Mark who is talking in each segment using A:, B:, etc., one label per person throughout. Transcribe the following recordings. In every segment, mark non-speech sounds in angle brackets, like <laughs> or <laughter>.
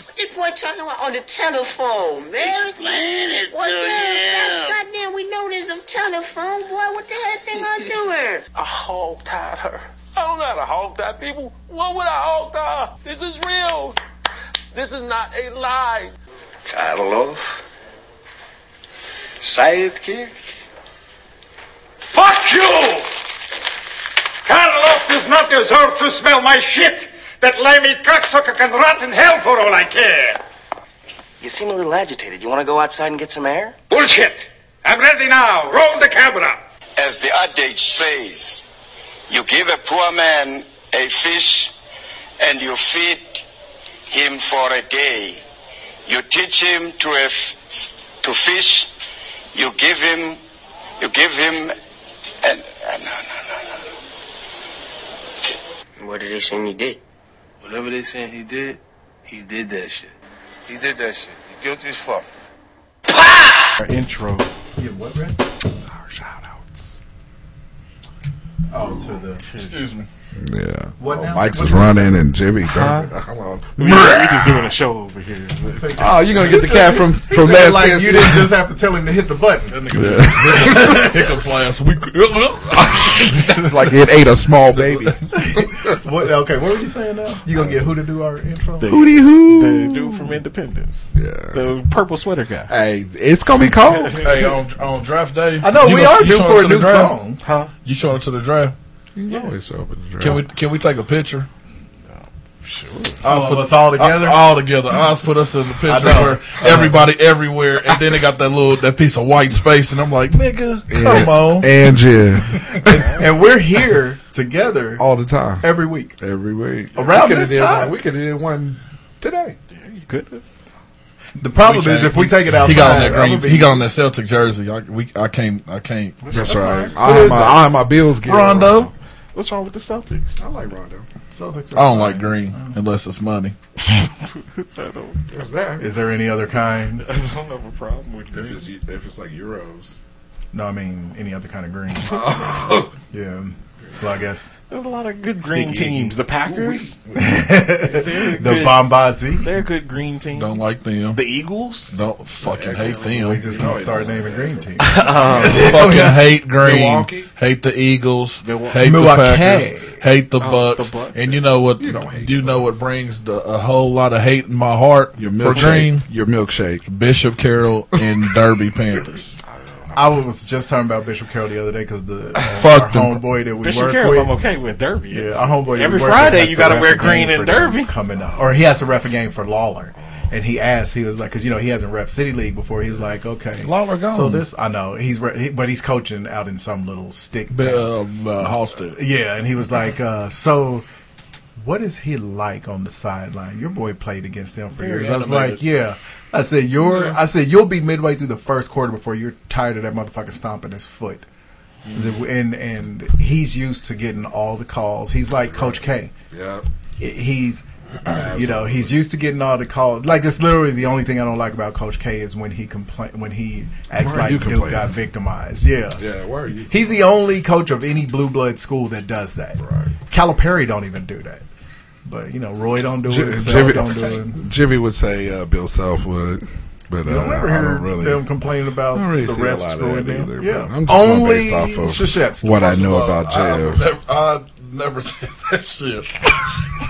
A: What this boy talking about on the telephone, man?
B: Explain it
A: What
B: to
A: the
B: him.
A: hell? Goddamn, we know there's a telephone, boy. What the hell thing I doing?
C: I hog tied her. I don't know how to hog tie people. What would I hog tie? This is real. This is not a lie.
D: Karloff, sidekick. Fuck you! Karloff does not deserve to smell my shit. That limey cocksucker can rot in hell for all I care.
E: You seem a little agitated. You want to go outside and get some air?
D: Bullshit! I'm ready now. Roll the camera.
F: As the adage says, you give a poor man a fish and you feed him for a day. You teach him to, a f- to fish. You give him, you give him, and
G: What did they saying he did?
H: Whatever they saying he did, he did that shit. He did that shit. He guilty as fuck.
I: Our intro.
J: Yeah, what, Brad?
I: Our shout outs.
J: Oh, to the. Excuse me.
I: Yeah.
J: What
I: Oh,
J: now?
I: Mike's
J: What
I: is
J: now?
I: running and Jimmy.
J: Huh?
I: Hello.
K: We, are just doing a show over here.
I: Oh, you're gonna get the cat from
J: <laughs> He
I: from
J: said
I: last
J: like
I: year's-
J: you didn't just have to tell him to hit the button. That <laughs>
I: Yeah.
J: hiccups last week. <laughs>
I: like it ate a small baby.
J: what, okay, what were you saying now? You gonna get who to do our intro?
I: Hootie hoo.
K: The dude from Independence.
I: Yeah.
K: The purple sweater guy.
I: Hey, it's gonna be
J: <laughs>
I: cold.
H: hey, on, on draft day.
I: I know,
H: you
I: we
H: gonna-
I: are
H: you
I: due
H: showing
I: for
H: to
I: a
H: the
I: new
H: draft?
I: song.
K: Huh?
H: You showing to the draft?
I: You always show up at the draft.
H: Can we can we take a picture?
I: Sure.
J: All of us all together?
H: I, all together. Oz put us in the picture
J: know.
H: where everybody everywhere, and then they got that little that piece of white space, and I'm like, nigga, come
I: And-
H: on.
I: And Jim.
J: and we're here together
I: all the time.
J: every week.
I: Every week.
J: Around
I: We coulda
J: this
I: did
J: time.
I: one- We could have did one today.
K: You could.
J: The problem is if we take it outside,
H: he got on that
J: I'm
H: green,
J: gonna be-
H: he got on that Celtic jersey. I, we, I can't, I can't.
I: That's right.
J: fine.
I: I
J: What
I: have
J: is
I: my
J: that?
I: I have my Bills gear. on.
H: Rondo.
K: What's wrong with the Celtics?
I: I like Rondo.
J: Celtics
H: I
J: are
H: don't
J: fine.
H: like green unless it's money.
I: What's that?
J: Is there any other kind?
K: I don't have a problem with
I: If
K: this.
I: it's if it's like Euros.
J: No, I mean any other kind
H: <laughs>
J: of green. yeah. Well, I guess
K: There's a lot of good green
J: Sticky.
K: teams. The Packers.
J: the
K: Good.
J: Bombazi.
K: They're a good green team.
H: Don't like them.
K: The Eagles.
H: Don't fucking hate
J: We
H: them.
J: just gonna start naming green teams.
H: <laughs> fucking hate green.
I: Milwaukee?
H: Hate the Eagles.
K: Milwaukee.
H: Hate
J: Milwaukee.
H: the Packers. Hate the
K: Oh,
H: Bucks.
K: the Bucks.
H: And you know what? You,
I: don't hate the
H: know what brings the, a whole lot of hate in my heart
I: Your
H: for green?
I: milkshake. Your milkshake.
H: Bishop Carroll and Derby Panthers.
J: I was just talking about Bishop Carroll the other day because the uh,
H: Fuck
J: our
H: them.
J: homeboy that we
K: Bishop
J: work
K: Carroll,
J: with.
K: I'm okay with Derby.
J: Yeah,
K: It's-
J: our homeboy. that
K: Every
J: we work with
K: Friday,
J: has
K: you
J: to
K: got to
J: ref
K: wear
J: a
K: green
J: game for
K: and
J: them
K: Derby.
J: coming up, or he has to ref a game for Lawler. And he asked, he was like, because you know he hasn't ref City League before. He was like, okay,
H: Lawler gone.
J: So this, I know he's, re- he, but he's coaching out in some little stick.
H: But,
J: town.
H: um, uh, Halstead.
J: Yeah, and he was like, uh, so what is he like on the sideline? Your boy played against them for
H: Very
J: years. I was
H: animated.
J: like, yeah. I said, you're, I said, you'll be midway through the first quarter before you're tired of that motherfucker stomping his foot. I said,
H: Mm-hmm.
J: And, and he's used to getting all the calls. He's like Coach K.
I: Yeah. <clears throat>
J: He's, you know, he's used to getting all the calls. Like it's literally the only thing I don't like about Coach K is when he complain when he acts
I: Why are
J: like
I: you
J: dude
I: complaining?
J: got victimized. Yeah,
I: Yeah. Where are you?
J: He's the only coach of any blue blood school that does that.
I: Right.
J: Calipari don't even do that. But you know, Roy don't do
I: Ji-
J: it. Sel
I: Jivy-
J: don't do it.
I: Jivy would say uh, Bill Selfwood, but uh,
J: You don't ever
I: I
J: hear
I: don't really.
J: them complaining about
I: I don't really
J: the
I: see a
J: refs
I: lot of
J: screwing
I: that
J: them.
I: either,
J: yeah,
I: but I'm just going
J: only
I: based off of
J: Krzyzewski.
I: what I know
L: Well,
I: about
L: I
I: Jeff.
L: never, I
J: <laughs>
L: never said that shit.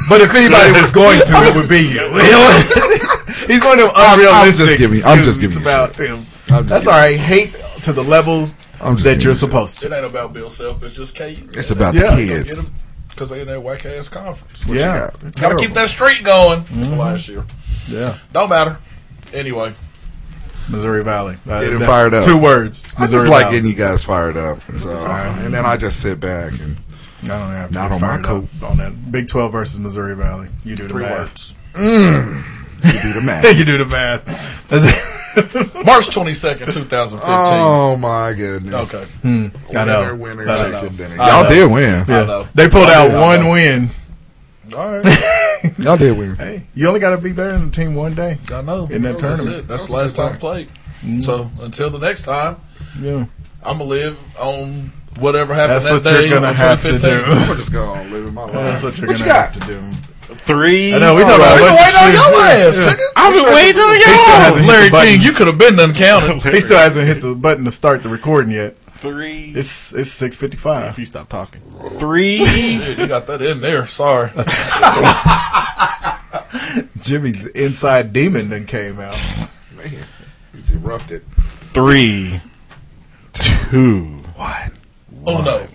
J: But if anybody was going to, it would be you. He's one of them unrealistic.
I: I'm just giving- I'm just
J: dudes
I: giving you
J: about
I: shit.
J: him.
I: I'm just
J: That's
I: giving
J: all right. Hate to the level
I: I'm just
J: that
I: giving
J: you're
I: you shit.
J: supposed to.
L: It ain't about Bill Self. It's just K.
I: It's about
J: Yeah.
I: the kids.
L: Because they in that whack ass conference.
I: What you
J: yeah,
I: got?
J: they're
L: Gotta
J: terrible.
L: keep that streak going. Last year.
J: Mm-hmm. Yeah,
L: Don't matter. Anyway.
J: Missouri Valley. Uh,
I: Get him
J: that-
I: fired up.
J: Two words.
I: I just
J: Missouri
I: like
J: Valley.
I: getting you guys fired up. So,
J: It's all right.
I: and then I just sit back and
J: I don't have to
I: Not
J: get
I: on my
J: fired
I: coat.
J: up on that Big Twelve versus Missouri Valley. You do the
L: Three
J: math.
L: words.
I: Mm. you do the
J: <laughs>
I: math.
J: you do the math. That's
L: <laughs> March 22nd, 2015.
I: Oh my goodness.
L: Okay.
J: Hmm. I know.
I: Winner, winner,
J: I know.
I: chicken dinner.
J: I
I: Y'all
J: know.
I: did win.
J: Yeah.
I: I know.
J: They pulled
I: Y'all
J: out
I: did.
J: one win.
L: All right.
I: <laughs> Y'all did win.
J: Hey, you only got to be better than the team one day.
L: I know.
J: In that
L: That's
J: tournament.
L: it. That's the last time I played. So until the next time,
J: Yeah.
L: I'm gonna live on whatever happened
J: That's
L: that
J: what
L: day.
J: you're gonna
L: on
J: have to
L: 2015.
J: do. <laughs> I'm gonna just
I: go on living my life.
J: That's what you're
I: What
J: gonna
I: you
J: have
I: got?
J: to do.
K: Three.
J: I know, we talking about
L: We've
J: a
L: been
J: bunch
L: waiting
J: of
L: on your
J: shit.
L: ass,
J: Yeah.
L: chicken.
K: I've been waiting on
J: He still hasn't hit the
L: Larry
J: button.
L: King, you could have been done counted.
J: <laughs> He still hasn't hit the button to start the recording yet.
K: Three.
J: It's it's six fifty five.
K: If you stop talking. Three.
L: Dude, you got that in there. Sorry.
J: Jimmy's inside demon then came out.
I: <laughs> Man, he's erupted.
K: Three. Two.
I: What?
L: Oh no.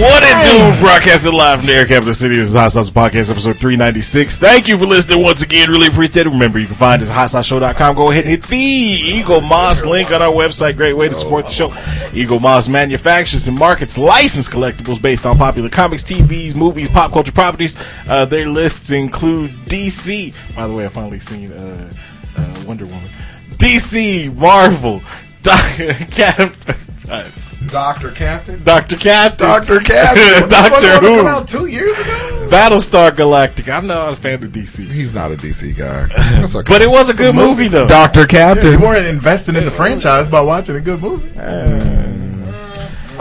K: What it do? Broadcasting live from the Air Capital City. This is Hot Sauce Podcast, episode 396. Thank you for listening once again. Really appreciate it. Remember, you can find us at hotsauceshow.com. Go ahead and hit the Eagle Moss link on our website. Great way to support the show. Eagle Moss manufactures and markets licensed collectibles based on popular comics, TVs, movies, pop culture properties. Uh, their lists include DC. By the way, I finally seen uh, uh, Wonder Woman. DC, Marvel, <laughs> Doctor <laughs> Captain.
I: Doctor Captain.
K: Dr. Captain.
I: Dr. <laughs> Captain.
K: Doctor
I: Come
K: Who.
I: out two years ago.
K: Battlestar Galactica. I'm not a fan of DC.
I: He's not a DC guy.
K: But it was a good movie, though.
I: Doctor Captain.
J: Yeah, you weren't investing in the franchise by watching a good movie.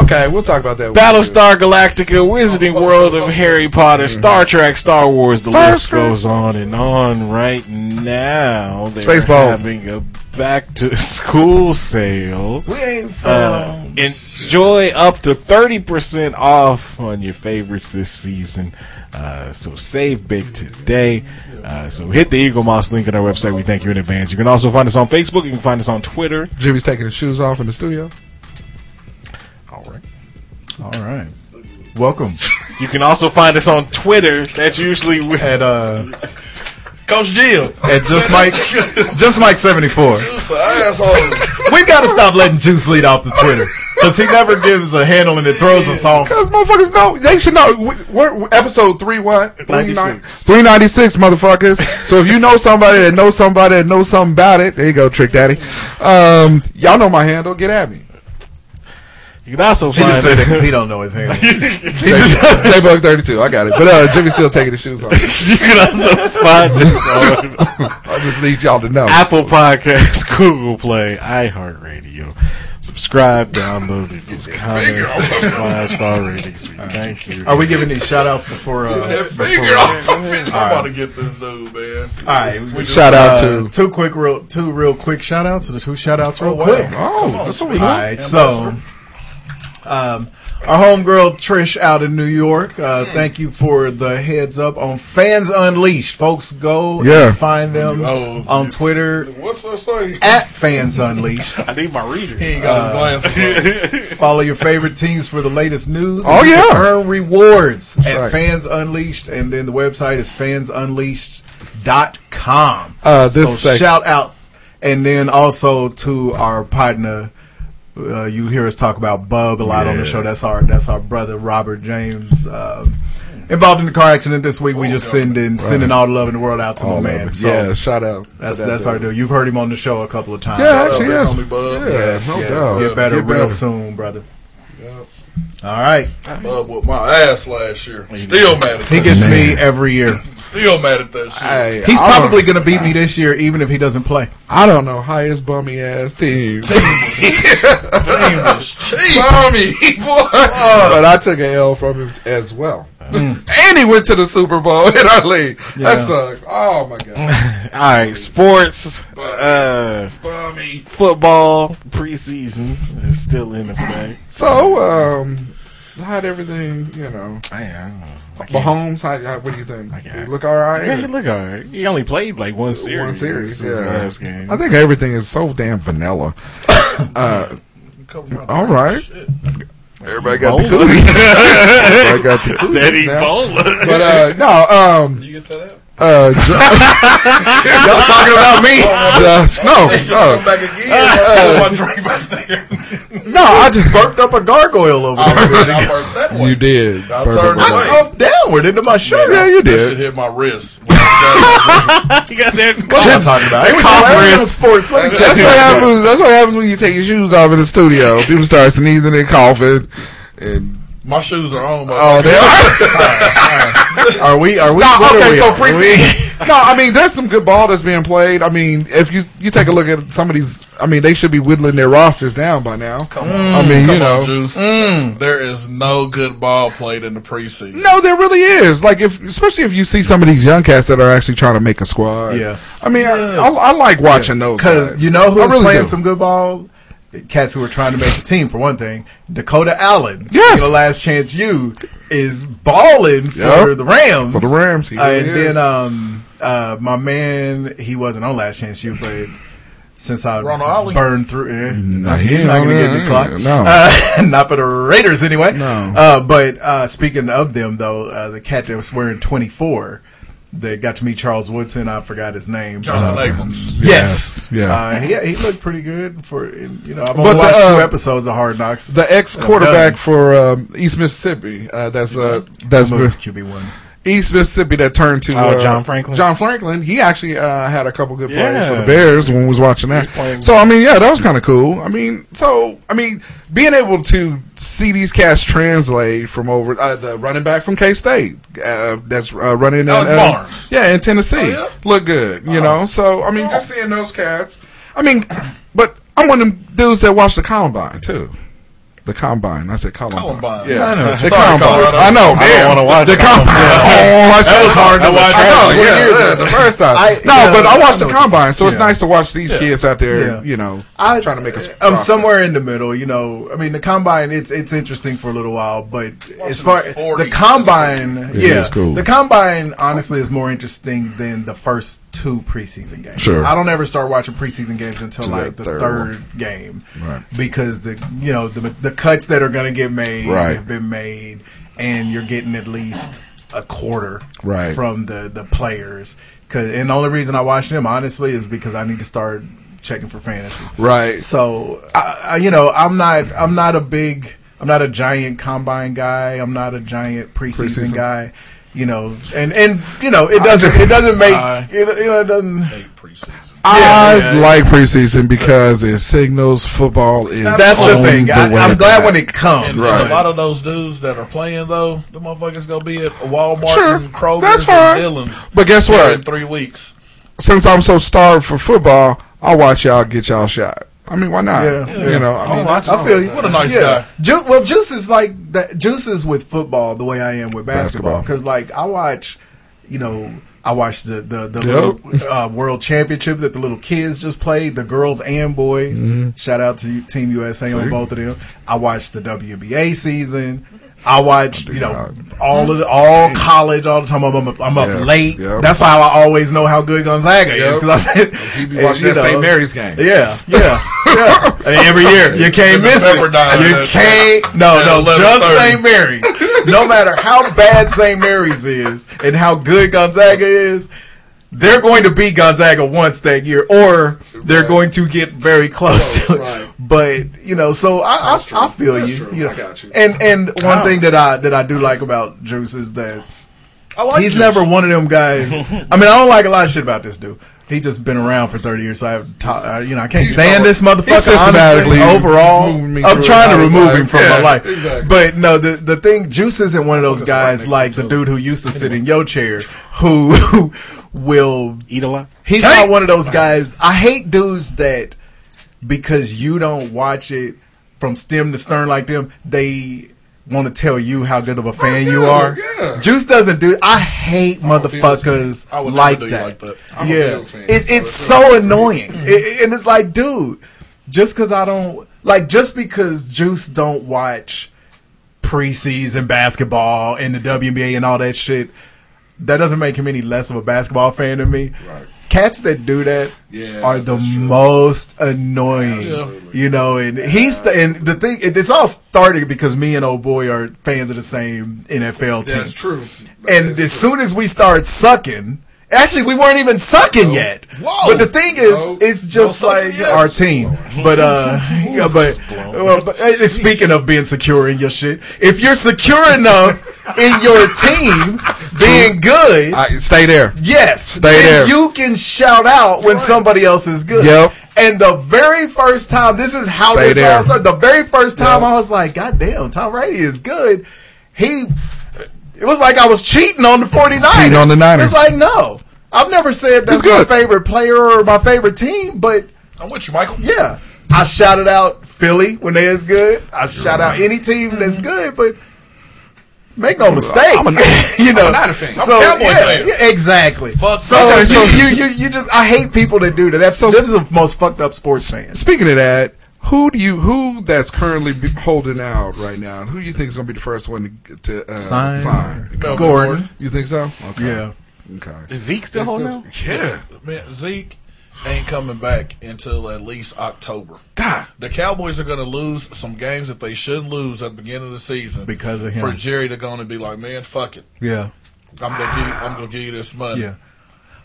I: Okay, we'll talk about that.
K: Battlestar Galactica, Wizarding
I: Oh,
K: World of Harry Potter, Star Trek, Star Wars, the
I: Star
K: list
I: Trek.
K: goes on and on right now. They're
I: Spaceballs.
K: having a back to school sale.
I: We um, ain't
K: Uh, enjoy up to 30% off on your favorites this season. Uh, so save big today. Uh, so hit the Eagle Moss link on our website. We thank you in advance. You can also find us on Facebook. You can find us on Twitter.
I: Jimmy's taking his shoes off in the studio.
K: All right.
J: All right. Welcome
K: You can also find us on Twitter. That's usually we-
J: at uh
L: Coach Jill.
J: at just Mike just Mike seventy four.
L: Juice, asshole.
J: We gotta stop letting Juice lead off the Twitter because he never gives a handle and it throws us off.
I: Because motherfuckers know they should know. We- We're episode three what
K: 96.
I: three ninety six motherfuckers. so if you know somebody that knows somebody that knows something about it, there you go, Trick Daddy. Um, y'all know my handle. Get at
J: <laughs>
I: me.
K: You can also
J: He
K: find
J: just said that
K: us. <laughs>
J: 'cause he don't know his handle.
I: J Bug thirty two. I got it. But uh, Jimmy's still taking his shoes off.
K: You can also find us on
I: I just need y'all to know.
K: Apple Podcasts, Google Play, iHeartRadio. Subscribe, download, leave those comments, five star ratings. We Thank you.
J: Are we giving these shout outs before uh
L: That finger off of his. I'm about to get this dude, man.
J: all right, we just,
I: Shout out
J: uh,
I: to-
J: two quick real two real quick shout outs or two shout outs real
L: wow.
J: quick.
I: Oh, that's what we
J: All
I: got.
J: right, so um, our homegirl Trish out in New York. Uh, Thank you for the heads up on Fans Unleashed, folks. Go
I: Yeah.
J: and find them
L: Oh.
J: on Twitter
L: What's that say?
J: at Fans Unleashed.
K: I need my
L: He
K: readers. <laughs>
L: ain't got his glasses. on.
J: Follow your favorite teams for the latest news.
I: Oh,
J: You can
I: yeah.
J: earn rewards at
I: right.
J: Fans Unleashed, and then the website is fansunleashed.com.
I: Uh, this
J: so
I: sec-
J: shout out, and then also to our partner. Uh, you hear us talk about Bub a lot on the
I: Yeah.
J: show. That's our that's our brother Robert James. Um involved in the car accident this week. We just sending sending all the love in the world out to
I: All
J: my
I: of
J: man.
I: it.
J: So
I: yeah, shout out. to
J: that's
I: that
J: that's
I: dude.
J: our dude. You've heard him on the show a couple of times.
I: Yeah,
J: So-
I: actually, yes.
L: homie, bub.
I: Yeah,
J: Yes,
I: no
J: yes.
I: doubt.
J: Oh, Get better
I: Get
J: real
I: better.
J: soon, brother. All right.
L: Bub whooped my ass last year. Still mad at
J: He
L: that
J: gets
L: shit.
J: me every
L: <laughs>
J: year.
L: Still mad at that shit.
J: He's probably going to beat me this year, even if he doesn't play.
I: I don't know. Highest bummy ass team. <laughs>
L: Bummy, boy.
I: but I took an L from him as well. and he went to the Super Bowl in our league.
K: Yeah.
I: That sucks. Oh my god.
K: All right, sports, uh, football preseason is still in effect.
I: so, um, how'd everything? You know, Mahomes. How, how, what do you think? Did he look all right?
K: Yeah, he look all right. He only played like one series.
I: One series.
K: It was his
I: Yeah.
K: last game.
I: I think everything is so damn vanilla. uh, all right. Everybody got the
K: Ebola.
I: cooties. <laughs> Everybody got the cooties.
K: That
I: now.
K: Ebola. <laughs>
I: But uh, no. Um, you get that
J: <laughs>
I: out? Uh, <laughs> Josh, y'all talking about me? Josh, no,
J: <laughs>
I: no.
J: Ah!
L: Uh,
I: No, I just burped
J: up a gargoyle
L: Oh,
J: over
L: there.
I: You did.
L: I
I: Burp
L: turned
I: up.
L: away.
J: Up downward into my shirt.
I: Yeah, you
L: That shit
I: did.
L: hit my wrist.
K: you got that.
J: <laughs> What am I talking about? It was Alabama sports. Let me
I: That's
J: tell
I: what
J: you.
I: happens. That's what happens when you take your shoes off in the studio. People start sneezing and coughing. And
L: My shoes are on.
I: oh, they <laughs>
J: <laughs> Are we? Are we?
I: No,
J: what are
I: okay,
J: we
I: so
J: at? Are we-
I: preseason. <laughs> no, I mean, there's some good ball that's being played. I mean, if you you take a look at some of these, I mean, they should be whittling their rosters down by now. Come
L: on.
I: I mean,
L: Come
I: you
L: on,
I: know, Mm.
L: Juice. There is no good ball played in the preseason.
I: no, there really is. Like, if especially if you see some of these young cats that are actually trying to make a squad.
J: Yeah.
I: I mean, I, I, I like watching those
J: Because
I: guys.
J: you know
I: I
J: who's
I: really
J: playing
I: do.
J: some good ball? Cats who are trying to make the team, for one thing. Dakota Allen,
I: Yes.
J: the last chance you, is balling for
I: Yep.
J: the Rams.
I: For the Rams, he
J: Uh, and
I: really is.
J: then um, uh, my man, he wasn't on last chance you, but since I
L: Ronald Ollie.
J: burned through, eh,
I: No, he
J: he's
I: ain't
J: not
I: on
J: going to get
I: there,
J: any clock.
I: ain't. No.
J: Uh, <laughs> not for the Raiders anyway.
I: No.
J: Uh, but uh, speaking of them, though, uh, the cat that was wearing 24 that got to meet Charles Woodson, I forgot his name.
L: Jonathan
J: Uh,
L: Abrams.
J: Yes.
I: Yes, yeah.
J: Uh, he, he looked pretty good for, you know, I've
I: But
J: only
I: the,
J: watched two
I: uh,
J: episodes of Hard Knocks.
I: the ex quarterback for um, East Mississippi. Uh, that's uh, that's
J: That's QB1.
I: East Mississippi that turned to
K: Oh,
I: uh,
K: John Franklin.
I: John Franklin. He actually uh, had a couple good plays
K: Yeah.
I: for the Bears when we was watching that. So I mean, yeah, that was kind of cool. I mean, so I mean, being able to see these cats translate from over uh, the running back from K State uh, that's uh, running in
L: Alex
I: uh,
L: Barnes. Oh, Uh-huh.
I: yeah in Tennessee look good. You know, so I mean, just seeing those cats. I mean, <clears throat> but I'm one of them dudes that watch the Columbine too. The combine. I said Columbine.
L: Columbine.
I: Yeah,
L: I know.
I: The
L: Sorry,
I: combine.
L: Colorado.
I: I know.
K: I don't
I: man.
K: wanna watch
I: the
K: it.
I: combine. Oh, I
L: That was hard as
I: I
L: a
I: watched
L: child.
I: I know,
L: Twenty
I: yeah,
L: years
I: yeah,
L: ago.
I: the first time.
J: I-
I: no,
J: yeah,
I: but
J: I
I: I
J: know
I: watched the
J: what you're
I: combine, so it's
J: saying.
I: nice to watch these
J: Yeah.
I: kids out there.
J: Yeah.
I: You know,
J: I,
I: trying to make us.
J: Uh, I'm somewhere in the middle, you know. I mean, the combine it's it's interesting for a little while, but as far
L: the 40s,
J: the combine,
I: It
J: yeah,
I: is cool.
J: the combine honestly is more interesting than the first two preseason games.
I: Sure.
J: I don't ever start watching preseason games until
I: To
J: like
I: that
J: the
I: third
J: third,
I: one.
J: game,
I: Right.
J: Because the you know the the cuts that are going to get made
I: Right.
J: have been made, and you're getting at least a quarter
I: Right.
J: from the the players. 'Cause- and the only reason I watch them honestly is because I need to start checking for fantasy.
I: Right.
J: So, I, I, you know, I'm not, I'm not a big, I'm not a giant combine guy. I'm not a giant preseason,
I: Preseason.
J: guy. You know, and and you know, it doesn't, it doesn't make,
L: Uh,
J: it, you know, it doesn't.
I: I
J: Yeah, yeah.
I: like preseason because it signals football is.
J: That's the
I: on
J: thing. I,
I: way
J: I'm glad
I: back.
J: when it comes.
L: And
I: Right.
L: a lot of those dudes that are playing though, the motherfuckers gonna be at Walmart
I: Sure.
L: and Kroger's
I: That's fine.
L: and Dillon's.
I: But guess
L: here
I: what?
L: In three weeks,
I: Since I'm so starved for football, I watch y'all get y'all shot. I mean, why not?
J: Yeah.
I: You know,
K: Oh,
I: I mean,
J: I feel you.
L: What a nice guy.
J: Ju- well, Juice is like that. Juice is with football the way I am with basketball.
I: Basketball.
J: Because like I watch, you know, I watch the the, the
I: Yep.
J: little, uh, world championship that the little kids just played, the girls and boys.
I: Mm-hmm.
J: Shout out to Team USA
I: See?
J: on both of them. I watched the WNBA season. I watch, you know, all of the, all college all the time. I'm, I'm, I'm
I: Yeah.
J: up late.
I: Yep.
J: That's how I always know how good Gonzaga is
I: Yep.
J: because I said <laughs>
I: He be watching
J: you
I: that St. Mary's game.
J: <laughs> Yeah, yeah, yeah. I mean, every year you can't miss it.
L: Pepper dime
J: You
L: that
J: can't. No,
L: At
J: no.
L: 11:30.
J: Just St. Mary's. No matter how bad St. Mary's is and how good Gonzaga is, they're going to beat Gonzaga once that year, or they're going to get very close. to it.
I: Right.
J: <laughs> But you know, so I, I, I feel
I: That's
J: you.
I: true.
J: you know.
I: I got you.
J: And and one thing that I that I do like about Juice is that
L: I like.
J: he's
L: Juice.
I: <laughs>
J: never one of them guys. I mean, I don't like a lot of shit about this dude, He just been around for thirty years. So I, have to- uh, you know, I can't
I: He's
J: stand
I: over-
J: this
I: he
J: motherfucker.
I: systematically
J: Honestly, overall,
I: moved me
J: I'm
I: through
J: trying to
I: my
J: remove
I: life.
J: him from
I: Yeah,
J: my life.
I: exactly.
J: But no, the the thing, Juice isn't one of those guys like the dude who used to sit in your
I: <laughs>
J: chair who <laughs> will
K: eat a lot.
J: He's not one of those guys. I hate dudes that because you don't watch it from stem to stern like them, they want to tell you how good of a fan you are. Juice doesn't do. I hate motherfuckers
L: I would never
J: like,
L: do you
J: that.
L: like that. I'm a
J: Yeah,
L: Bills fan,
J: it,
L: so
J: it's
L: it's
J: so annoying,
L: Mm.
J: It- and it's like, dude, just because I don't like, just because Juice don't watch preseason basketball and the WNBA and all that shit, that doesn't make him any less of a basketball fan than me. Right. Cats that do that
I: Yeah,
J: are the most annoying,
I: Absolutely.
J: you know. And he's the, and the thing. It, it's all started because me and old boy are fans of the same NFL team.
I: That's true.
J: And as soon as we start sucking, actually, we weren't even sucking yet.
I: Whoa.
J: But the thing is, it's just like our team. But uh, yeah, but, well, but uh, speaking of being secure in your shit, if you're secure enough in your team being good,
I: stay there.
J: Yes,
I: Stay
J: then
I: there.
J: You can shout out when somebody else is good.
I: Yep.
J: And the very first time, this is how
I: Stay
J: this
I: there.
J: all started. The very first time, I was like, "God damn, Tom Brady is good." He, it was like I was cheating on the 49ers.
I: Cheating on the Niners.
J: It's like no, I've never said that's
I: He's
J: my
I: good.
J: favorite player or my favorite team, but
L: I'm with you, Michael.
J: yeah, I shouted out Philly when they is good. I shout out any team that's good, but. Make no mistake, <laughs>
I: I'm a- <laughs>
J: you know.
I: I'm a Niner fan. I'm a
J: So
I: Cowboy
J: yeah,
I: fan.
J: yeah, exactly.
I: Fuck
J: so,
I: that. Okay, so-
J: you, you you you just I hate people that do that. That's so, this is the most fucked up sports fans.
I: Speaking of that, who do you who that's currently be holding out right now? Who you think is going to be the first one to, to uh,
J: Sign.
I: sign?
J: Melvin Gordon.
I: You think so? Okay.
J: Yeah.
I: Okay.
K: Is Zeke still holding out?
L: Yeah, man, Zeke ain't coming back until at least October.
I: God,
L: the Cowboys are going to lose some games that they shouldn't lose at the beginning of the season
J: Because of him.
L: For Jerry to go in and be like, man, fuck it,
J: Yeah,
L: I'm gonna give you, I'm gonna give you this
I: Uh,
L: money.
J: yeah.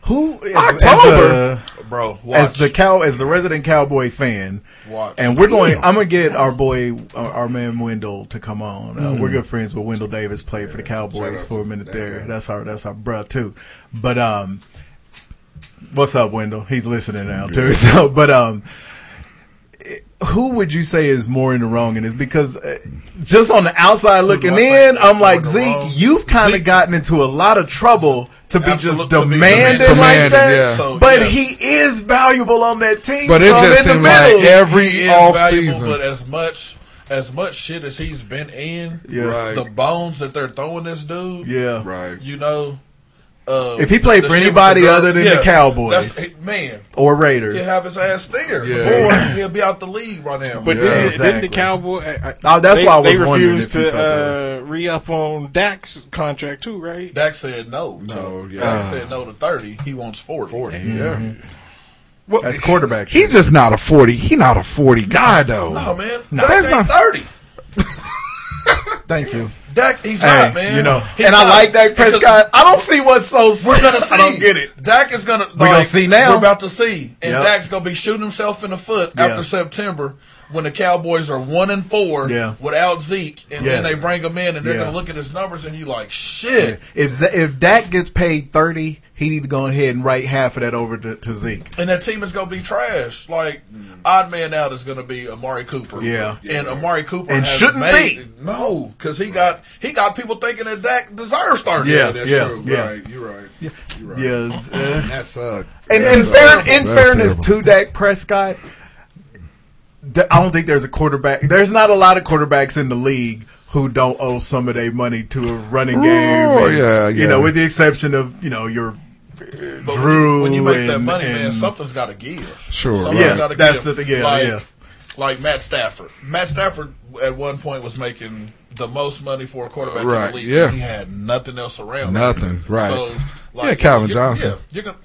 J: Who as- as
L: October?
J: the-
L: Bro,
J: as
L: watch.
J: the cow as the resident cowboy fan.
L: Watch.
J: And we're going. I'm gonna get our boy, our, our man Wendell, to come on. Uh,
L: Mm-hmm.
J: We're good friends with Wendell Davis. Played for the Cowboys for a minute there. That's our that's our bruh too. But um, what's up, Wendell? He's listening now too. <laughs> So, but um, who would you say is more in the wrong in this? Because uh, just on the outside looking in, I'm like Zeke, you've kind of gotten into a lot of trouble to be just
L: Absolute- to be
J: demanding
L: demanding.
J: like that.
L: Demanding, yeah. So,
J: but
L: yes.
J: he is valuable on that team.
I: But it
J: so I'm
I: just
J: in the
I: seemed like
J: middle.
I: every
L: He is
I: off
L: valuable,
I: season.
L: but as much as much shit as he's been in,
J: Yeah. Right.
L: the bones that they're throwing this dude,
J: Yeah.
I: Right.
L: You know, uh,
J: If he played
L: the
J: for
L: shit with
J: anybody
L: the girl-
J: other than the
L: Yes,
J: Cowboys.
L: that's- man,
J: or Raiders.
L: he'll have his ass there,
J: Yeah.
L: or he'll be out the league right now.
K: But didn't, didn't the Cowboy? I- I-
J: Oh, that's
K: they,
J: why I was
K: they
J: wondering
K: refused
J: if you
K: to uh, re up on Dak's contract too, right?
L: Dak said no. No,
I: yeah.
L: Dak said no to thirty. He wants forty. Forty.
I: Yeah.
L: Mm-hmm.
I: Well,
J: That's quarterback.
I: He just not a forty. He not a forty guy though.
L: No, man.
I: No,
L: Dak
I: that's
L: ain't
I: not-
L: thirty.
J: <laughs> Thank you.
L: Dak, he's
J: Hey,
L: not, man.
J: you know,
L: He's
J: and I
L: not.
J: like Dak
L: Because
J: Prescott. I don't see what's so.
L: We're gonna see.
J: <laughs> I don't get it.
L: Dak is gonna.
J: We're gonna see now.
L: We're about to see, and
J: Yep.
L: Dak's gonna be shooting himself in the foot
J: Yeah.
L: after September when the Cowboys are one and four
J: Yeah.
L: without Zeke, and
J: Yes.
L: then they bring him in, and they're
J: Yeah.
L: gonna look at his numbers, and you like, shit.
J: If Z- if Dak gets paid thirty, he need to go ahead and write half of that over to, to Zeke.
L: And that team is gonna be trash. Like odd man out is gonna be Amari Cooper.
J: Yeah.
L: and Amari Cooper
J: And
L: has
J: shouldn't
L: made- no, because he got he got people thinking that Dak deserves thirty.
J: Yeah,
I: that's
J: yeah,
I: true.
J: yeah.
I: Right. You're right. You're right.
J: Yeah, it's, uh,
I: That sucked.
J: And
I: That
J: in,
I: sucked.
J: fair, in
I: That's
J: fairness to
I: terrible.
J: Dak Prescott, th- I don't think there's a quarterback. There's not a lot of quarterbacks in the league who don't owe some of their money to a running game.
I: Oh, yeah,
J: You know,
I: yeah.
J: with the exception of you know your uh,
L: But
J: Drew.
L: when you make that
J: and-
L: money, man,
J: and-
L: something's got to give.
I: Sure,
L: Something's
J: Yeah,
L: gotta
J: that's the thing, yeah,
L: like,
J: yeah.
L: Like Matt Stafford. Matt Stafford at one point was making the most money for a quarterback in
I: Right,
L: the league.
I: yeah.
L: He had nothing else around.
I: Nothing,
L: him.
I: right.
L: So, like,
I: Yeah, Calvin
L: you're-
I: Johnson.
L: Yeah, you're gonna,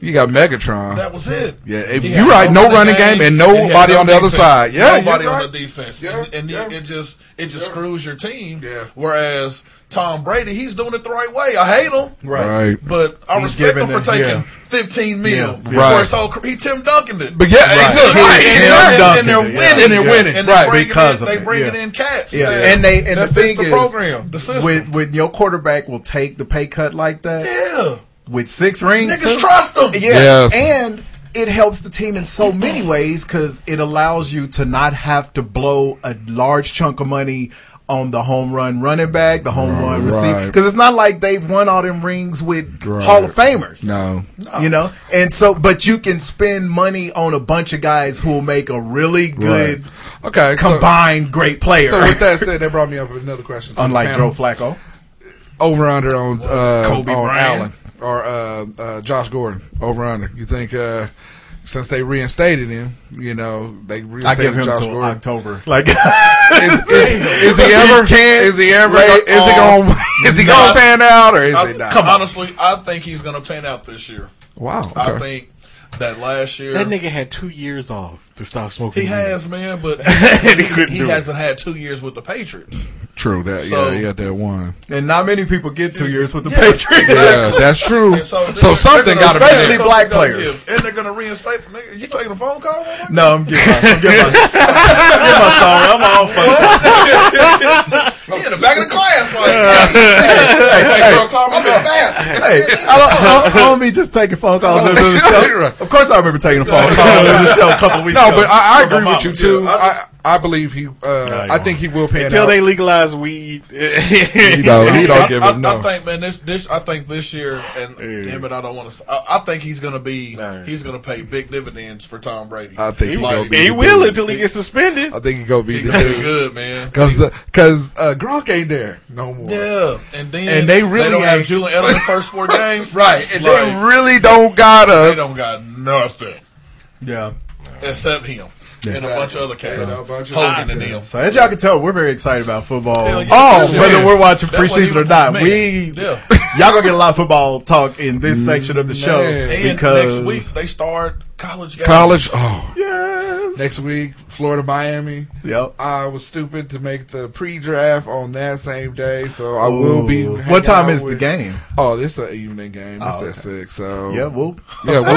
I: You got Megatron.
L: that was it.
I: Yeah,
L: He
I: if
L: had
I: you're right. No running game, and
L: he had
I: nobody
L: no
I: on the other
L: defense.
I: side. Yeah,
L: nobody
I: you're
L: on
I: right.
L: the defense,
I: Yeah,
L: and, and
I: yeah.
L: It, it just it just screws your team.
I: Yeah.
L: Whereas Tom Brady, he's doing it the right way. I hate him,
I: Right.
L: But I
J: He's
L: respect him
J: giving
L: for
J: it-
L: taking
J: yeah.
L: fifteen mil.
J: Yeah,
L: for
I: right.
L: his whole career. he Tim Duncan it.
I: But yeah, exactly.
J: He
I: Right,
J: Tim
I: exactly.
J: Duncan
L: and they're
J: it,
L: winning,
J: yeah. And they're winning,
L: and
J: right,
L: they're bringing
J: because
L: in,
J: of
L: they
J: it,
L: bringing
J: yeah.
L: in cats.
J: Yeah,
L: that-
J: and they and
L: that
J: the
L: fits
J: thing
L: the
J: is,
L: program, the system.
J: when when your quarterback will take the pay cut like that,
L: yeah,
J: with six rings.
L: Niggas
J: too.
L: trust him.
J: Yeah,
L: Yes.
J: and it helps the team in so many ways because it allows you to not have to blow a large chunk of money on the home run running back, the home run receiver.
I: Right.
J: Because it's not like they've won all them rings with
I: Right.
J: Hall of Famers.
I: No.
J: You know, and so, but you can spend money on a bunch of guys who will make a really good,
I: okay, so-
J: combined great player.
I: So with that said, that brought me up with another question.
J: <laughs> unlike Joe
I: Panel.
J: Flacco,
I: over under on uh,
J: Kobe
I: on
J: Bryant?
I: Allen or uh, uh, Josh Gordon over under. You think uh, since they reinstated him, you know they
J: I
I: reinstated
J: give him
I: Josh
J: till
I: Gordon.
J: October. <laughs> Like,
I: is, is, is he ever? Is he ever?
J: lay
I: Is he
J: off.
I: going? <laughs> Is he going to pan out or is
L: I,
I: it not?
L: Come on. Honestly, I think he's going to pan out this year.
I: Wow,
L: I
I: okay.
L: think that last year
K: That nigga had two years off to stop smoking.
L: he
K: weed.
L: has, man, but
K: And he
L: he,
K: couldn't
L: he
K: do it.
L: hasn't had two years with the Patriots.
I: True. That
L: So-
I: yeah, he got that one.
J: and not many people get two years with the
L: Yeah,
J: Patriots. <laughs>
I: Yeah, that's true.
L: And
I: So,
L: they're-
I: something
J: they're gonna-
I: got to
J: especially
I: be. done.
L: Something's
J: black
L: gonna
J: players.
L: give. and they're going to reinstate the nigga. You taking a phone call?
J: No, I'm getting my, I'm getting my, I'm getting my song. I'm all fucked up.
L: yeah, the back of the class. Like, hey, hey, girl, call me back.
J: Hey, I don't, I don't, I don't mean just taking phone calls after the show. <laughs> Of course, I remember taking a phone
I: <laughs>
J: call after the show a couple weeks
I: No,
J: ago.
I: but I, I
J: From my
I: agree
J: mama.
I: with you too.
J: Yeah, I just-
I: I, I believe he. Uh, I think he will pan
K: Until
I: out.
K: they legalize weed. you
I: know, he don't
L: I,
I: give
L: I,
I: it no.
L: I think, man, this this I think this year, and damn it, I don't want to. I, I think he's going to be he's going to pay big dividends for Tom Brady.
I: I think he, gonna
K: <laughs>
I: be
K: he
I: the
K: will
I: dude.
K: until he gets suspended.
I: I think he gonna be
L: He
I: the
L: gonna be
I: dude.
L: good, man.
I: <laughs> Cause, uh, cause uh, Gronk ain't there no more.
L: Yeah, and then
I: And they really
L: don't have
I: ain't-
L: Julian Edelman first four games,
I: right? And they
L: Like,
I: really don't got
L: they
I: a.
L: don't got nothing
J: yeah.
L: except him and a bunch of other cats,
I: And a bunch of
L: Hogan
I: other
L: and them.
J: So as y'all can tell, we're very excited about football.
L: Hell yeah.
J: Oh,
L: Yeah.
J: whether we're watching
L: That's what
J: preseason
L: he-
J: or not,
L: man.
J: we
L: Yeah.
J: <laughs> y'all gonna get a lot of football talk in this section of the show
L: And
J: because
L: next week they start college games.
I: College. Oh,
J: Yes.
I: next week, Florida, Miami.
J: Yep.
I: I was stupid to make the pre-draft on that same day, so I will be.
J: Ooh.
I: hanging
J: What time
I: out
J: is the
I: with-
J: game?
I: Oh, this is an evening game. It's
J: Oh,
I: at six. So
J: Yeah, we'll
I: yeah, we'll,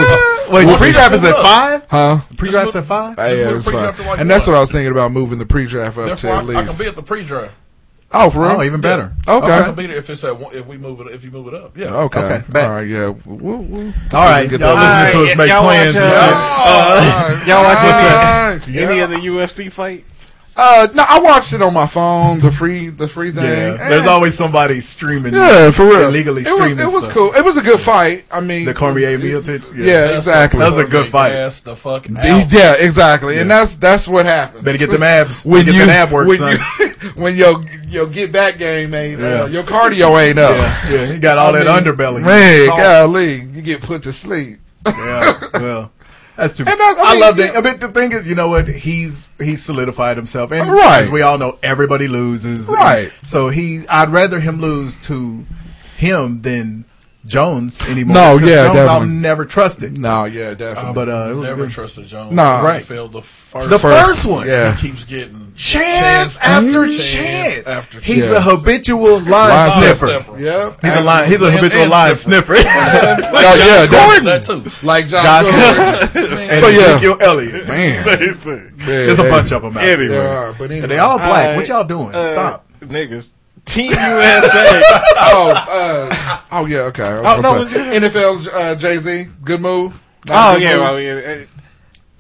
J: wait.
I: we'll-
J: the pre-draft is at five.
I: <laughs> huh?
J: Pre-draft's at five.
I: Yeah,
L: move the
I: it's fine.
L: pre-draft to like
I: and that's
L: what?
I: what I was thinking about moving the pre-draft up to
L: Therefore, I,
I: at
L: I can
I: least.
L: be at the pre-draft.
I: Oh, for real?
J: Oh, even better.
I: Okay.
L: I can be there if it's at one, if we move it if you move it up. Yeah.
I: Okay.
J: Okay, bet.
I: All right. Yeah. We'll, we'll,
J: All right,
I: Get
J: y'all
I: that-
J: listening to us
K: Alright,
J: make
K: y'all
J: plans
K: watch,
J: and
K: uh,
J: shit.
K: Y'all watch
I: Alright,
K: this? uh, Any
I: yeah.
K: other UFC
L: <laughs>
K: fight?
I: Uh, no, I watched it on my phone. The free, the free thing.
J: Yeah, there's
I: Eh,
J: always somebody streaming.
I: yeah, for real.
J: illegally
I: it was,
J: streaming.
I: it was
J: stuff.
I: cool. It was a good fight. I mean,
J: The Cormier Miocic.
I: Yeah, exactly.
J: That was a good fight.
L: Gas the fuck out.
I: He- yeah, exactly. And that's that's what happens.
J: Better get them abs.
I: when
J: Better
I: you
J: get them ab work,
I: when,
J: son.
I: you, <laughs> when your your get back game ain't
J: Yeah.
I: uh, your cardio ain't up.
J: yeah, yeah, he got all
I: I
J: that
I: mean,
J: underbelly.
I: Man,
J: Salt.
I: golly, you get put to sleep.
J: Yeah, well, that's too. Bad.
I: And that's- I
J: I,
I: mean,
J: love that.
I: yeah.
J: I mean, the thing is, you know what? He's he's solidified himself, and
I: Right.
J: as we all know, everybody loses.
I: Right.
J: And so he, I'd rather him lose to him than Jones anymore.
I: No,
J: Because
I: yeah,
J: Jones, I'll
I: definitely. never.
J: never trust it.
I: No, yeah, definitely.
J: But uh, it was
L: Never
J: good.
L: trusted Jones.
I: Nah.
L: He
J: Right.
L: failed the first.
J: the first, one.
I: yeah.
L: He keeps getting
J: Chance after chance.
L: after chance.
J: He's a habitual line,
I: Line
J: sniffer.
L: stepper.
I: Yep.
J: He's a line. He's a
L: And-
J: habitual
L: and
J: line sniffer.
L: sniffer.
I: No, yeah,
L: That,
I: that-
L: too.
I: like Josh.
J: Josh
I: Gordon.
J: and
I: But yeah.
J: Ezekiel <laughs> Elliott.
I: Man,
K: Same thing.
J: There's a bunch of them out there.
K: Anyway.
I: They are, but anyway.
J: And they all black.
K: Alright,
J: What y'all doing?
K: uh,
J: Stop.
K: niggas. Team <laughs> USA.
I: Oh, uh, oh yeah, okay. I
K: Oh,
I: was
K: no,
I: gonna
K: was
I: say.
K: your-
I: NFL uh, Jay Z, good move. Not a
K: oh
I: good
K: yeah,
I: move.
K: well, yeah. uh,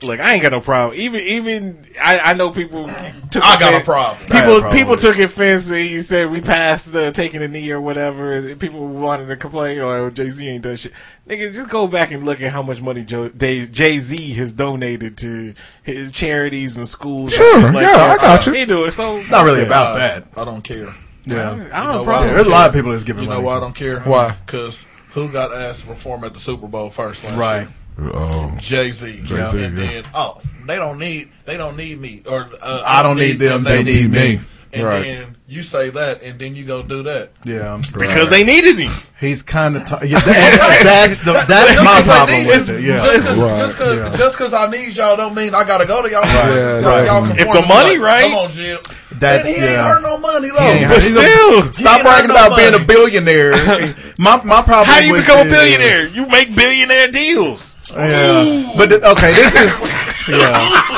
K: Look, I ain't got no problem. Even even I, I know people took
L: I got a
K: offense-
L: problem.
J: I had a
K: People
J: problem
K: people
J: with
K: took offense that you said we passed uh, taking a knee or whatever. And people wanted to complain or Jay Z ain't done shit. Nigga, just go back and look at how much money Jay Z has donated to his charities and schools. and
I: Sure,
K: shit like
I: yeah,
K: that.
I: I got you.
K: He do it, so
J: It's not really about
L: Guys,
J: that.
L: I don't care.
J: Yeah.
K: I don't
L: know
K: problem.
L: why?
J: There's a lot of people that's giving
L: You know
J: money.
L: why I don't care?
I: Why?
L: Because who got asked to perform at the Super Bowl first last
J: Right.
I: Oh,
L: Jay Z.
I: Jay-Z,
L: And
I: yeah.
L: then oh, they don't need they don't need me or uh,
J: I don't need them, they need me.
L: And
I: Right.
L: then you say that, and then you go do that.
J: Yeah.
K: because they needed him.
J: He's kind of.
L: <laughs>
J: T- yeah, that- that's the, that's
L: Just
J: my
L: 'cause I
J: problem
L: need-
J: with it. Yeah.
L: Just because
I: Right.
L: just cause,
J: Yeah.
L: just 'cause I need y'all don't mean I gotta go to y'all.
I: Yeah,
L: Like, y'all
I: right.
L: conform
K: If the
L: to me,
K: money,
L: like,
K: right?
L: Come on, Jill.
J: That's-
L: and he
J: yeah.
L: ain't earned no money though.
J: Yeah.
K: But
J: He's a-
K: still,
J: Stop
L: ain't got
J: bragging
L: no
J: about being
L: money.
J: a billionaire.
L: <laughs>
J: my my problem.
K: how you
J: with
K: become a
J: it
K: billionaire? You make billionaire deals.
J: Yeah, but th- okay, this is yeah,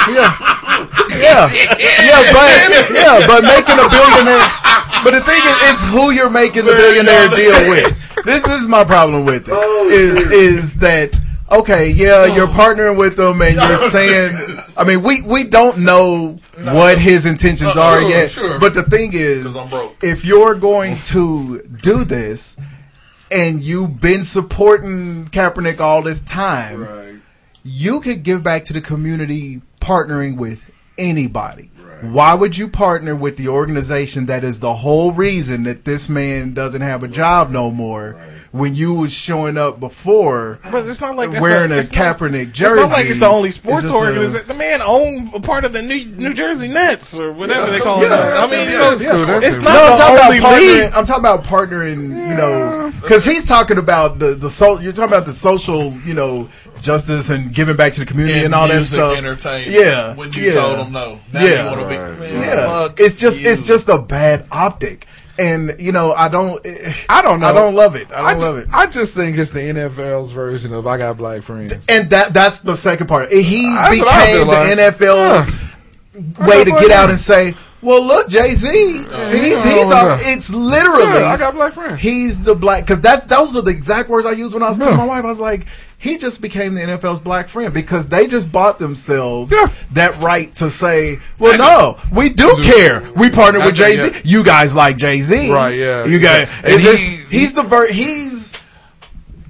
J: yeah, yeah, yeah, but yeah, but making a billionaire, But the thing is, it's who you're making the billionaire deal with. This is my problem with it. Is
L: Oh,
J: is that okay? Yeah, you're partnering with them,
L: <laughs>
J: and you're saying. I mean, we we don't know what his intentions
L: Uh,
J: are
L: sure,
J: yet.
L: sure.
J: But the thing is, if you're going to do this, and you've been supporting Kaepernick all this time, you could give back to the community partnering with anybody. Why would you partner with the organization that is the whole reason that this man doesn't have a job no more? When you was showing up before,
K: But it's not like that's
J: wearing
K: a-
J: a,
K: it's not-
J: Kaepernick
K: It's
J: jersey.
K: not like it's the only
J: It's
K: sports
J: just a-
K: organization. The man owned a part of the New New Jersey Nets or whatever they call
J: Yeah,
K: it. I mean, so it's
J: No,
K: not
J: I'm
K: the
J: talking
K: only
J: about partnering.
K: league.
J: I'm talking about partnering. You know, because he's talking about the the so, You're talking about the social, you know, justice and giving back to the community and, all
L: music,
J: that stuff.
L: entertainment.
J: Yeah,
L: When you
J: yeah.
L: told him no. Now you
J: yeah,
L: wanna be- man,
J: yeah.
L: fuck
J: it's just it's just a bad optic, and you know, I don't.
I: I don't know.
J: I don't love it. I don't
I: ju-
J: love it.
I: I just think it's the NFL's version of I got black friends.
J: And that that's the second part. He
I: That's what I feel
J: became the
I: like.
J: NFL's way to get out and say, "Well, look, Jay Z, he's he's
I: Oh,
J: our,
I: yeah.
J: it's literally
I: Yeah, I got black friends.
J: He's the black because that's those are the exact words I used when I was telling
I: Yeah.
J: my wife. I was like, he just became the NFL's black friend because they just bought themselves that right to say, well, no, we do care. We partner with
I: Okay,
J: Jay Z.
I: yeah.
J: You guys like Jay Z,
I: Right, yeah.
J: You guys,
I: And
J: is
I: he-
J: this, he's the ver- he's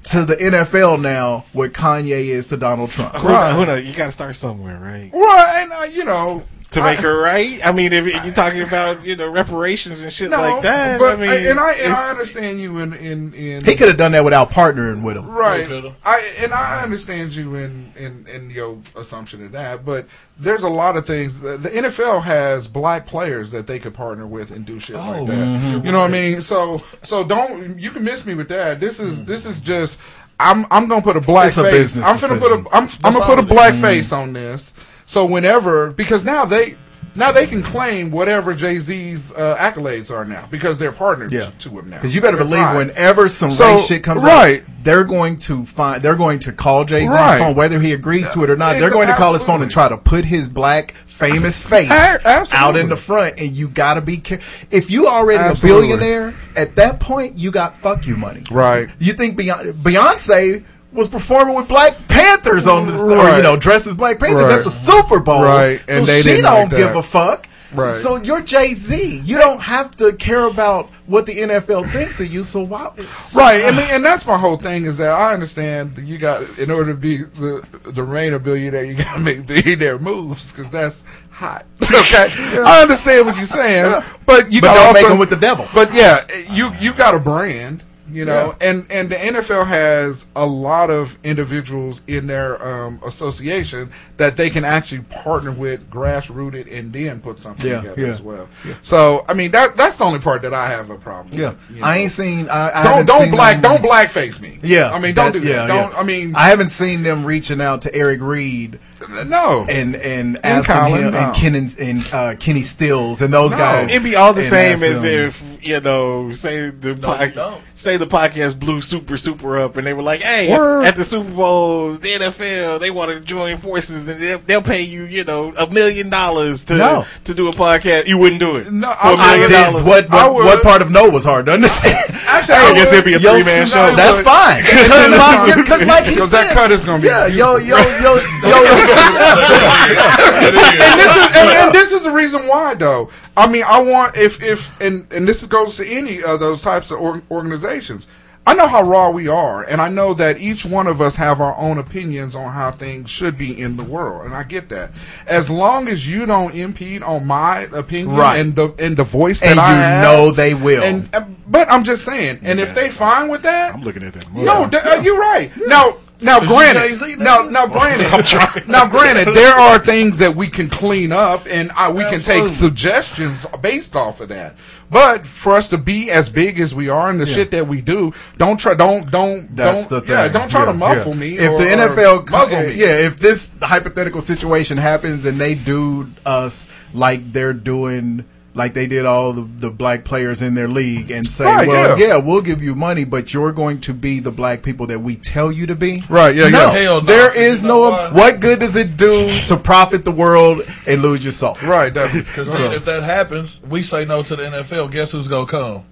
J: to the NFL now what Kanye is to Donald Trump.
K: Who kno- who knows? You got to start somewhere, right?
I: Well, and uh, you know,
K: To make her right. I mean, if you're talking about you know reparations and shit
I: no,
K: like that,
I: But
K: I mean,
I: and I and
K: it's-
I: I understand you in in in
J: He could have done that without partnering with him.
I: Right. I and I understand you in in in your assumption of that, but there's a lot of things. The, the NFL has black players that they could partner with and do shit
J: Oh,
I: like that.
J: mm-hmm.
L: mhm.
I: You know what I mean? So so don't you can miss me with that. This
J: Mm.
I: is this is just I'm I'm gonna put a black
J: It's a
I: face.
J: business
I: I'm gonna put
J: decision.
I: a I'm, I'm
J: That's
I: gonna put a
J: all it
I: black
J: is.
I: face on this. So whenever because now they. Now they can claim whatever Jay Z's uh, accolades are now because they're partners
J: Yeah.
I: to him now.
J: Because you better
I: They're
J: believe
I: tied.
J: whenever some
I: So,
J: race shit comes
I: right.
J: out, they're going to find they're going to call Jay Z's
I: Right.
J: phone, whether he agrees to it or not.
I: Yeah,
J: They're going to call his phone and try to put his black
I: <laughs>
J: famous face
I: A- absolutely.
J: out in the front. And you got to be careful. If you already
I: Absolutely.
J: a billionaire at that point, you got fuck you money.
I: Right.
J: You think Beyonce, Beyonce was performing with Black Panthers on this, or you
I: Right.
J: know, dressed as Black Panthers
I: Right.
J: at the Super Bowl,
I: Right.
J: So
I: And they
J: she
I: didn't
J: don't
I: like that.
J: give a fuck.
I: Right.
J: So you're Jay Z. You don't have to care about what the NFL thinks of you. So why?
I: Right, I mean, and that's my whole thing is that I understand that you got in order to be the the reign of billionaire, you got to make billionaire moves because that's hot. <laughs> Okay, I understand what you're saying, but you
J: But
I: got
J: don't make
I: also,
J: 'em with the devil.
I: But yeah, you you got a brand, you know,
J: Yeah.
I: and and the NFL has a lot of individuals in their um, association that they can actually partner with, grassrooted, and then put something
J: Yeah,
I: together
J: yeah.
I: as well. So I mean, that that's the only part that I have a problem.
J: Yeah,
I: with, you
J: I
I: know.
J: ain't seen. I, I
I: don't
J: haven't
I: don't
J: seen them-
I: black don't blackface me.
J: Yeah,
I: I mean don't do
J: yeah,
I: that. Don't
J: yeah.
I: I mean
J: I haven't seen them reaching out to Eric Reed.
I: no.
J: and and asking
K: Colin,
J: him
K: no.
J: and Kenan and uh, Kenny Stills and those guys.
K: It'd be all the
J: and
K: same
J: ask
K: as
J: them-
K: if you know, say the
L: you
K: po-
L: don't.
K: say the podcast blew super super up, and they were like, "Hey, at-
L: Word.
K: at the Super Bowl, the NFL they want to join forces, and they'll, they'll pay you, you know, a million dollars to
J: No.
K: to do a podcast." You wouldn't do it.
I: No,
K: For
I: I
K: a
J: I
K: million
J: did
K: dollars.
J: <laughs> what
I: I
J: what,
I: would.
J: what part of no was hard to <laughs> understand.
I: Actually, I
K: guess it'd be a
J: <laughs> Yo,
K: three-man
J: so-
K: show.
J: That's
I: Look.
J: fine. <laughs> Because my- because like he
I: Because
J: said,
I: that cut is gonna be
J: yeah, yo, yo, yo, yo.
I: and this is and, and this is the reason why though. I mean, I want if if and and this goes to any of those types of or- organizations. I know how raw we are, and I know that each one of us have our own opinions on how things should be in the world, and I get that. As long as you don't impede on my opinion
J: Right.
I: and the and the voice
J: <laughs>
I: that
J: And
I: I
J: you
I: have,
J: know they will.
I: And, uh, but I'm just saying, and if they fine with that,
K: I'm looking at that.
I: no, th- uh, you're right. Now, now,
L: 'Cause you Jay-Z,
I: granted,
L: nigga.
I: now,
J: <laughs>
I: now, granted, now, granted, there are things that we can clean up, and I, we can
L: Absolutely.
I: take suggestions based off of that. But for us to be as big as we are and the shit that we do, don't try, don't, don't,
J: That's
I: don't,
J: the thing.
I: yeah, don't try
J: Yeah,
I: to muffle
J: yeah.
I: me.
J: If
I: or-
J: the
I: or
J: NFL, co-
I: muzzle me,
J: eh, yeah, if this hypothetical situation happens and they do us like they're doing like they did all the, the black players in their league and say,
I: Right,
J: well,
I: yeah.
J: yeah. we'll give you money, but you're going to be the black people that we tell you to be.
I: Right, yeah,
J: no,
I: yeah. Hell no.
J: There is no, what good does it do to profit the world and lose your soul? <laughs>
I: Right,
L: Because if that happens, we say no to the NFL. Guess who's gonna come?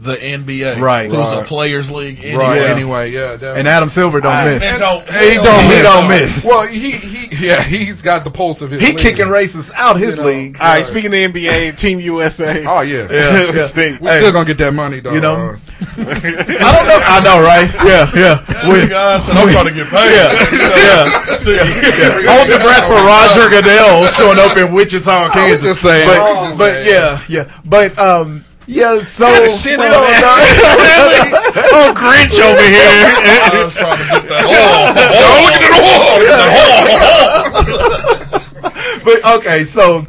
L: The NBA,
J: Right.
L: Who's a
J: Right.
L: players' league anyway?
J: Right. Yeah.
I: Anyway, yeah, definitely.
J: And Adam Silver don't
L: I-
J: miss.
L: They don't-
J: he
L: hell
J: don't,
L: no.
J: he don't miss.
I: Well, he he yeah, he's got the pulse of his.
J: He
I: league.
J: kicking racists out his
I: You know,
J: league.
K: All right, speaking of the NBA, Team USA.
I: Oh
K: <laughs>
I: yeah, <laughs>
K: Yeah,
I: We're
K: yeah. Hey.
I: still gonna get that money though.
K: You know?
I: Uh,
J: I don't know. I know, right? Yeah, yeah. We-
L: guys, and I'm trying to get paid. <laughs>
J: Yeah, yeah. yeah. Hold your breath for Roger Goodell showing up in Wichita, Kansas.
I: just saying.
J: but,
I: I was just
J: but
I: saying.
J: yeah, yeah, but um, yeah. So
K: Got the shit
J: we
K: out
J: don't
K: of
J: know.
K: <laughs> oh, Grinch over
L: <laughs>
K: here. <laughs>
L: I was trying to get
J: <laughs>
L: that.
J: Oh,
K: look at
J: <laughs> but okay, so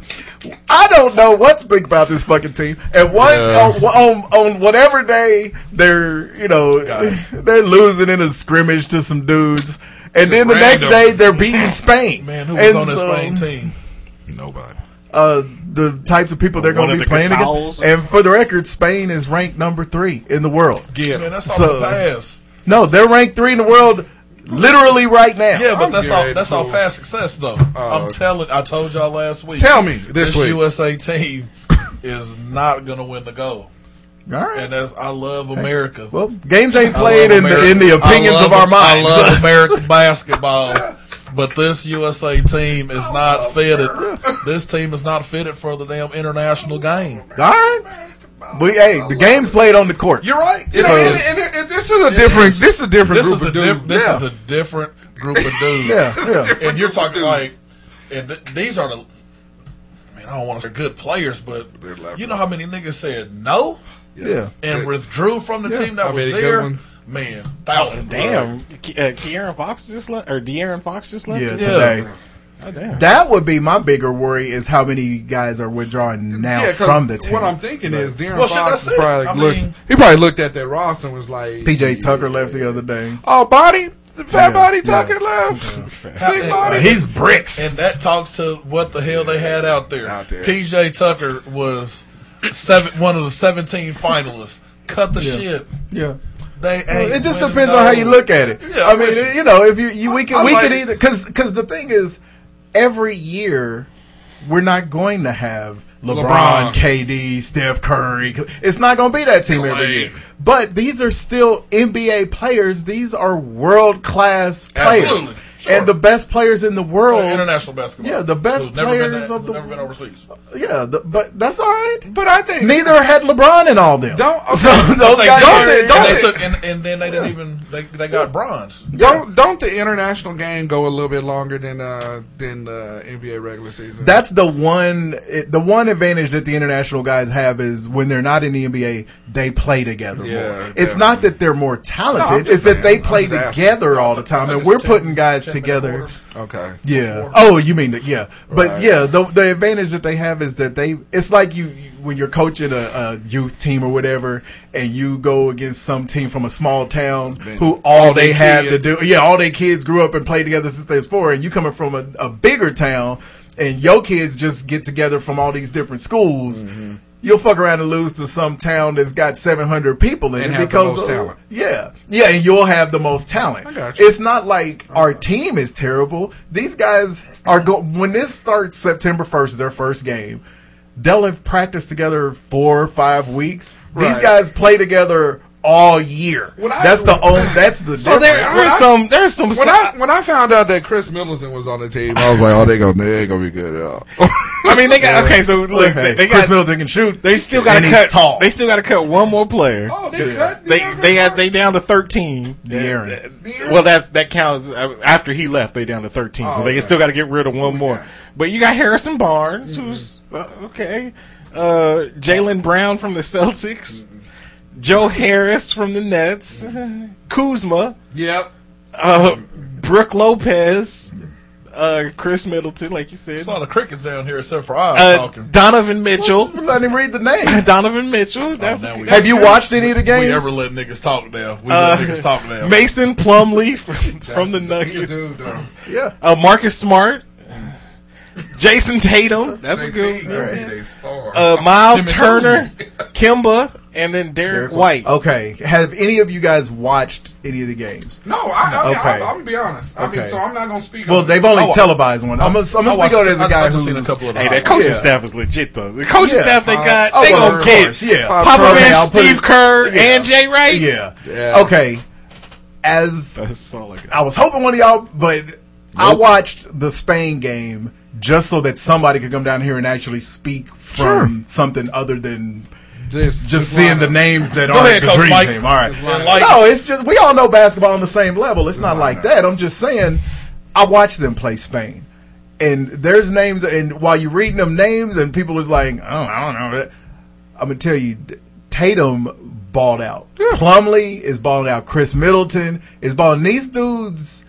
J: I don't know what's big about this fucking team. And one
I: Yeah.
J: on, on on whatever day they're you know <laughs> they're losing in a scrimmage to some dudes, and then the next
L: random.
J: day they're beating Spain.
L: Man, who was
J: And
L: on this
J: so,
L: Spain team?
I: Nobody.
J: uh, the types of people they're
K: One
J: going to
K: of
J: be
K: the
J: playing
K: Casals.
J: against. And for the record, Spain is ranked number three in the world.
L: Yeah, man, that's
J: So-
L: all the pass.
J: No, they're ranked three in the world literally right now.
L: Yeah, but that's all.
I: good,
L: That's all
I: cool.
L: past success, though.
J: Oh,
L: I'm telling. I told y'all last week.
I: Tell me this week.
L: USA team <coughs> is not gonna win the gold,
J: All right.
L: and that's I love America.
J: Well, games ain't
L: I
J: played
L: love
J: in the,
L: America.
J: in the
L: I
J: opinions
L: love-
J: of our minds. <laughs>
L: I love American basketball, but this USA team is not fitted. This team is not fitted for the damn international game.
J: all right. We, hey, the game's played on the court.
L: You're right.
I: You know, and, and, and this is a different. This is a different
L: This is
I: group
L: a
I: of dudes.
L: diff- this
I: yeah.
L: is a different group of dudes.
J: Yeah, yeah.
L: and you're talking like, and th- these are the. I mean, I don't want to say good players, but
I: They're
L: you know how many niggas said no
J: Yes.
L: and withdrew from the team that
I: How
L: was
I: many good
L: there.
I: ones?
L: Man, thousands.
K: Damn, Ke- uh, Kieran Fox just left, or De'Aaron Fox just left.
J: Yeah,
K: Did you-
J: today.
K: Oh, damn.
J: That would be my bigger worry is how many guys are withdrawing now
I: Yeah, 'cause
J: from the team.
I: What I'm thinking is Darren
L: Well, shit,
I: Fox
L: that's
I: is
L: it.
I: probably
L: I
I: looked,
L: mean-
I: he probably looked at that roster and was like
J: PJ Tucker left the other day.
I: Oh, body, fat
J: Yeah,
I: body
J: yeah.
I: Tucker left. Big body.
J: He's bricks.
L: And that talks to what the hell they had out there.
I: Out there.
L: PJ Tucker was seven, one of the 17 finalists. Cut the shit.
J: yeah.
L: They ain't
J: it just
L: winning
J: depends on how you
L: no-
J: look at it.
L: Yeah,
J: I
L: I'm with
J: mean, you know, if you, you we could
L: I
J: we
L: like
J: could
L: it.
J: either because because the thing is, every year we're not going to have LeBron,
I: LeBron.
J: KD, Steph Curry. It's not going to be that team every year. But these are still NBA players. These are world class players
L: Absolutely. Sure.
J: and the best players in the world.
L: Well, international basketball.
J: Yeah, the best
L: Who's never been
J: players
L: that-
J: of the-
L: never been overseas.
J: yeah, Uh, the, but that's all right.
I: But I think
J: Neither had LeBron and all them.
I: Don't-
J: so those
L: They
J: guys
L: don't,
J: are-
L: they,
I: don't
L: they
I: they-
L: took, and, and then they didn't even they, they got bronze.
I: don't don't the international game go a little bit longer than uh than the NBA regular season?
J: That's the one it- the one advantage that the international guys have is when they're not in the NBA, they play together
I: Yeah,
J: more. It's not that they're more
I: No, I'm
J: talented;
I: just
J: it's that
I: saying.
J: they
I: I'm
J: play
I: just asking.
J: together all the time, and we're
L: Ten-
J: putting guys
L: ten minute
J: together.
L: quarters.
I: okay.
J: Yeah. Oh, you mean that? Yeah. But yeah, the the advantage that they have is that they. It's like you you- when you're coaching a, a youth team or whatever, and you go against some team from a small town who all,
I: all
J: they
I: their
J: have
I: kids.
J: to do. Yeah, all their kids grew up and played together since they was four, and you coming from a, a bigger town, and your kids just get together from all these different schools.
I: Mm-hmm.
J: You'll fuck around and lose to some town that's got 700 people in
I: And
J: it
I: have the
J: because
I: most
J: of-
I: talent.
J: yeah, yeah, and you'll have the most talent.
I: got you.
J: It's not like our team is terrible. These guys are go when this starts September first, their first game. They'll have practiced together four or five weeks. These
I: Right.
J: guys play together all year.
I: When I-
J: that's the own. That's the
K: So Oh, there
J: difference.
K: are some. There's some.
I: When I when I found out that Chris Middleton was on the team, I was like, oh, they go they ain't gonna be good at all.
K: I mean, they got okay. So look,
J: Okay,
K: they, they
J: Chris
K: got.
J: Middleton can shoot.
K: They still got
J: and
K: to
J: he's
K: cut.
J: tall.
K: They still got to cut one more player.
I: oh, they cut.
K: They they had they down to thirteen.
J: De'Aaron.
K: Well, that that counts. uh, After he left, they down to thirteen, so
I: Oh,
K: they
I: okay.
K: still got to get rid
J: Oh,
K: of one more. But you got Harrison Barnes, who's uh, okay. Uh, Jalen Brown from the Celtics,
J: Mm-hmm.
K: Joe Harris from the Nets, Kuzma,
I: Yep.
K: uh, Brooke Lopez, uh, Chris Middleton, like you said,
L: It's all the crickets down here except for I
K: uh,
L: talking.
K: Donovan Mitchell,
J: Let him read the
L: <laughs>
K: <laughs>
J: name.
K: Donovan Mitchell. That's,
L: now we-
K: that's
J: have you watched any of the
L: We
J: games?
L: ever let niggas talk now. We
K: Uh,
L: let niggas talk
J: <laughs>
L: now.
K: Mason <laughs> Plumley from, from the Nuggets.
I: Dude, uh,
J: yeah.
K: Uh, Marcus Smart, Jason Tatum. That's a good one. Uh, Miles Turner, Kimba, and then Derek, White.
J: Okay. Have any of you guys watched any of the games?
I: No, I, I,
J: Okay.
I: I, am gonna be honest. I mean,
J: Okay.
I: so I'm not gonna speak.
J: Well,
I: on-
J: they've only
I: Oh, I-
J: televised one. I'm gonna, I'm
I: I
J: gonna
I: watched-
J: speak on it as a
I: I-
J: guy
I: I've
J: who's
I: seen a couple of the
K: Hey, that coaching
J: Yeah.
K: staff is legit though. The coaching
J: Yeah.
K: staff
I: Uh,
K: they got,
J: Oh,
K: they
J: well,
K: gonna
J: of
K: get
J: course, yeah.
K: Popovich,
J: Okay, I'll put
K: Steve
J: it-
K: Kerr,
J: yeah.
K: and Jay Wright.
J: Yeah. Okay. As
K: all I got.
J: I was hoping one of y'all, but I watched the Spain game just so that somebody could come down here and actually speak from something other than
I: just,
J: just seeing the names that
L: Go
J: aren't
L: ahead,
J: the
L: Coach
J: dream
L: Mike.
J: team. All right.
L: Just line up.
J: no, it's just we all know basketball on the same level. It's not like that. I'm just saying I watched them play Spain. And there's names and while you're reading them names and people is like, oh, I don't know. I'm gonna tell you Tatum balled out. Plumley is balling out. Chris Middleton is balling. These dudes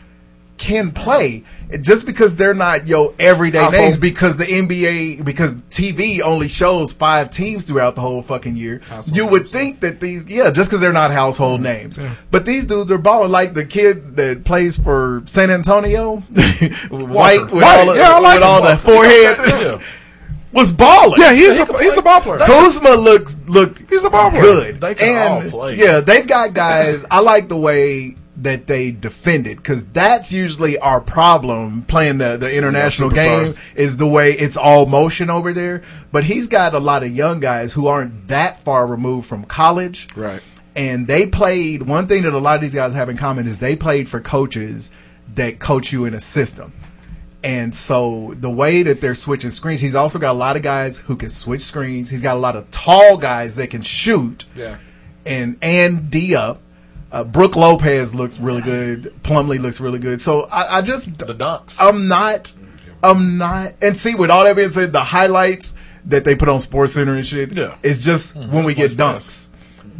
J: can play And just because they're not your everyday
I: Household.
J: names because the NBA because TV only shows five teams throughout the whole fucking year. you would think that these yeah, just because they're not
I: Mm-hmm.
J: household names. But these dudes are balling like the kid that plays for San Antonio, <laughs> White with all the,
I: yeah, I like
J: with all
I: <laughs>
J: the
I: him, Walker.
J: forehead
I: Yeah.
J: was balling.
I: Yeah, he's a he's a ball player.
J: Kuzma looks look
I: He's a ball player.
J: good.
I: They can
J: and,
I: all play.
J: Yeah, they've got guys. I like the way that they defend it because that's usually our problem playing the, the international
I: superstars.
J: game is the way it's all motion over there. But he's got a lot of young guys who aren't that far removed from college.
I: Right.
J: And they played one thing that a lot of these guys have in common is they played for coaches that coach you in a system. And so the way that they're switching screens, he's also got a lot of guys who can switch screens. He's got a lot of tall guys that can shoot
I: Yeah.
J: and and D up. Uh, Brooke Lopez looks really good. Plumley looks really good. So I, I just the
L: ducks.
J: I'm not. I'm not. And see, with all that being said, the highlights that they put on Sports Center and shit, yeah. it's just
I: Mm-hmm.
J: when we get dunks.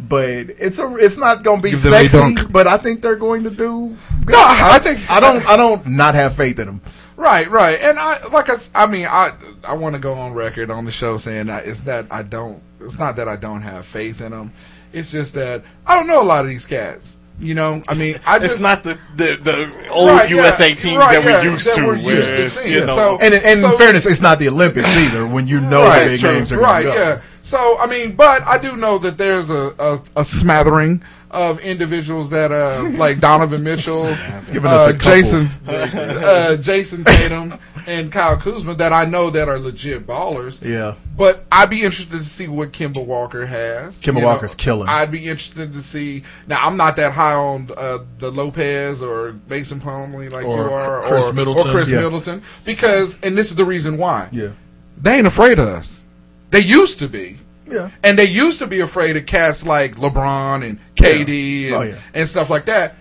J: But it's a it's not going to be
I: Give them a
J: sexy.
I: dunk.
J: But I think they're going to do. Good.
I: No, I- I think-
J: I don't. I don't not have faith in them.
I: Right, right, and I like I, s- I mean I I want to go on record on the show saying that it's that I don't it's not that I don't have faith in them, it's just that I don't know a lot of these cats. You know, I mean, I just
K: it's not the, the, the old USA teams that we used to. whereas, you know,
J: and and in fairness, it's not the Olympics either. When you know the big games are
I: right,
J: going to go.
I: yeah. So I mean, but I do know that there's a a, a smattering of individuals that uh
J: <laughs>
I: like Donovan Mitchell,
J: giving us
I: uh,
J: a couple. <laughs>
I: Jason, uh, Jason Tatum, and Kyle Kuzma that I know that are legit ballers.
J: Yeah.
I: But I'd be interested to see what Kimba Walker has.
J: Kemba Walker's killing.
I: I'd be interested to see. Now, I'm not that high on uh, the Lopez or Mason Plumlee like
L: Or
I: you are,
L: Chris
I: or,
L: Middleton.
I: or Chris
L: Yeah.
I: Middleton, because, and this is the reason why.
J: Yeah.
I: They ain't afraid of us. They used to be.
J: Yeah.
I: And they used to be afraid of cats like LeBron and KD
J: Oh,
I: and,
J: yeah.
I: and stuff like that.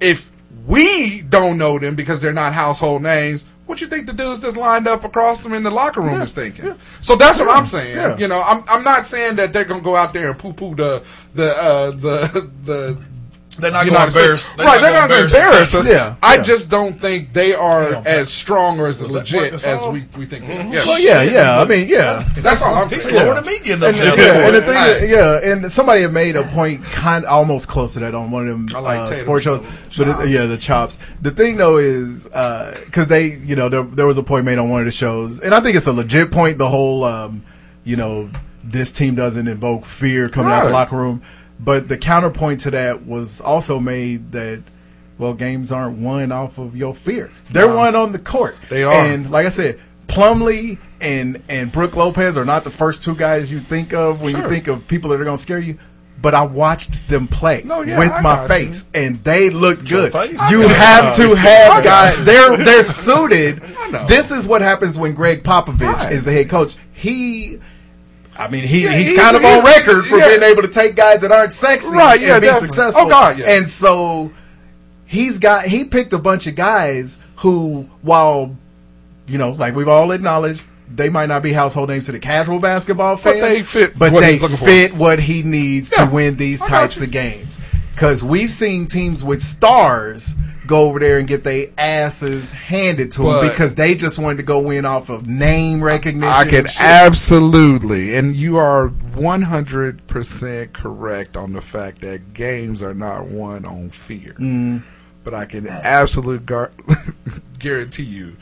I: If we don't know them because they're not household names, what you think the dudes that's lined up across them in the locker room is thinking? So that's what I'm saying.
J: Yeah.
I: You know, I'm I'm not saying that they're gonna go out there and poo poo the the uh, the <laughs> the.
L: They're not going
I: United
L: to embarrass.
I: States. right, they're not going to embarrass us.
J: Yeah,
I: I
J: yeah.
I: just don't think they are as strong or as
L: that
I: legit
L: Marc
I: as
L: Gasol?
I: we, we think. they are.
J: Mm-hmm. Well, yeah, yeah. I mean, yeah.
I: That's all I'm
L: He's
I: saying.
L: slower than me getting up
J: And,
L: there.
J: yeah, and the thing, is- yeah, and somebody had made a point, kind almost close to that on one of them
I: I like
J: uh,
I: Tatum's
J: sports shows. But it, yeah, the chops. The thing though is because they, you know, there, there was a point made on one of the shows, and I think it's a legit point. The whole, um, you know, this team doesn't invoke fear coming out of the
I: Right.
J: locker room. But the counterpoint to that was also made that. Well, games aren't won off of your fear. They're won on the court.
I: They are.
J: And like I said, Plumlee and and Brooke Lopez are not the first two guys you think of when you
I: Sure.
J: think of people that are going to scare you. But I watched them play
I: No, yeah,
J: with
I: I
J: my
I: got
J: face, and they look good.
L: face?
J: You
L: I got
J: have
L: you.
J: to
L: I got
J: have guys.
L: you.
I: <laughs>
J: They're they're suited.
I: I know.
J: This is what happens when Greg Popovich
I: Right.
J: is the head coach. He. I mean, he,
I: Yeah,
J: he's,
I: he's-
J: kind of on
I: he's-
J: record for
I: yeah.
J: being able to take guys that aren't sexy
I: Right, yeah,
J: and be
I: definitely.
J: successful.
I: Oh, God, yeah.
J: And so he's got he picked a bunch of guys who, while you know, like we've all acknowledged, they might not be household names to the casual basketball fan,
I: But they fit
J: but
I: what
J: they
I: he's looking for.
J: fit what he needs
I: Yeah,
J: to win these
I: I got
J: types
I: you.
J: of games. Because we've seen teams with stars go over there and get their asses handed to them
I: But-
J: because they just wanted to go in off of name recognition.
I: I can
J: and shit.
I: absolutely, and you are one hundred percent correct on the fact that games are not won
J: Mm-hmm.
I: on fear. But I can absolutely <laughs> guarantee you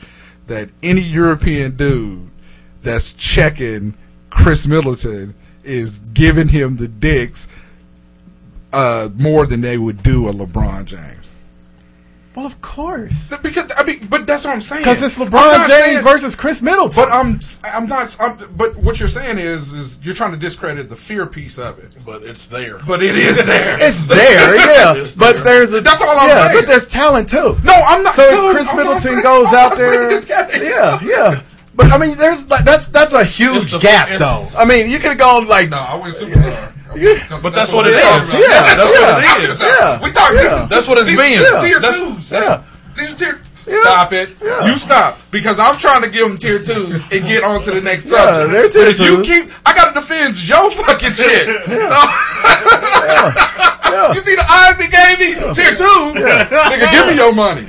I: that any European dude that's checking Chris Middleton is giving him the dicks uh, more than they would do a LeBron James.
J: Well, of course.
I: Because I mean, but that's what I'm saying.
J: Because it's
I: I'm
J: LeBron
I: not
J: James
I: saying-
J: versus Chris Middleton.
I: But I'm I'm not. I'm, but what you're saying is is you're trying to discredit the fear piece of it.
L: But it's there.
I: But
L: <laughs>
I: it is there.
J: It's there, yeah. but there's a
I: That's all I'm
J: yeah,
I: saying.
J: But there's talent too.
I: No, I'm not-
J: So if
I: no,
J: Chris
I: I'm not
J: Middleton
I: saying-
J: goes
I: I'm
J: out
I: not saying
J: there,
I: it's got it.
J: yeah, yeah. But I mean, there's like that's that's a huge
L: the-
J: gap
L: it's-
J: though. I mean, you could have gone like
I: no, I went superstar.
L: But that's, what it is.
J: Yeah,
L: that's
J: yeah.
L: what it is.
J: Yeah.
I: We talk. This is,
L: That's what it's
I: these,
L: being.
I: This is tier
L: That's-
I: twos. That's- These are tier. Stop it!
J: Yeah.
I: You stop because I'm trying to give them tier twos and get on to the next
J: Yeah,
I: subject.
J: they're tier
I: But if You
J: twos.
I: keep. I gotta defend your fucking
J: <laughs>
I: shit. <laughs> you see the eyes he gave me? Tier two. Nigga, give me
J: <laughs>
I: your money.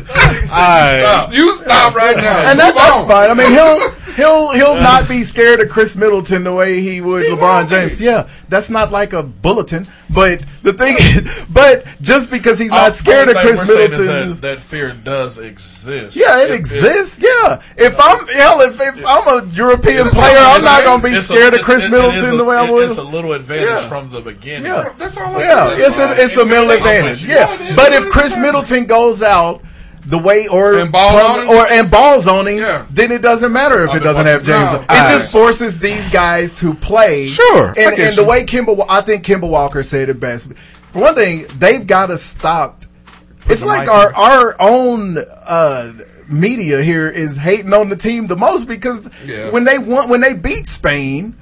K: Alright.
I: You stop right now.
J: and that,
I: Move
J: that's
I: on.
J: fine. I mean, he'll he'll he'll not be scared of Chris Middleton the way he would LeBron James. Yeah, that's not like a bulletin. But the thing, is, <laughs> but just because he's not
L: All-
J: scared
L: all
J: of
L: thing
J: Chris
L: we're saying is
J: Middleton,
L: That, that fear does exist.
J: yeah, it, exists. yeah, if I'm hell, if, if I'm a European player, I'm not gonna be
L: It's a-
J: scared of
L: it's-
J: Chris
L: it- it is
J: Middleton
L: a-
J: the way I
L: it-
J: would.
L: It's a little advantage
J: Yeah.
L: from the beginning.
J: Yeah.
I: That's all. I'm
J: Yeah,
I: saying.
J: it's a it's a mental
L: I'm
J: advantage.
L: with you.
J: Yeah, but if Chris Middleton goes out the way or
I: And balls on him?
J: or and balls on him,
I: Yeah. Oh,
J: then it doesn't matter if
L: I've
J: it
L: been
J: doesn't have
L: watching-
J: James.
I: No.
J: It
I: All right.
J: just forces these guys to play.
I: Sure, I
J: and,
I: get
J: and the
I: you.
J: way Kimba, Wa- I think Kimba Walker said it best. For one thing, they've got to stop. It's
I: the
J: like
I: mic
J: our our own. uh Media here is hating on the team the most because
I: Yeah.
J: when they want when they beat Spain,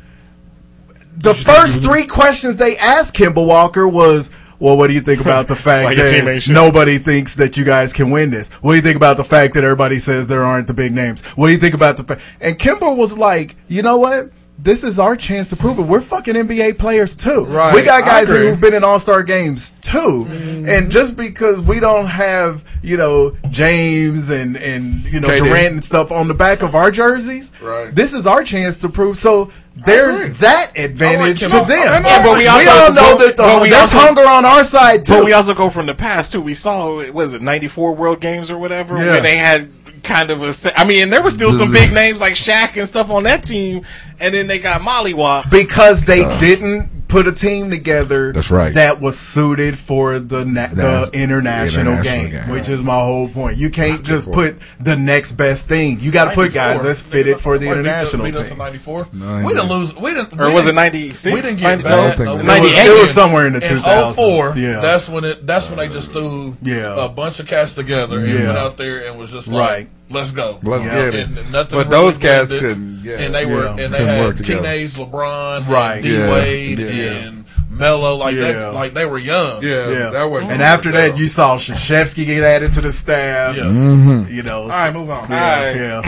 J: the first three questions they asked Kimball Walker was, "Well, what do you think
I: <laughs>
J: about the fact
K: Like your team ain't
J: that
K: shit.
J: nobody thinks that you guys can win this? What do you think about the fact that everybody says there aren't the big names? What do you think about the fact?" And Kimball was like, "You know what?" This is our chance to prove it. We're fucking NBA players too.
I: Right,
J: We got
I: I
J: guys
I: agree. Mm-hmm.
J: who've been in All Star games too. And just because we don't have, you know, James and and you know
I: KD.
J: Durant and stuff on the back of our jerseys,
I: Right.
J: this is our chance to prove. So there's that advantage to
I: Kim.
J: them.
I: Yeah, but
K: we
J: we,
K: also-
J: all know
K: but-
J: that the,
K: but we
J: there's
K: also-
J: hunger on our side too.
K: But we also go from the past too. We saw was it ninety four World Games or whatever
J: Yeah.
K: when they had kind of a. se- I mean, and there was still some
J: <laughs>
K: big names like Shaq and stuff on that team, and then they got Mollywop.
J: because they didn't put a team together
I: That's right.
J: that was suited for the na- the
I: That's-
J: international,
I: international
J: game,
I: game.
J: which is my whole point. You can't just put the next best thing. You got to put
L: 94.
J: guys that's fitted for the
L: Wait, beat us-
J: international
L: beat us in
J: team.
L: 94?
I: No,
L: we
I: yeah.
L: didn't lose. We didn't.
K: Or
L: we
K: was it
L: didn't-
K: 96?
L: We didn't
K: Ninety-
L: get
K: I don't
L: bad.
I: think it was.
J: It was, it
K: 98.
J: was somewhere in the
L: In
J: 2000s.
L: 04,
J: yeah.
L: that's when it. That's when they just threw
J: Yeah.
L: a bunch of cats together and
J: Yeah.
L: went out there and was just like,
J: Right.
L: "Let's go,
I: Let's
J: Yeah.
I: get it.
L: And nothing
I: But those
L: really
I: guys
L: landed.
I: couldn't- yeah.
L: and they were,
J: Yeah.
L: and they
I: Couldn't work
L: had
I: together.
L: teenage LeBron,
J: Right.
L: D
I: Yeah.
L: Wade,
I: Yeah.
L: and Melo, like
J: Yeah.
L: that, like they were young.
I: Yeah,
J: yeah.
I: that way.
J: and after that, you saw Shashevsky get added to the staff.
L: Yeah.
J: You know,
I: All right, move on.
J: yeah,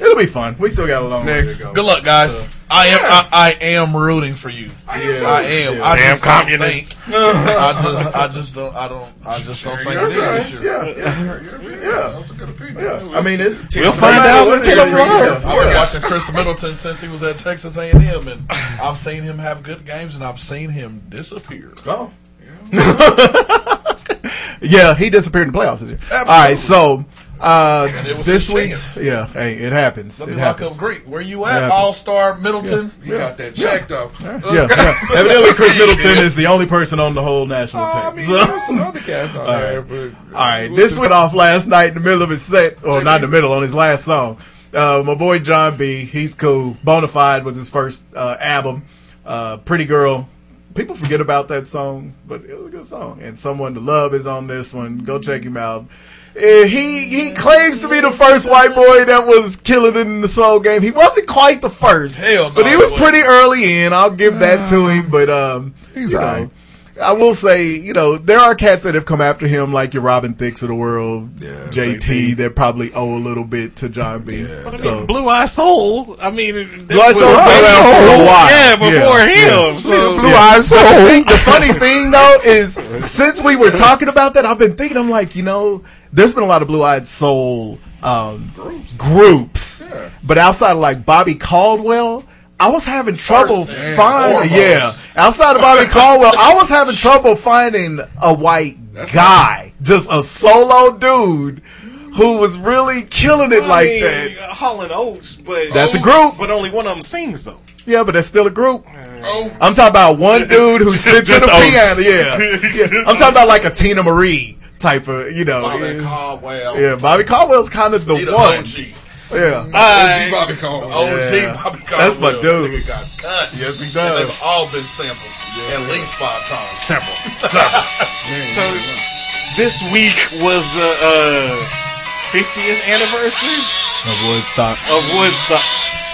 J: it'll be fun. We still got a long way
I: Next.
J: to go.
L: Good luck, guys. I am. I, I am rooting for you. I
I: am, too.
L: I am. I
K: Damn
L: just don't
K: communist.
L: think- I just. I just don't. I don't. I just don't think it is this year.
J: Yeah, yeah, yeah. I mean, it's
K: We'll find out when
J: Yeah.
K: Taylor Swift.
L: I've been watching Chris Middleton since he was at Texas A and M, and I've seen him have good games, and I've seen him disappear.
J: Oh. yeah, he disappeared in the playoffs this year. All right, so uh,
L: it was
J: this
L: his
J: week,
L: chance.
J: yeah, hey, it happens.
L: Let
J: it
L: me lock up
J: happens.
L: Greek. Where you
J: It
L: at,
J: happens.
L: All Star Middleton?
I: You got that check though.
J: Yeah, yeah. <laughs> evidently
L: <laughs>
J: Chris Middleton is the only person on the whole
L: Oh,
J: national team.
I: I mean,
J: So-
I: there's some other cats out there,
J: Alright.
I: but
J: All right, this went off last night in the middle of his set, or not in the middle on his last song. Uh, my boy John B, he's cool. Bonafide was his first uh, album. Uh, Pretty Girl. People forget about that song, but it was a good song. And Someone to Love is on this one. Go check him out. Uh, he he claims to be the first white boy that was killing it in the soul game. He wasn't quite the first,
L: Hell no,
J: but he
L: he
J: was
L: wasn't.
J: pretty early in. I'll give that to him. But um,
I: He's
J: you know,
I: alright.
J: I will say, you know, there are cats that have come after him, like your Robin Thicke's of the world,
I: Yeah,
J: JT, that probably owe a little bit to John B. So,
K: Blue Eye Soul. I mean, it-
J: Blue Eyed
K: was-
J: Soul was around for a while.
K: Yeah, before
J: Yeah,
K: him.
J: yeah.
K: So
I: blue eyes soul.
J: the funny thing though is, since we were talking about that, I've been thinking, I'm like, you know, there's been a lot of Blue Eyed Soul um, groups, but outside of like Bobby Caldwell. I was having trouble
I: and
J: finding,
I: foremost.
J: yeah. Outside of Bobby Caldwell, I was having trouble finding a white guy, just a solo dude who who was really killing it like that.
K: Hall and Oates, but
J: That's a group.
K: But only one of them sings though.
J: Yeah, but that's still a group. I'm talking about <laughs> one dude who sits at
K: Just
J: Oh. a
K: Oates.
J: piano. Yeah. yeah, I'm talking about like a Tina Marie type of, you know.
L: Bobby
J: yeah.
L: Caldwell.
J: Yeah, Bobby Caldwell's kind of the
L: He the
J: one.
L: OG.
J: Yeah,
K: Ah,
L: OG Bobby Caldwell.
J: Yeah.
L: OG Bobby Caldwell.
J: That's my dude.
L: Nigga got cut.
J: Yes, he
L: <laughs> And
J: does.
L: They've all been sampled at least five times.
J: Sampled.
K: so this week was the uh, 50th anniversary
J: Of Woodstock.
K: of Woodstock.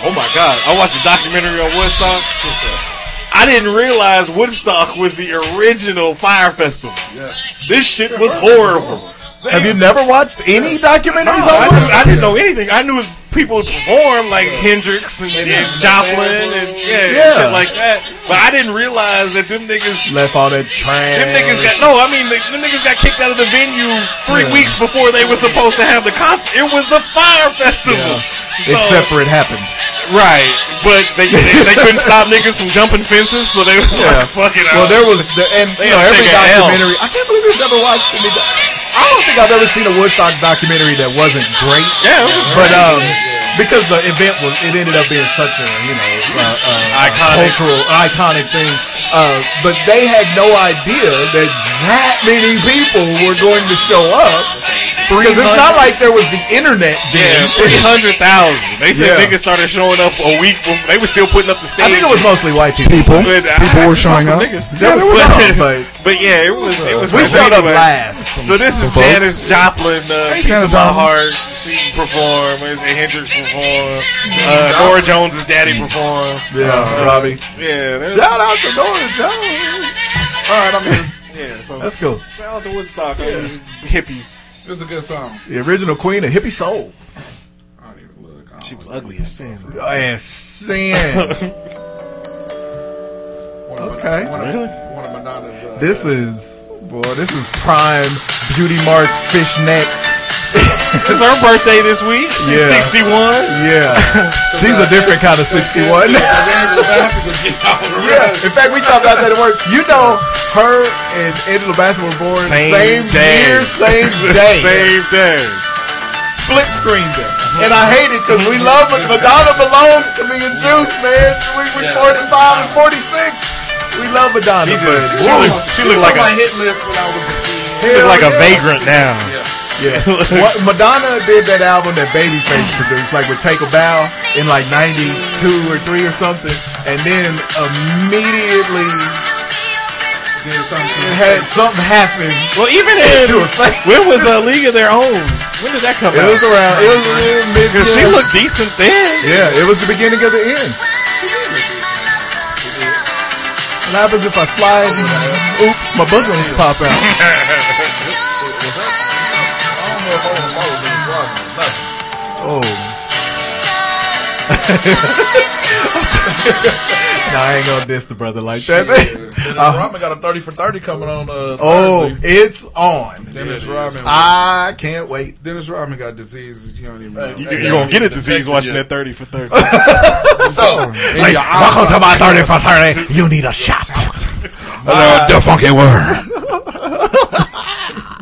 K: Oh my God! I watched a documentary on Woodstock. I didn't realize Woodstock was the original fire festival. This shit was horrible.
J: Have you never watched any documentaries
K: No, I, didn't, I
J: on Woodstock?
K: didn't know anything. I knew people would perform like Hendrix and, and Joplin and yeah,
J: Yeah.
K: shit like that. But I didn't realize that them niggas,
J: Left all that trash.
K: them niggas got no. I mean, the, them niggas got kicked out of the venue three
J: Yeah.
K: weeks before they were supposed to have the concert. It was the fire festival. So-
J: Except for it happened.
K: right, but they, they, they couldn't stop niggas from jumping fences, so they was
J: Yeah.
K: like, "Fuck it."
J: Well,
K: I'll-
J: there was, the, and
K: They
J: you know,
K: gotta
J: every
K: take a L.
J: documentary. I can't believe you've never watched any. doc- I don't think I've ever seen a Woodstock documentary that wasn't great.
K: Yeah, it was
J: but
K: great.
J: um, because the event was, it ended up being such a you know uh, uh, uh,
K: Iconic.
J: cultural iconic thing. Uh, but they had no idea that that many people were going to show up. Because it's not
K: 300.
J: like there was the internet then.
K: Yeah, three hundred thousand. They said
J: Yeah.
K: niggas started showing up a week. Before. They were still putting up the stage.
J: <laughs> I think it was mostly white people.
I: People,
K: But I- I
I: people were
K: saw
I: showing
K: some
I: up.
K: niggas.
I: Yeah, there was
K: But-
I: some,
J: but-
K: But yeah, it was it was.
J: We
K: great.
J: showed up
K: Anyway,
J: last.
K: So this is
I: Folks.
K: Janis Joplin, uh,
I: Hey,
K: "Piece of
I: Janis
K: My
I: Joplin.
K: Heart." She performed. Is it Hendrix performed? Uh, Nora Jones' daddy performed.
J: Yeah,
K: Uh,
J: Robbie.
K: Yeah, that's,
J: Shout out to Nora Jones. All right, I'm in.
K: yeah. So
J: That's cool.
K: Shout out to Woodstock, all these hippies.
L: <laughs> This is a good song.
J: The original queen of hippie soul.
L: I don't even look. I
K: She
L: don't-
K: was ugly as sin.
J: And <laughs> sin.
L: One of-
J: Okay.
L: One of,
K: Really?
L: one of Madonna's. Uh,
J: this is, boy, this is prime beauty mark fishnet.
K: It's her birthday this week. She's
J: Yeah.
K: sixty-one. <laughs>
J: Yeah. She's a different kind of 61.
L: Angela Bassett was getting all the
J: <laughs> Yeah,
L: rest.
J: in fact, we talked about that at work. You know, her and Angela Bassett were born
K: Same
J: same,
K: day.
J: year,
K: <laughs>
J: same day.
K: Same day.
J: split screen them. And I hate it because
K: Mm-hmm.
J: we love it. Madonna belongs to me and Juice, man. We, we 45 and 46. We love Madonna.
K: She just
J: but-
K: she
J: Woo.
K: looked she looked
L: on
K: like
L: my
K: a
L: hit list when I was a kid.
K: she looked like a
J: Hell yeah.
K: vagrant now.
J: Yeah. What, Madonna did that album that Babyface produced, like with Take a Bow in like 92 or 3 or something. And then immediately
C: <laughs>
L: Then something.
J: it had something happen
K: Well, even <laughs>
J: to
K: in
J: her face.
K: when was a League of Their Own? When did that come
J: It
K: out?
J: was around. It was around mid-
K: Cause she looked decent then.
J: Yeah, it was the beginning of the end. What happens if I slide? and- Oops, my bosoms pop out.
L: I don't know if I was old, but it's rock. Nothing.
J: Oh. <laughs> nah, I ain't gonna diss the brother like that.
L: Dennis Rodman got a 30 for 30 coming on uh,
J: oh,
L: Thursday.
J: it's on.
L: Dennis Rodman.
J: I can't wait.
L: Dennis Rodman got diseases. You don't even know.
K: You, are gonna get a disease watching that thirty for thirty. All
L: So,
J: Like, welcome to my 30 for 30. You need a shot. Uh, Hello, the funky word.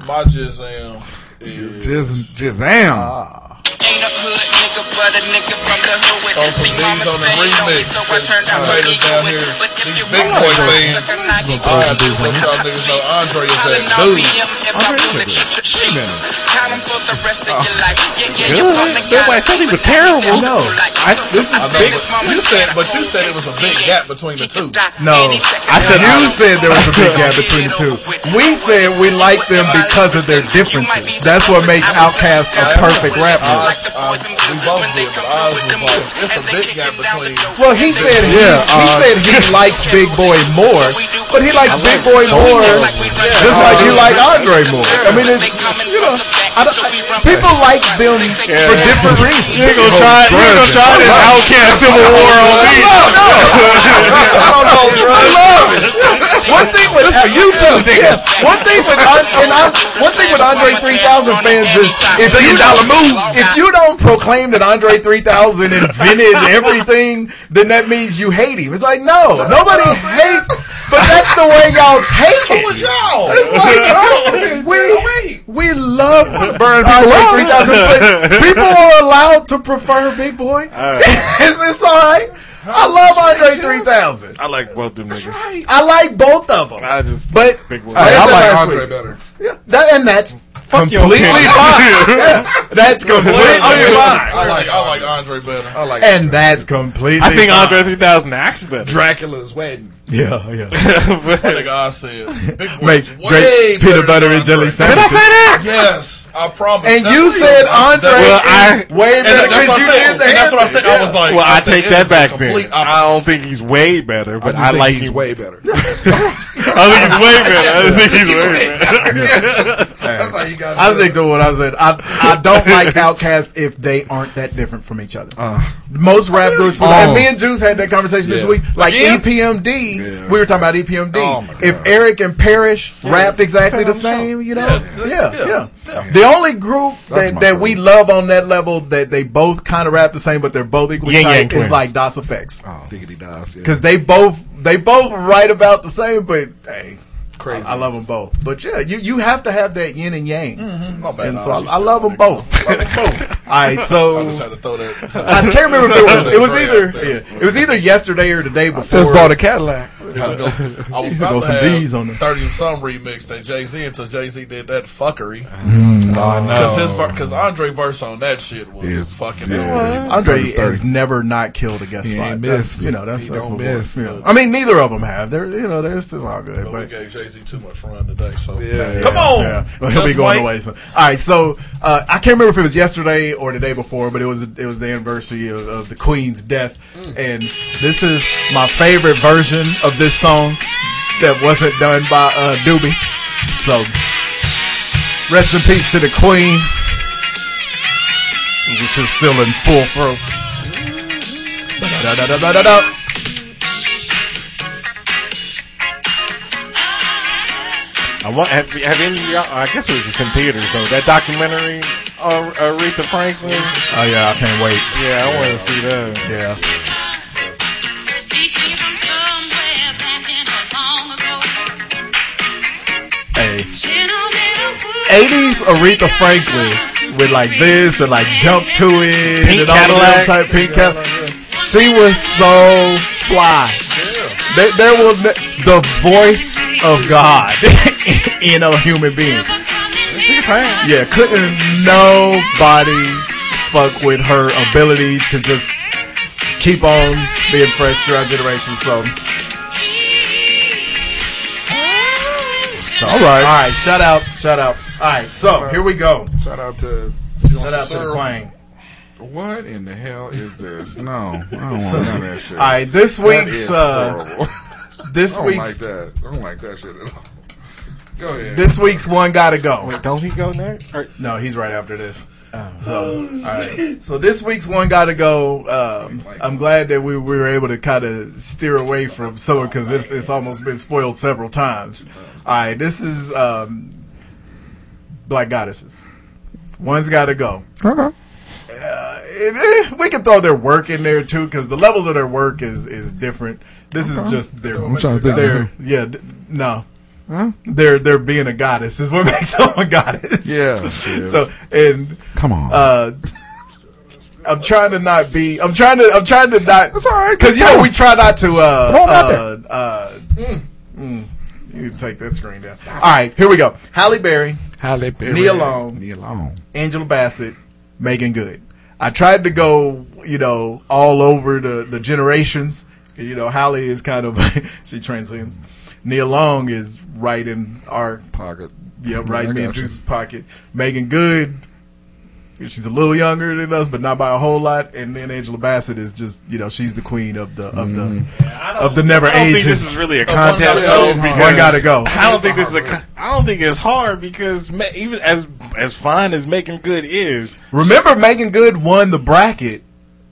L: my jizz am. is-
I: Jizz, jizzam.
L: Throw some beans on the remix. Haters down here. These big boy fans. I have to let y'all niggas know Andre is that dude.
K: Everybody said he was terrible.
J: No. I, this
L: I
J: is
L: know,
J: big.
L: but you said, but you said it was a big gap between the two.
J: No. I said you said there was a big gap between the two. We said we like them because of their differences. That's what makes Outkast a perfect rap group.
L: Oz, Oz, we both did, but Oz was like, it's a big gap between.
J: Well, he said he, he said he likes Big Boy more, but he likes Big Boy more just like you like Andre more. I mean, it's you know, I don't- I- people like them for different reasons.
K: <laughs> You gonna try? You gonna try this outcast civil war on me? <laughs>
J: No, no. I don't know, bro. I love it. One thing with Yeah, you too. Yeah. One thing with An- and An- one thing with Andre 3000 fans is if you don't if you don't proclaim that Andre 3000 invented everything, then that means you hate him. It's like no, nobody hates. But that's the way y'all take it.
I: y'all?
J: It's
I: <laughs>
J: like, oh, bro, we, we love Burn Andre 3000, but people are allowed to prefer Big Boy. <laughs> it's, it's all right. I love Andre 3000.
K: I like both them niggas.
J: I like both of them.
K: I just
J: But
K: big one.
J: I, like Andre
I: better.
J: Yeah, that, and that's completely
K: your opinion.
J: fine. Yeah, that's completely fine.
I: I like I like Andre better. I like
J: And that's completely.
K: <laughs> I think
J: fine.
K: Andre 3000 acts better.
I: Dracula's wedding.
J: Yeah, yeah.
I: What did I say? Big boy's
J: Make
I: way
J: great
I: better
J: peanut butter
I: than
J: and jelly
I: Andre.
J: sandwiches.
K: that?
I: Yes, I promise.
J: And
I: That's
J: you
I: what
J: said Andre
K: Well, I-
J: is way
I: And
J: better
I: that's
J: because
I: what
J: you
I: I said.
J: did the
I: And that's what I said. I
J: handshake.
I: was like,
K: Well, I,
I: said,
K: take
I: it
K: that
I: is the
K: back
I: complete
K: then. I
I: opposite.
K: don't think he's way better, but I,
I: just think
K: like
I: he's
K: him.
I: way better.
K: I think he's way better. I just think he's way better.
I: That's how you got.
J: I stick to what I said. I I don't
I: <laughs>
J: like Outcast if they aren't that different from each
I: Oh,
J: other. Most rap groups. and me and Juice had that conversation this
I: Yeah.
J: week. Like E
I: Again?
J: EPMD,
I: Yeah.
J: we were talking about E EPMD.
I: Oh, my
J: if Eric and Parrish rapped exactly the same, you know, yeah, yeah. The only group
I: That's
J: that,
I: my
J: that we love on that level that they both kind of rap the same, but they're both equally
K: Yin Yang
J: tight
K: Twins.
J: is like DOS Effects
I: Diggity dies. Yeah.
J: because they both they both write about the same, but hey. Crazy. I, I love them both, but yeah, you, you have to have that yin and yang,
L: Mm-hmm.
I: My bad.
L: Oh,
J: and
I: I
J: so
I: was
J: I,
I: just
J: I love them both. All right,
I: I
J: so
I: just had to
J: <laughs>
I: throw that.
J: I can't remember if it was, it was
I: Sorry,
J: either
I: out there.
J: yeah, it was either yesterday or the day before.
I: just bought a Cadillac.
M: I
J: <laughs>
M: was, gonna, I was
J: Go
M: about to
J: some
M: have
J: D's on them.
M: 30 and some remix that Jay Z until Jay Z did that fuckery.
I: no.
N: Uh,
M: Because his because Andre verse on that shit was
I: It's-
M: fucking
I: yeah.
J: Andre
I: Thirty.
J: has never not killed a guest
I: He
J: spot.
I: ain't
J: That's,
I: missed.
J: you know, that's,
I: He
J: that's
I: don't
J: my boy.
I: miss.
J: Yeah. I mean, neither of them have. They're you know, they're- this is all good.
M: But we
J: But
M: gave Jay Z too much run today, so
I: Yeah.
M: come on,
J: Yeah, Well, he'll be
M: Just
J: going
M: wait.
J: away. soon. all right, so uh, I can't remember if it was yesterday or the day before, but it was it was the anniversary of, of the Queen's death,
M: Mm.
J: and this is my favorite version of this song that wasn't done by uh, Doobie. So rest in peace to the Queen, which is still in full throat. Da-da-da-da-da-da.
K: I want, have, have any of y'all, I guess it was just in theaters, so that documentary, uh, Aretha Franklin.
J: Oh yeah, I can't wait.
K: Yeah, I want to see that.
J: Yeah. Hey. 80s Aretha Franklin with like this and like jump to it
K: Pink
J: and all that
K: Cadillac.
J: type pink Cadillac. She was so fly. There, there was ne- the voice of God <laughs> in a human being.
K: She can sing.
J: Yeah, couldn't nobody fuck with her ability to just keep on being fresh throughout generations. So, all right, all right, shout out, shout out. All right, so here we go.
I: Shout out to.
J: Shout out to the Quang.
I: What in the hell is this? No, I don't want none of that shit.
J: All right, this
I: That
J: week's
I: is
J: uh,
I: horrible. I
J: this
I: don't like
J: week's
I: that. I don't like that shit at all. Go ahead.
J: this week's one gotta go.
K: Don't he go next? Or, Oh.
J: No, he's right after this. So, all right. so this week's one got to go. Um, I'm glad that we, we were able to kind of steer away from summer because it's, it's almost been spoiled several times. All right, this is um, Black Goddesses. One's got to go.
I: okay.
J: And, eh, we can throw their work in there too because the levels of their work is, is different. This is just their.
I: I'm trying to think.
J: their yeah, d- no. They're, they're being a goddess is what <laughs> makes them a goddess.
I: Yeah,
J: <laughs>
I: yeah.
J: So, and
I: Come on.
J: uh, I'm trying to not be. I'm trying to. I'm trying to not.
I: That's all right.
J: Because you
I: Just
J: know
I: go.
J: we try not to. Uh,
I: Throw 'em out
J: uh, uh, mm, You can take that screen down. All right, here we go. Halle Berry,
I: Halle Berry.
J: Knee alone.
I: Knee alone.
J: Angela Bassett, Megan Good. I tried to go, you know, all over the the generations. 'Cause, You know, Halle is kind of <laughs> she transcends. Neil Long is right in our
I: Pocket.
J: yeah,
I: I
J: right in me and
I: got you.
J: Juice's pocket. Megan Good, she's a little younger than us, but not by a whole lot. And then Angela Bassett is just, you know, she's the queen of the of the
I: Mm-hmm.
J: of the never
K: I don't
J: ages.
K: think this is really a
I: one
K: contest,
I: gotta go.
K: though. Because
J: One gotta go.
K: I don't think this is a. con- I don't think it's hard because ma- even as as fine as making good is,
J: Remember, Megan Good won the bracket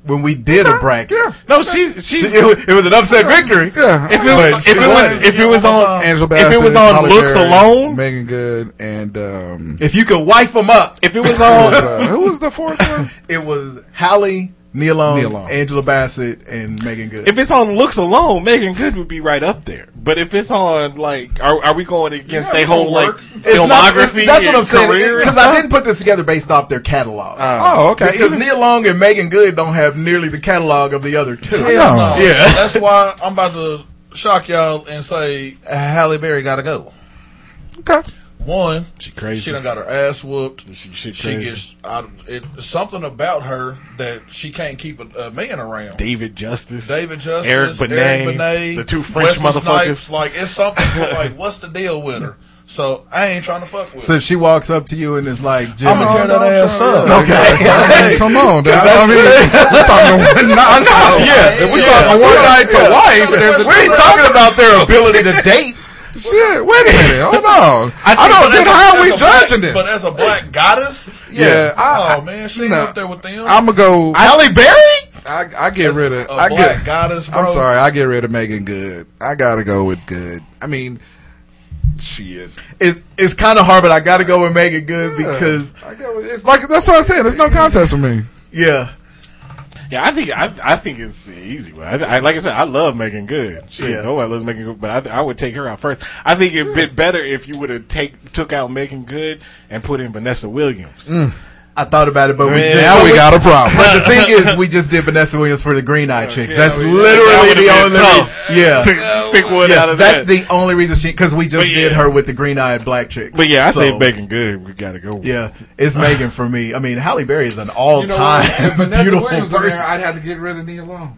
J: when we did a bracket.
K: No, she's
J: She-
K: she's
J: it, was, it was an upset victory.
I: Yeah. Uh,
K: If it was-
J: But
K: if
J: she
K: it was-
J: won.
K: if it was on-
I: Angela
K: if
I: Bassett,
K: it was on
I: Holly
K: looks
I: Berry,
K: alone-
I: Megan Good, and um, uh,
J: if you could wife them up,
K: if it was
I: on-
J: <laughs> who was the fourth one? it was Hallie, Neil
I: Neil
J: Long,
I: Long.
J: Angela Bassett, and Megan Good.
K: if it's on looks alone, Megan Good would be right up there. But if it's on like, are, are we going against
I: Yeah,
K: their whole
I: it
K: like
I: works.
J: It's
K: filmography?
J: not- it's- that's what
K: and
J: I'm saying.
K: career and
J: Because I
K: stuff? Ah,
J: didn't put this together based off their catalog.
I: <laughs> Oh, okay.
J: Because
I: Even-
J: Neil Long and Megan Good don't have nearly the catalog of the other two.
I: Hell no.
J: Yeah.
N: <laughs> That's why I'm about to shock y'all and say Halle Berry got to go.
I: Okay.
N: One, she
K: crazy.
N: She done got her ass whooped. She,
K: crazy.
N: gets out. It, something about her that she can't keep a, a man around.
K: David Justice,
N: David Justice,
K: Eric Benet,
N: Benet,
K: the two French
N: Wesley
K: motherfuckers.
N: Snipes, like it's something.
K: <laughs>
N: like what's the deal with her? So I ain't trying to fuck with.
J: <laughs> So
N: her.
J: if she walks up to you and is like, Jimmy,
N: I'ma tear that ass up.
J: Okay.
N: Hey, come on,
J: dude.
I: I mean, we're talking one night. No,
J: Yeah.
I: If we're talking one night to wife. There's a
J: We ain't talking about their ability to date.
I: Shit, wait a minute. Hold on. I, don't. Then how are we judging this?
N: But as a black goddess,
I: Yeah, I-
N: oh man, she
I: nah.
N: up there with them.
I: I'm gonna go.
J: Halle Berry.
I: I, I get
N: As
I: rid of.
N: a
I: I
N: black
I: get.
N: goddess, bro.
I: I'm sorry. I get rid of Megan Good. I gotta go with Good. I mean, shit.
J: It's it's kind of hard, but I got to go with Megan Good
I: Yeah.
J: because
I: I go with it's like that's what I'm saying. There's no contest for me.
J: yeah,
K: Yeah, I think I, I think it's an easy. one. I, I like I said, I love Megan Good. Shit,
J: Yeah.
K: nobody loves Megan Good, but I, th- I would take her out first. I think it'd
I: Hmm.
K: been better if you would have take took out Megan Good and put in Vanessa Williams.
J: Mm. I thought about it, but we
K: Man,
J: just,
K: now we
J: <laughs>
I: got a problem.
J: But the thing is, we just did Vanessa Williams for the Green Eye Chicks. That's
K: Oh, we-
J: literally
K: that
J: the
K: would've
J: only
K: been tough
J: yeah.
K: to <laughs> pick one
J: Yeah,
K: out of
J: that's
K: that.
J: the only reason she because we just
K: But
J: did
K: yeah.
J: her with the Green Eye Black Chicks.
K: but yeah, I say
J: So,
K: Megan Good. We gotta go. With
J: Yeah,
K: <sighs>
J: it's Megan for me. I mean, Halle Berry is an all-time <laughs> beautiful person.
I: I'd have to get rid of Neil Long.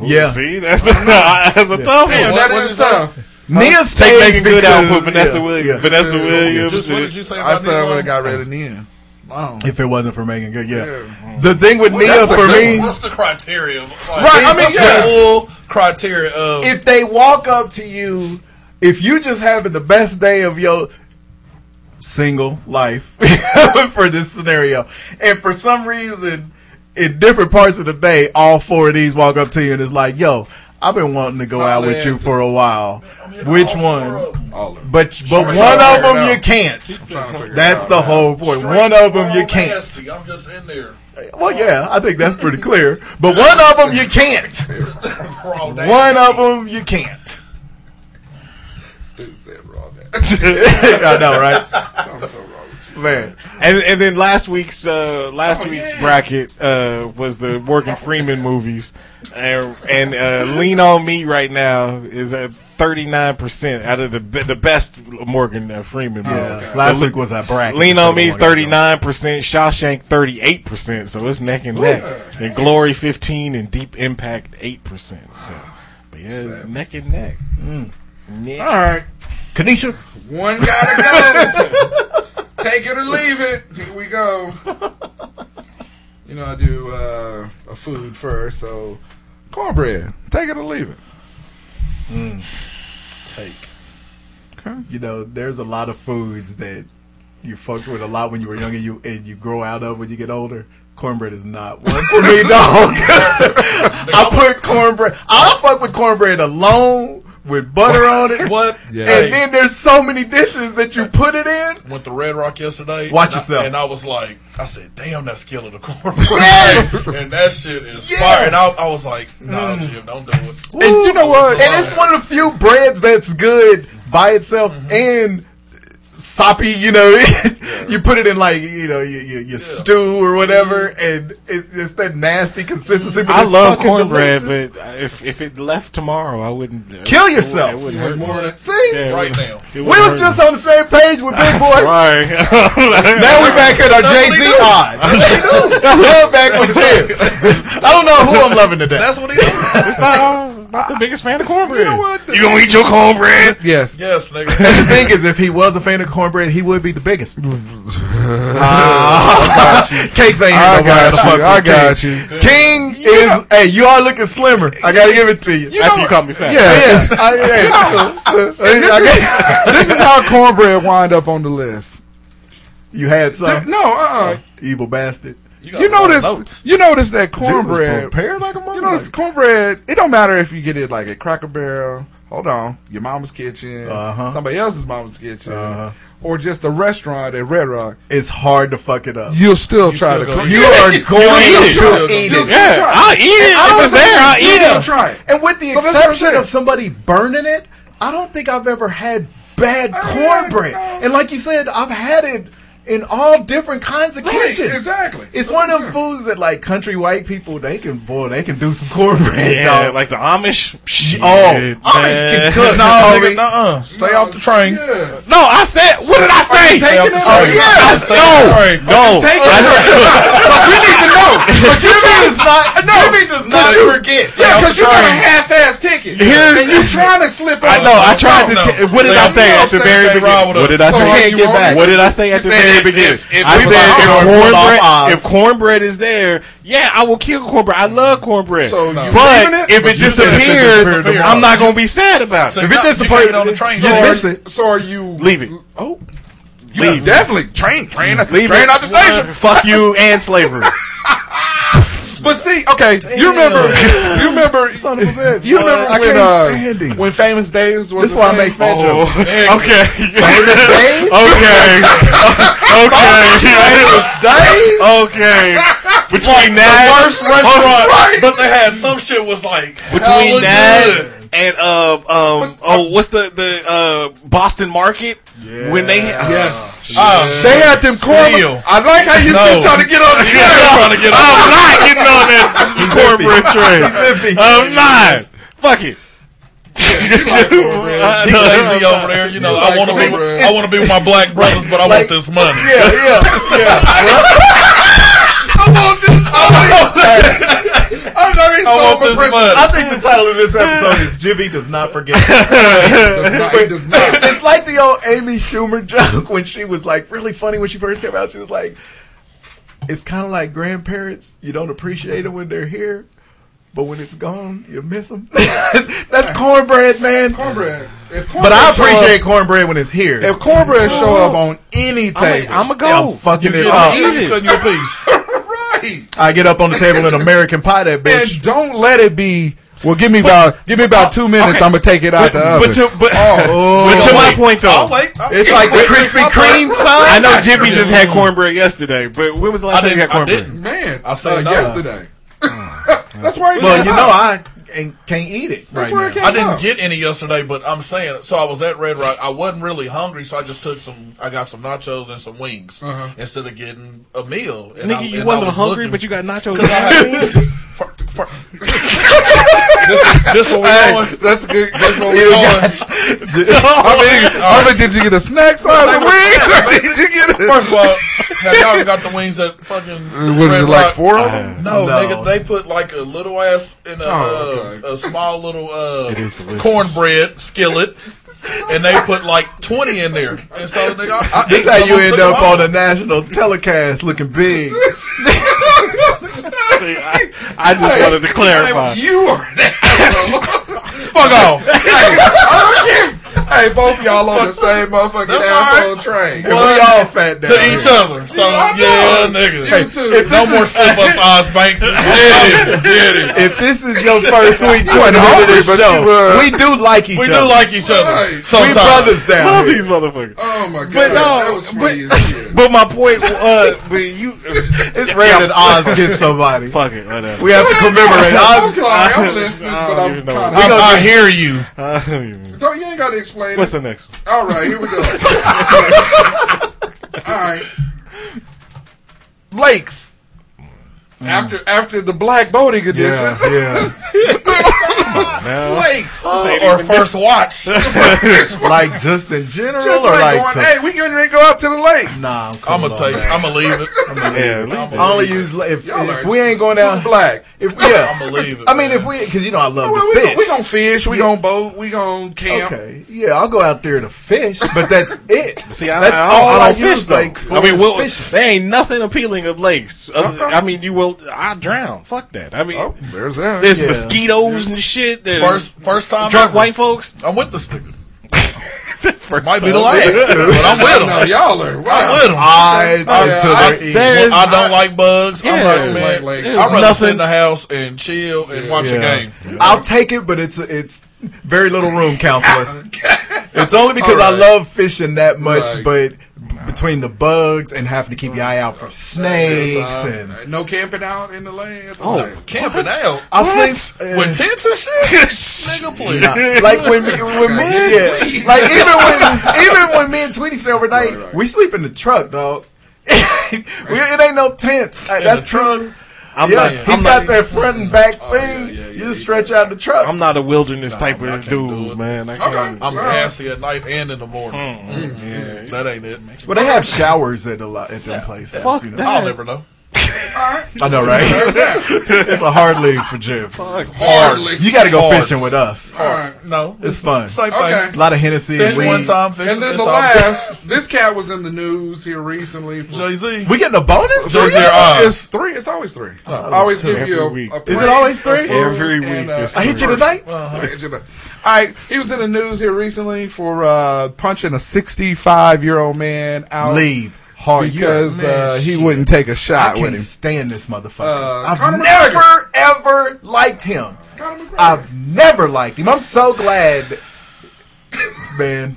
J: yeah,
K: see, that's
J: <laughs>
K: a, <laughs> that's a tough
I: Damn,
K: one.
I: that is tough.
J: Nia
K: Take
J: stays
K: Megan Good out and
J: because
K: put Vanessa
J: yeah,
K: Williams.
J: yeah.
K: Vanessa Williams.
N: Just what
K: and-
N: did you say
I: I
N: about
I: said I
N: Neil
I: would have
N: Long?
I: got rid of Neil Long.
J: If it wasn't for Megan Good, yeah.
I: Yeah.
J: The thing with Nia
N: That's
J: for
N: the-
J: me,
N: what's the criteria? Like,
J: Right, I mean,
N: what's the
J: yes.
N: full criteria of
J: if they walk up to you, if you just having the best day of your single life <laughs> for this scenario, and for some reason, in different parts of the day, all four of these walk up to you and it's like, yo, I've been wanting to
I: Oh,
J: go out with you for a while. Which one?
I: All of them.
J: But but
I: trying
J: one
I: to
J: of
I: figure it
J: them
I: out.
J: you can't.
I: trying to figure it
J: That's
I: out,
J: the
I: man.
J: whole point.
N: Straight
J: One of them you
N: up
J: can't.
N: nasty, I'm just in there.
J: Well, yeah, I think that's
I: <laughs>
J: pretty clear. But one of them you can't.
N: Raw nasty.
J: One of them you can't. <laughs>
I: Dude said raw that. <laughs>
J: I know, right?
I: I'm so wrong with you.
J: Man,
K: And and then last week's uh, last
J: Oh,
K: week's bracket uh, was the Morgan Freeman movies, and, and uh, Lean on Me right now is at thirty nine percent out of the be- the best Morgan uh, Freeman. movie.
J: yeah. Last week was a bracket.
K: Lean
J: so
K: on Me is
J: we wanna
K: thirty nine percent, Shawshank thirty eight percent, so it's neck and neck. And Glory fifteen and Deep Impact eight percent. So,
J: Ah,
K: but yeah, it's neck and neck. Mm. Neck.
I: All right,
J: go. Kanisha,
I: one gotta <laughs> go. Take it or leave it. Here we go. You know I do uh, a food first, so cornbread. Take it or leave <laughs> it.
J: take. You know, there's a lot of foods that you fucked with a lot when you were young, and you and you grow out of when you get older. Cornbread is
K: <laughs>
J: not one for me,
I: <laughs>
J: dog. I put cornbread. I fuck with cornbread alone with butter on it.
N: What?
I: Yeah.
J: And then there's so many dishes that you put it in.
N: Went to Red Rock yesterday.
J: Watch
N: and I-
J: yourself.
N: and I was like, I said, damn, that skillet of corn. <laughs>
J: Yes!
N: and that shit is
J: Yeah. Mm.
N: fire. And I, I was like, nah, Jim, don't do it.
J: And you know what? And it's one of the few breads that's good by itself and soppy. You know, <laughs> you put it in like you know your, your, your stew or whatever, and it's, it's that nasty consistency. But
K: I
J: it's
K: love
J: fucking
K: cornbread,
J: delicious.
K: but if if it left tomorrow, I wouldn't uh,
J: Kill
K: it
J: yourself.
K: wouldn't- It wouldn't hurt.
I: <laughs>
K: me.
J: See,
K: Yeah, it
N: Right
K: wouldn't-
N: now.
K: it
J: we
K: wouldn't
J: was
K: hurt
J: just on the same page with Big Boy.
K: Sorry. <laughs>
J: Now we back at our Jay Z
I: <laughs>
J: odds. Love back with Jim. I don't know who I'm loving today.
N: That's what he did.
K: It's not, I was not the biggest fan of cornbread. You
I: know what?
K: gonna eat your cornbread?
I: <laughs> Yes.
N: <laughs> yes,
J: And
N: nigga.
J: the thing is, if he was a fan of cornbread, he would be the biggest. Cakes ain't
I: <laughs> I
J: nobody
I: got
J: to fuck
I: you.
J: with
I: I got
J: King.
I: you.
J: King is. Hey, you are looking slimmer. I gotta give it to you.
K: After you call me fat.
I: Yeah.
J: Yeah, I- hey. <laughs> I got-
I: This is how cornbread wind up on the list.
J: you had some
I: No, uh, uh
J: evil bastard.
I: You, notice, you notice that cornbread.
J: prepared like a
I: you notice cornbread. It don't matter if you get it like at Cracker Barrel. Hold on, your mama's kitchen,
J: Uh-huh.
I: somebody else's mama's kitchen, or just a restaurant at Red Rock.
J: It's hard to fuck it up.
I: You'll still try to.
J: gonna
I: cook
J: eat it.
I: it.
J: <laughs> You are going
I: You'll
J: to eat
I: still
J: it.
I: try
J: Yeah, I'll eat it.
I: I
J: If
I: don't
J: it's there,
I: think
J: I'll
I: you'll
J: eat it.
I: Try it.
J: And with the
I: So that's what I'm
J: exception
I: saying.
J: of somebody burning it, I don't think I've ever had bad cornbread. And like you said, I've had it in all different kinds of
I: Right,
J: kitchens.
I: exactly.
J: It's
I: That's
J: one
I: what
J: of
I: I'm
J: them foods that like country white people they can boy they can do some cornbread.
K: Yeah,
J: dog.
K: like the Amish. Shit,
J: oh, Amish can
K: <laughs> man.
J: cook.
L: No,
J: homie.
K: Oh,
L: nigga, uh-uh. Stay off the train.
K: No, I said. What did I say?
L: Stay off the
K: Oh, I,
L: train.
K: no, no.
L: Take
K: I
I: we need to know. But you
J: Jimmy is not.
I: no,
J: Jimmy does not
I: you-
J: forget.
I: yeah, because you got a
J: trying.
I: half-ass
K: <laughs> <laughs>
I: ticket,
K: Here's-
I: and you trying to slip up.
K: I know. I tried to. T- what did I say at the very beginning? What did I say? What did I say at the very beginning? I said if cornbread, if cornbread is there, yeah, I will kill cornbread. I love cornbread.
I: So you believing
K: but
I: it?
K: if it
I: But you said if it
K: disappears,
I: disappeared,
K: I'm not gonna be sad about
L: So
K: it.
L: if it disappeared on the train,
I: So
L: you
I: are-
L: miss it.
I: So are you?
K: Leave it.
I: Oh, you
K: Leave.
I: definitely train, train,
K: Leave
I: train
K: it.
I: out the station.
K: Fuck you and
I: <laughs>
K: slavery.
I: But see, okay, you remember, <laughs> you
J: <laughs>
I: remember,
J: Son of a bitch.
I: you remember
J: I
I: when
J: can't
I: uh,
J: stand him.
I: when Famous Days was.
J: This
I: a
J: why I
I: thing?
J: make fun of
K: Oh, okay.
J: <laughs> Days?
K: <laughs>
I: <laughs>
K: okay. okay.
J: Days?
K: <laughs> Uh,
I: <laughs>
K: Okay. Between
L: The
K: that, <laughs>
L: worst restaurant, but they had some shit was like
K: between
L: hella
K: that
L: good.
K: and uh um oh what's the the uh Boston Market when they yes
L: Oh,
I: They had them corn.
L: Seal.
I: I like how you
L: No.
I: still trying to get on the
L: Yeah,
I: train.
L: trying to get off.
K: I'm not getting on
L: <laughs>
K: that cornbread train. I'm not. Fuck it. Uh,
L: He
K: no, I'm
L: lazy over
K: not.
L: there, you know. I
I: Like,
L: want to
I: see,
L: be, I want to be with my black brothers, but I want
J: like-
L: this money.
J: Yeah, yeah, yeah.
I: I want this. I'm very
L: I want
I: sober.
L: this
I: Prince.
L: money.
J: I think the title of this episode is Jimmy Does Not Forget.
I: Does not- does not.
J: it's like the old Amy Schumer joke when she was like really funny when she first came out. She was like, "It's kind of like grandparents. You don't appreciate them when they're here, but when it's gone, you miss them." <laughs> That's cornbread, man. uh,
I: Cornbread. If cornbread
J: But I
I: show up-
J: appreciate cornbread when it's here.
I: if cornbread show up on any
K: I'm
I: table.
K: gonna
J: I'm
K: go.
J: fucking it
L: You
J: up.
K: eat it.
L: cutting your piece.
I: <laughs> right.
J: I get up on the table and American pie that bitch.
I: And don't let it be. Well, give me about give me about two minutes.
K: okay.
I: I'm gonna take it out the
K: But
I: oven.
K: to but,
J: Oh.
K: <laughs> but to my point though,
L: I'll wait. I'll
J: It's
L: get
J: like the
L: my piece.
J: Krispy Kreme sign.
K: I
L: <laughs>
K: know Jimmy just
L: Mm.
K: had cornbread yesterday, but when was the last
L: I
K: time you had
L: didn't. I
K: cornbread?
L: didn't.
I: man,
L: I said
I: uh,
L: no.
I: yesterday. That's why. he
J: Well,
I: got
J: you
I: out.
J: know I ain't, can't eat it right
I: That's where
J: now.
I: it came
L: I didn't
I: out.
L: get any yesterday, but I'm saying so. I was at Red Rock. I wasn't really hungry, so I just took some. I got some nachos and some wings
I: Uh-huh.
L: instead of getting a meal. And I,
K: Nigga, you
L: and
K: wasn't
L: I was
K: hungry,
L: looking-
K: but you got
L: <laughs>
K: nachos.
L: I had- for, for, this, this one <laughs>
I: Hey,
L: we're going.
I: that's good. That's what
L: You
I: we're
L: got-
I: going. I mean, I mean, did you get a snack size of wings? Or did you get a,
L: First
I: <laughs>
L: of all, have y'all got the wings that fucking
I: what is
L: Red
I: it like
L: Rock-
I: four of them?
L: No,
J: No.
L: nigga, they put like a little ass in a,
I: Oh,
L: uh, a small little uh, cornbread skillet, and they put like twenty in there. And so, nigga, I, I
J: This
L: ate
J: how
L: some
J: you
L: of them,
J: end
L: took
J: up
L: them
J: on a national telecast looking big.
L: <laughs>
K: See, I, <laughs> I just wanted to clarify.
I: Hey, you are
L: Fuck off.
I: Hey, both of y'all on the same motherfucking
L: That's
I: asshole train.
J: And we all fat now.
L: to each other. So
I: I
L: yeah,
I: know.
L: nigga.
I: You too.
J: if
L: no
J: this
I: <laughs>
L: more
J: is-
L: slip ups, Oz
K: <laughs>
L: Banks. Get it, get it.
J: If this is your first sweet
I: wasn't
J: tooth of
I: hungry,
J: this
I: but
J: show,
I: you, uh,
J: we do like each
L: We
J: other.
L: do like each
I: Right.
L: other.
I: We
J: we
L: Sometimes.
J: brothers down
K: Love
J: here.
K: these motherfuckers.
I: Oh my god,
K: But
I: that
K: no,
I: was
K: but,
I: funny as shit.
K: but my point, uh, but you,
J: It's rare that Oz gets somebody.
K: fuck it, whatever.
J: We have to commemorate
I: I'm
J: Oz.
I: sorry, I'm listening,
K: I don't
I: but I'm
K: even know.
I: kind
L: I,
I: of.
L: I hear you.
K: I don't even know.
I: Don't you ain't gotta explain
K: What's
I: it.
K: the next one?
I: All right, here we go. All right, lakes. After after the black boating edition,
J: Yeah, yeah.
I: lakes.
L: or first watch.
K: <laughs>
J: Like just in general,
I: Just
J: or
I: like,
J: like,
I: going,
J: to-
I: hey, we gonna go out to the lake.
J: nah, I'm,
L: I'm gonna take. I'm gonna leave it. I'm gonna
K: Yeah,
L: leave it.
K: leave
L: I'm
K: it.
J: I
L: gonna
J: only
L: leave it.
J: use if,
I: Y'all
J: if
I: are
J: we ain't going down.
I: Too <laughs> black.
J: If
L: I'm
J: yeah,
L: gonna leave it.
J: I mean
L: man.
J: if we because you know I love
I: Oh, Well,
J: to
I: we,
J: fish.
I: gon- we gonna fish. We gonna boat. We gonna camp.
J: Okay. Yeah, I'll go out there to fish, but that's it.
K: See, I,
J: that's
K: I,
J: all
K: I,
J: I,
K: don't fish
J: use,
K: though.
J: Like,
K: I mean,
J: we'll,
K: well, there ain't nothing appealing of lakes. Other- I mean, you will. I drown. Fuck that. I mean,
I: <laughs> Oh, there's that.
K: there's
J: yeah.
K: mosquitoes and shit. There's
L: first first time
K: drunk
L: ever.
K: white folks.
L: I'm with this nigga.
N: Might be the last, but I'm with them.
I: No, y'all are. Wow.
N: I'm with them.
I: I-
N: I,
I: to the- there's-
N: I don't like bugs. I'm
I: Yeah.
N: not
K: <laughs>
N: man.
I: Like- like-
N: I'd rather sit
J: nothing-
N: in the house and chill and watch a
J: Yeah.
N: game.
J: I'll take it, but it's it's very little room,
I: <laughs>
J: counselor. it's only because I
I: Alright.
J: love fishing that much,
I: Right.
J: but b- between the bugs and having to keep your eye out for snakes and
I: no camping out in the lane.
J: Oh,
N: camping out.
J: I
N: What?
J: sleep
N: with tents and shit. Nigga, please.
J: Nah, like when me,
I: <laughs>
J: when me, yeah. like even when even when me and Tweety stay overnight, we sleep in the truck, dog. <laughs> we, it ain't no tents. Like, that's true.
K: I'm
J: yeah,
K: not-
J: he's
K: I'm
J: got
K: not-
J: that front and back
I: oh,
J: thing. you just stretch out the truck.
K: I'm not a wilderness type of dude, man. I can't.
N: I'm gassy at night and in the morning. Mm, That ain't it.
J: Well, they have showers at a lot at them places.
N: Fuck
J: you know.
N: I'll never know.
J: I know, right? it's a hard league for Jeff.
N: Fuck. Hard league.
J: You got to go
N: Hard.
J: fishing with us.
I: Alright.
N: No,
J: It's fun.
N: Same thing.
I: Okay.
J: A lot of Hennessy.
I: Then
J: and weed.
I: one time, and then the last, this cat was in the news
J: <laughs>
I: here recently. Jay
N: Z,
J: We getting a bonus?
I: Three?
J: Three? Uh, Oh,
I: It's three. It's always three. I always give you a, a
J: Is
I: praise,
J: it always
I: a
J: three?
I: food, and, uh,
J: I hit you tonight. <laughs>
I: I hit you tonight. All right, he was in the news here recently for uh, punching a 65 year old man out.
J: Leave hard
I: because
J: You are-
I: uh,
J: man,
I: he
J: shit.
I: wouldn't take a shot
J: I
I: with
J: can't
I: him.
J: stand this motherfucker.
I: Uh,
J: I've
I: Conor
J: never
I: McGregor.
J: ever liked him. I've never liked him. I'm so glad, man.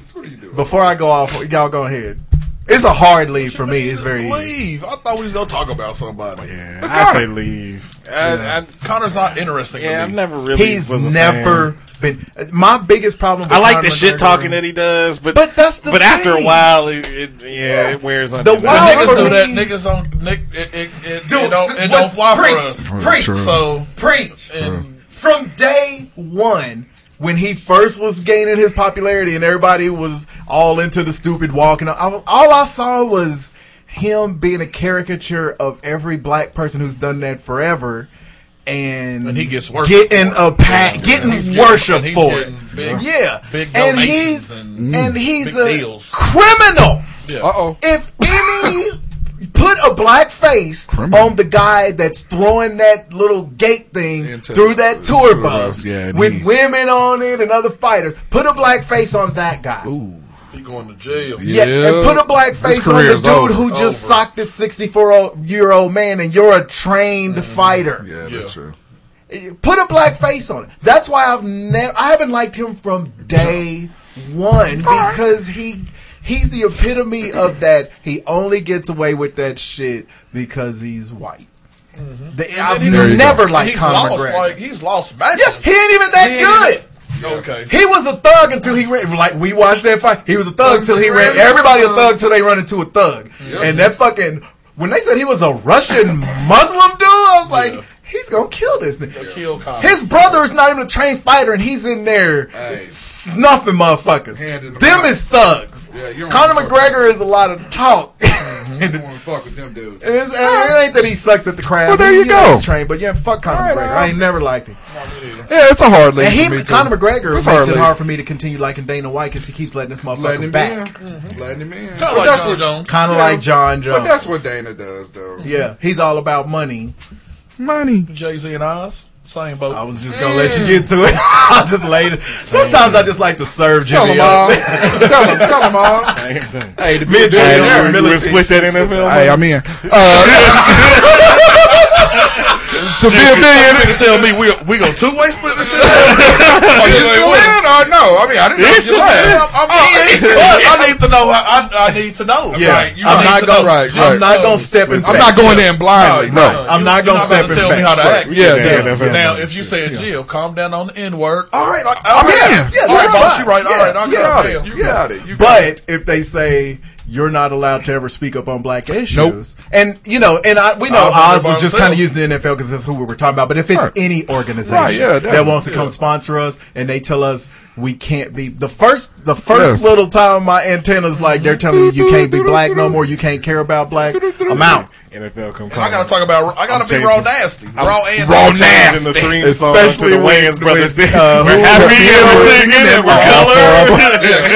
J: Before I go off, y'all go ahead. It's a hard lead for me. It's very easy.
N: Leave. I thought we was gonna talk about somebody. Yeah,
K: I say leave.
N: I, Connor's not interesting.
K: Yeah,
N: to me.
K: I've never really.
J: He's
K: was a
J: never been. My biggest problem.
K: I
J: with
K: like
J: Conor
K: the shit
J: McGregor-
K: talking that he does, but
J: But that's the
K: but after a
J: thing.
K: while, it, it yeah, it wears on.
J: The
K: you.
N: But
K: <laughs>
J: wild
N: niggas do
J: for
N: that.
J: me-
N: Niggas don't. Nick, it, it, it,
J: Oh, Dude,
N: it don't. It
J: what-
N: don't fly
J: preach,
N: for us.
J: preach.
N: So
J: preach
N: and
J: from day one when he first was gaining his popularity and everybody was all into the stupid walking. I, all I saw was him being a caricature of every black person who's done that forever. And,
N: And he gets worship
J: getting
N: for
J: a
N: it.
J: pat,
N: Yeah.
J: getting
N: He's getting-
J: worship
N: and he's
J: for
N: getting
J: it.
N: big-
J: yeah,
N: big
J: and
N: donations
J: he's
N: and
J: and,
N: big
J: he's a
N: deals.
J: criminal.
N: Yeah.
I: Uh-oh.
J: If any put a black face on the guy that's throwing that little gate thing
I: Into
J: through that tour
I: tour
J: bus
I: bus, yeah, and
J: with
I: he-
J: women on it and other fighters. Put a black face on that guy.
N: he going to jail.
J: Yeah, and put a black
I: His
J: face on
I: career
J: the
I: is
J: dude
I: over.
J: who just socked this 64 year old man and you're a trained fighter.
I: Yeah, that's <laughs> true.
J: Put a black face on it. That's why I've never I haven't liked him from day one because he he's the epitome of that he only gets away with that shit because he's white. The- I've
N: Mm-hmm. And he don't-
J: never liked
N: he's
J: Conor
N: lost,
J: McGregor.
N: Like he's lost matches.
J: yeah, he ain't even that good.
N: Okay.
J: He was a thug until he ran. Like we watched that fight, he was a thug until he ran. Everybody a
N: Uh-huh.
J: thug until they run into a thug. And that fucking when they said he was a Russian Muslim dude, I was like, he's gonna kill this nigga.
N: Kill Conor.
J: His brother is not even a trained fighter, and he's in there snuffing motherfuckers.
I: Hand in the
J: Them
I: mouth.
J: is thugs.
I: Yeah, you don't
J: Conor
I: wanna fuck
J: McGregor is a lot of talk. <laughs>
I: You don't want to fuck with them dudes.
J: And it's- and it ain't that he sucks at the crowd.
I: Well, there
J: He-
I: you
J: he
I: go.
J: is Trained, but yeah, fuck Conor
I: All right,
J: McGregor.
I: Al.
J: I ain't never liked him.
I: Yeah, it's a hard league.
J: And he,
I: for me, too.
J: Conor McGregor makes
I: It's hard
J: it
I: league.
J: hard for me to continue liking Dana White because he keeps letting this motherfucker
I: Letting him
J: back.
I: in. Letting him in.
N: Kinda
I: But
N: like
I: that's
N: John
I: what-
N: Jones.
J: Kind of
I: Mm-hmm. Yeah.
J: like John Jones.
I: But that's what Dana does, though.
J: yeah, he's all about money.
I: Money.
N: Jay Z and Oz, same boat.
J: I was just gonna let you get to it. <laughs> I just laid it. Sometimes I just like to serve
I: Tell
J: Jimmy
I: them all.
J: up.
I: <laughs> tell them. Tell them all. Hey, to be
J: Me
I: a
J: and Jimmy,
I: billionaire,
J: we're
I: really-
K: would split that NFL.
I: Hey, I'm <laughs> in. Uh, to be a billionaire.
N: Nigga tell me we we gonna two way split this shit.
I: <laughs> Are you still in or no? I mean, I didn't know if you left. Oh,
N: I'm in, but I need to know. I, I, I need to know.
J: Yeah,
N: Right, you
J: I'm
N: need
J: not
N: to
J: gonna.
N: know.
I: Right,
J: I'm
I: right.
J: not gonna step in.
I: I'm
J: fact.
I: not going in blindly. No.
J: I'm not
N: You're
J: gonna step
N: about
J: in.
N: to tell me how
J: fact.
N: to act.
I: Yeah, yeah,
N: Now,
K: NFL.
N: Now, if you say Jill, calm down on the N word. All right, I,
I: I'm in.
J: Yeah,
N: all right,
J: that's
N: boss,
J: fine.
N: you right. All
J: Yeah,
N: right, I
J: yeah.
N: got it.
I: You got it. You got it.
J: But if they say you're not allowed to ever speak up on black issues, and you know, and I, we know
N: Oz out there
J: Oz
N: by
J: was just
N: himself.
J: kind of using the NFL because that's who we were talking about. But if it's any organization
I: Right, yeah,
J: that wants to
I: definitely.
J: come sponsor us and they tell us we can't be the first, the first
I: Yes.
J: little time my antenna's like they're telling you you can't be black no more, you can't care about
I: <laughs>
J: black. I'm out,
K: NFL come.
N: I gotta talk about. I gotta
K: I'm
N: be raw
K: changing.
N: nasty, raw and
I: raw
N: nasty.
K: Changing the
I: nasty.
K: theme song to
J: especially
K: the
J: when-
K: Wayans brothers.
J: with,
K: We're
J: uh, who-
K: happy
J: yeah,
K: we're
J: with-
K: singing and we're colored.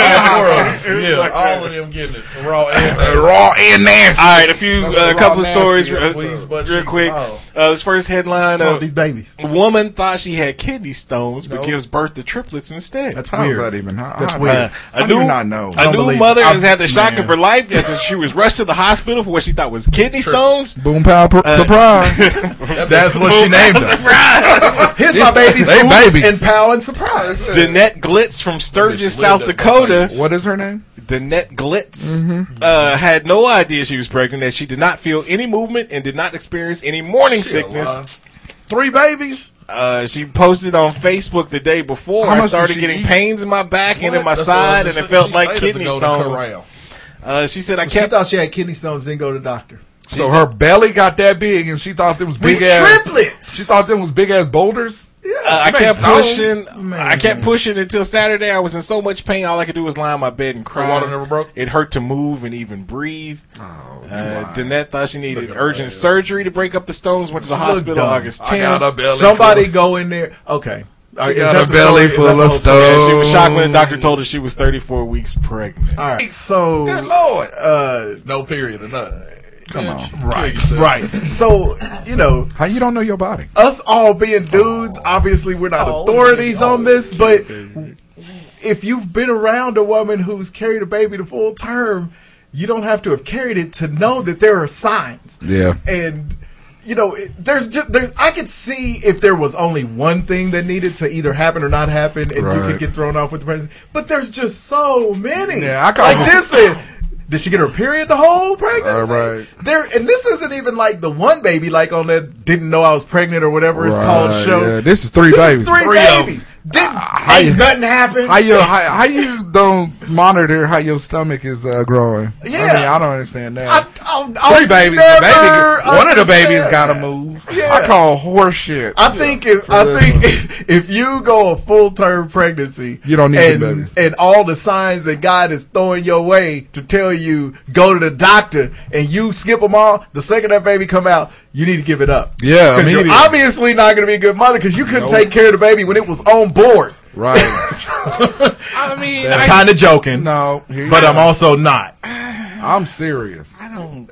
K: <laughs>
N: Yeah, all of them getting it raw and
I: Uh, Raw and nasty.
K: All right, a few
I: That's
K: uh,
I: what
K: couple
I: raw
K: of stories,
I: nasty
K: uh,
I: is,
N: please, but
K: real
N: she's
K: quick.
N: foul.
K: Uh, this first headline:
J: What's wrong
K: uh,
J: with these babies?
K: Woman thought she had kidney stones, but
J: No.
K: gives birth to triplets instead. Uh,
J: That's How's weird. that even? How- That's how- weird.
K: a
J: I do
K: new,
J: not know.
K: A
J: Don't
K: new
J: believe
K: mother
J: it.
K: has
J: I-
K: had the shock of
J: man.
K: her life after she was rushed to the hospital for what she thought was kidney stones.
I: Boom pow pr-
K: Uh, <laughs>
I: surprise.
J: That's what she named them. Here's my babies.
I: They
J: Oops,
I: babies.
J: And pow and surprise.
K: Jeanette Glitz from Sturgis, South Dakota.
I: What is her name?
K: Danette Glitz
J: Mm-hmm.
K: uh, had no idea she was pregnant, that she did not feel any movement and did not experience any morning sickness.
N: alive. Three babies.
K: Uh, she posted on Facebook the day before.
N: How
K: I
N: much
K: started
N: did she
K: getting
N: eat?
K: pains in my back and in
N: What?
K: my
N: That's what I
K: side,
N: was
K: and it
N: just-
K: felt
N: she
K: like
N: stayed at the
K: kidney
N: Golden
K: stones.
N: Corral.
K: Uh, she said, "I
J: She
K: kept
J: thought she had kidney stones, didn't go to the doctor.
I: So her belly got that big, and she thought them was big ass triplets. She thought them was big ass boulders. Yeah,
K: Uh, I
I: it makes
K: kept
I: sense.
K: pushing. I kept pushing until Saturday. I was in so much pain. All I could do was lie on my bed and cry.
N: water never broke? Oh,
K: It hurt to move and even breathe. uh, Danette thought she needed urgent surgery to break up the stones. Went to the
J: She looked
K: hospital
J: dumb.
K: August 10th.
J: Somebody go in there. Okay. All right,
I: She
J: is
I: got
J: that
I: a
J: the
I: belly
J: story? Is
I: full
J: that
I: of
J: the whole story?
I: stones.
K: She was shocked when the doctor told her she was 34 weeks pregnant.
J: All right. So. Good lord. Uh,
N: No period or nothing.
J: Come on.
N: Right.
J: Right. So, you know,
I: How you don't know your body?
J: us all being dudes, obviously we're
I: Oh,
J: not authorities on this, but if you've been around a woman who's carried a baby to full term, you don't have to have carried it to know that there are signs.
I: Yeah.
J: And you know, it- there's just there's I could see if there was only one thing that needed to either happen or not happen, and you
I: Right.
J: could get thrown off with the pregnancy. But there's just so many.
I: Yeah, I call
J: like
I: it-
J: Jim said. <laughs> Did she get her period the whole pregnancy?
I: All right.
J: There and this isn't even like the one baby like on that didn't know I was pregnant or whatever it's called
I: Right,
J: show.
I: yeah. This is three babies.
J: three,
I: Three of
J: babies. Didn't ain't nothing happened.
I: How you how, how you
J: <laughs>
I: don't monitor how your stomach is uh, growing?
J: Yeah.
I: I, mean, I don't understand that.
J: I, I,
I: Three babies, the baby, one of the babies got to move.
J: Yeah.
I: I call horse shit.
J: I think if
I: For
J: I
I: this
J: think <laughs> if, if you go a full term pregnancy,
I: You don't need the
J: and,
I: babies.
J: and all the signs that God is throwing your way to tell you go to the doctor, and you skip them all. The second that baby come out, you need to give it up.
I: Yeah,
J: because you're
I: immediately.
J: obviously not going to be a good mother because you couldn't
I: Nope.
J: take care of the baby when it was on board. <laughs>
I: Right.
K: I mean,
J: I'm
K: I,
J: kind of joking,
I: no, here you
J: but I'm
I: go.
J: also not.
I: I'm serious.
K: I don't.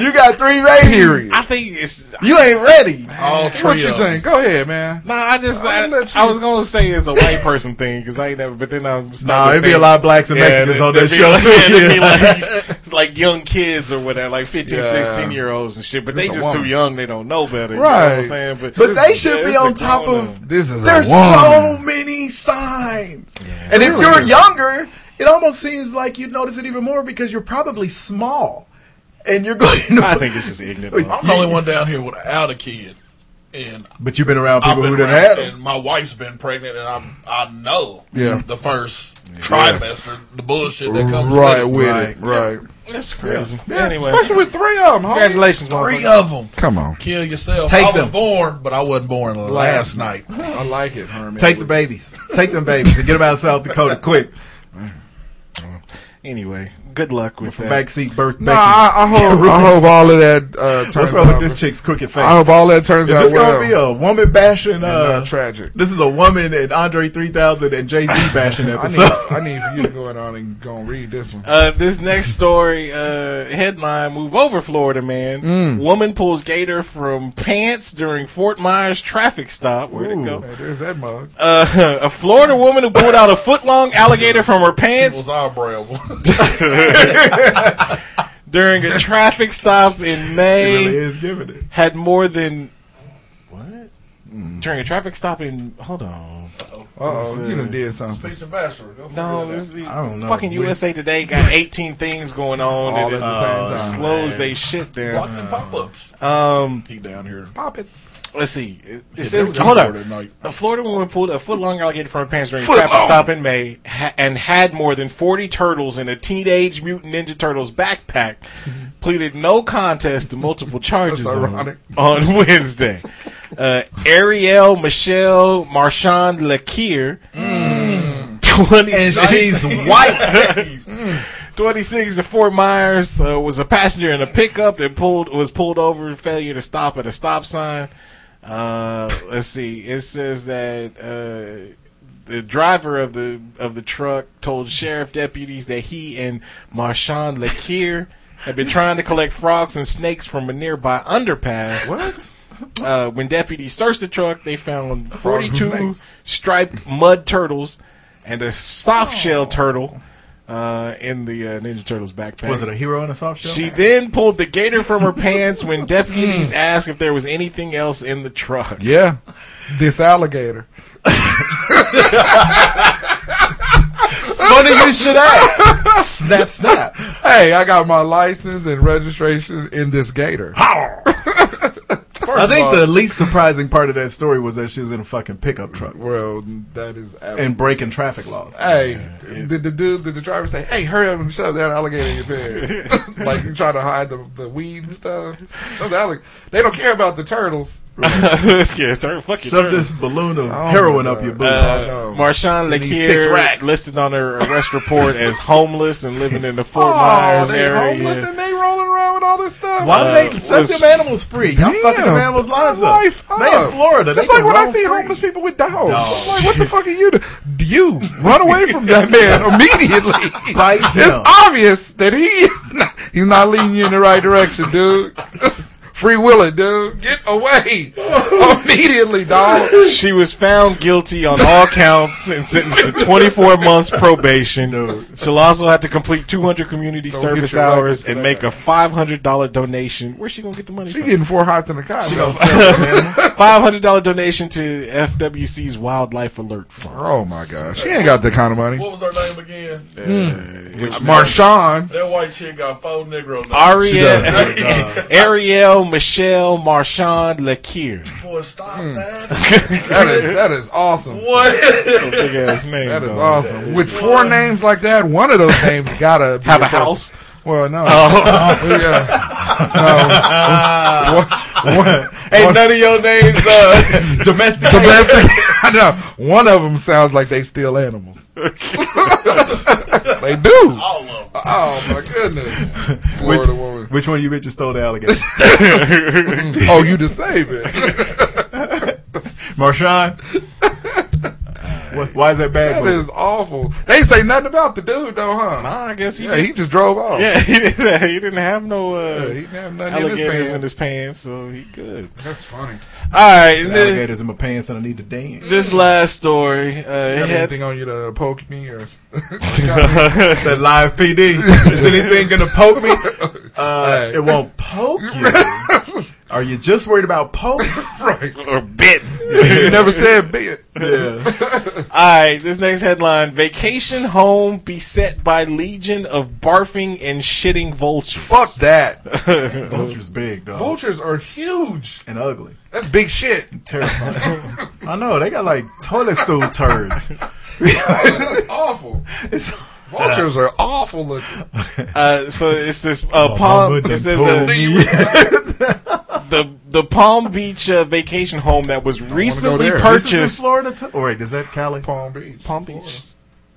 J: You got three babies.
I: Period. Oh,
K: I think it's.
J: You ain't ready.
N: All three.
I: What you think? Go ahead, man.
K: Nah, I just. I,
I: I'll let
K: I
I: you-
K: was gonna say it's a white person thing because I ain't never. But then I'm.
J: Nah, it'd be a lot of blacks and Mexicans on that
K: there'd be
I: <laughs>
J: show
K: like- <laughs>
J: too.
K: yeah,
J: <laughs>
K: there'd be
J: Yeah.
K: like, it's like young kids or whatever, like 15,
I: Yeah.
K: 16 year olds and shit. But they
I: It's a
K: just too
I: woman.
K: young. They don't know better. You know what I'm
I: Right.
K: saying? But,
J: But they should be
K: it's
J: on
K: a
J: top
K: grown-up.
J: of-
I: This is
J: There's
I: a woman.
J: so many signs. and if
I: Really?
J: you're younger, it almost seems like you'd notice it even more because you're probably small. And you're going to.
K: <laughs> I think
J: <laughs>
K: it's just ignorant.
N: I'm the only one down here without a kid, and
J: But you've been around
N: I've
J: people
N: been
J: who didn't
N: around,
J: have
N: and my wife's been pregnant, and I I know
I: Yeah.
N: the first trimester, the bullshit that comes
I: Right
N: with it.
I: with it. Right.
K: That's crazy. Anyway,
I: Especially with three of them.
K: congratulations,
N: Three
K: motherfucker.
N: of them.
I: Come on.
N: Kill yourself.
J: Take
N: I was
J: them.
N: born, but I wasn't born last night.
I: I like it, Herman.
J: Take the babies. Take them babies and get them out of South Dakota quick.
K: Anyway, good luck with that.
J: Backseat birth
I: No,
J: Becky.
I: I, I hope I hope all of that uh, turns
J: What's wrong with
I: out-
J: this chick's crooked face?
I: I hope all that turns
J: Is
I: out
J: this
I: well.
J: going to be a woman bashing? Uh,
I: not tragic.
J: This is a woman and Andre 3000 and Jay Z bashing
I: I
J: episode.
I: need,
J: <laughs>
I: I need for you to go in on and go and read this one.
K: Uh, this next story uh, headline: Move over, Florida man. Woman pulls gator from pants during Fort Myers traffic stop. Where'd it go?
I: Hey, there's that mug.
K: Uh, <laughs> a Florida woman who pulled out a foot long alligator from her
N: People's <laughs>
K: pants
N: eyebrow.
K: during a traffic stop in
J: She really
K: May
J: is giving it.
K: had more than what? During a traffic stop in hold on.
I: Uh oh, you done did something.
N: Pizza bachelor. Go
K: No,
N: figure it
K: this is the
J: I don't know.
K: fucking USA Today got 18 things going on
I: All
K: and
I: at
K: it
I: the
K: uh,
I: same time.
K: slows they
N: out.
K: shit
N: Lock
K: down.
N: them pop-ups.
K: Um,
N: He down here.
I: Poppets.
K: let's see. It, it
N: Yeah,
K: says,
N: they were
K: hold
N: bored at
K: on.
N: night.
K: A Florida woman pulled a foot long alligator from her pants during a traffic stop in May ha- and had more than 40 turtles in a Teenage Mutant Ninja Turtles backpack. Pleaded no contest to multiple charges on,
I: ironic.
K: on <laughs> Wednesday. Uh, Ariel Michelle Marchand Laquier. 26
J: And she's white.
K: <laughs> 26 to Fort Myers uh, was a passenger in a pickup that pulled was pulled over for failure to stop at a stop sign. Uh, let's see. It says that uh, the driver of the of the truck told sheriff deputies that he and Marshawn Lakier had been trying to collect frogs and snakes from a nearby underpass. What? Uh, when deputies searched the truck, they found 42 striped mud turtles and a soft
J: Oh.
K: shell turtle uh, in the uh, Ninja Turtles backpack.
J: Was it a hero in a soft shell?
K: She then pulled the gator from
J: <laughs>
K: her pants when deputies asked if there was anything else in the truck. <laughs>
I: Yeah, this alligator.
J: Funny you should ask. snap, snap.
I: Hey, I got my license and registration in this gator.
J: I think the least surprising part of that story was that she was in a fucking pickup truck
I: Well, that is.
J: and breaking traffic laws.
I: Hey, did the dude, did the driver say, "Hey, hurry up and shove that alligator in your
J: <laughs>
I: pants"? like you try to hide the, the weed and stuff. So the allig- they don't care about
J: <laughs>
I: the turtles.
K: yeah, turn, fuck your
J: Shove
K: turn.
J: this balloon of
I: Oh,
J: heroin
I: my
J: up
I: God.
J: your boot.
I: I
K: Uh,
I: know.
K: Marshawn
I: And these six
K: Lakier
I: racks.
K: listed on her arrest report as homeless and living in the Fort
I: Oh,
K: Myers
I: they
K: area.
I: homeless and they rolling around with all this stuff.
J: Why do
K: Uh,
J: they set
K: was-
J: them animals free? Y'all fucking them animals' lives up.
I: Life up.
J: They in Florida.
I: Just
J: they
I: like
J: can
I: when I
J: roam
I: see
J: free. <laughs>
I: homeless people with dogs.
J: Dogs.
I: I'm like, what the fuck are you do?
J: <laughs>
I: Do You run away from that man immediately.
J: Bite
I: it's
J: him.
I: obvious that he is not, he's not leading you in the right direction, dude. <laughs> Free willing, dude. Get
J: <laughs>
I: away immediately, dog.
K: She was found guilty on all counts and sentenced to 24 months probation. She'll also have to complete 200 community
I: Don't
K: service
I: get your
K: hours
I: records
K: and make a $500 donation. Where's she gonna get the money?
I: She getting four hots in the car.
J: She
I: bro.
J: gonna
K: <laughs>
J: sell them animals.
K: $500 donation to FWC's Wildlife Alert Fund.
I: Oh my gosh, she ain't got that kind of money.
N: What was her name again?
K: Which
I: Marshawn.
N: That white chick got four Negro names.
I: She
K: Uh, Ariel, <laughs>
I: does.
K: Ariel, Michelle, Marchand,
I: <laughs>
K: Lakir.
N: Boy, stop that.
I: That is that is awesome.
N: What? <laughs>
K: Big ass name.
I: That is
K: dog.
I: awesome. With four names like that, one of those names gotta be
K: Have a
I: person.
K: house?
I: Well, no.
K: Oh.
I: yeah. No. One- one-
J: Ain't
I: one-
J: none of your names uh, <laughs> domestic.
I: domestic. <laughs> I know. One of them sounds like they steal
K: <laughs>
I: animals. they do.
N: All of them.
I: Oh my goodness.
J: Which,
I: Florida woman.
J: which one of you bitches stole the alligator?
I: Oh, you to save
K: <laughs>
I: it. <laughs>
J: Marshawn? What- Why is that bad?
I: That
J: boy?
I: is awful. They say nothing about the dude though, huh?
K: Nah, I guess he.
I: Yeah, he just drove off.
K: yeah, <laughs> he didn't, he didn't have no uh,
I: Yeah, he didn't have nothing in his
K: alligators
I: pants.
K: in his pants, so he good.
I: That's funny.
K: All right, and then-
J: alligators in my pants and I need to dance.
K: This last story, uh,
I: You
K: it
I: got
K: had,
I: anything on you to poke me or?
K: <laughs>
I: <laughs>
J: That live PD. Is anything gonna poke me? Uh, it won't poke you. Are you just worried about pokes?
I: right.
K: or bit.
I: You never said bit.
J: yeah.
K: All right, this next headline: Vacation home beset by legion of barfing and shitting vultures.
I: <laughs> Fuck that.
J: Vulture's big, dog.
I: <laughs> Vultures are huge.
J: And ugly.
I: That's big shit.
J: Terrifying. I know, they got like toilet stool turds.
I: That's awful.
J: It's-
I: Vultures are awful looking.
J: <laughs>
K: Uh, so it's this uh, palm.
J: mama done
K: It says
J: told
K: uh,
J: me.
K: the the Palm Beach uh, vacation home that was recently
I: there.
J: This is in
K: purchased.
J: Florida too? Oh, wait, is that Cali?
I: Palm Beach.
K: Palm Beach.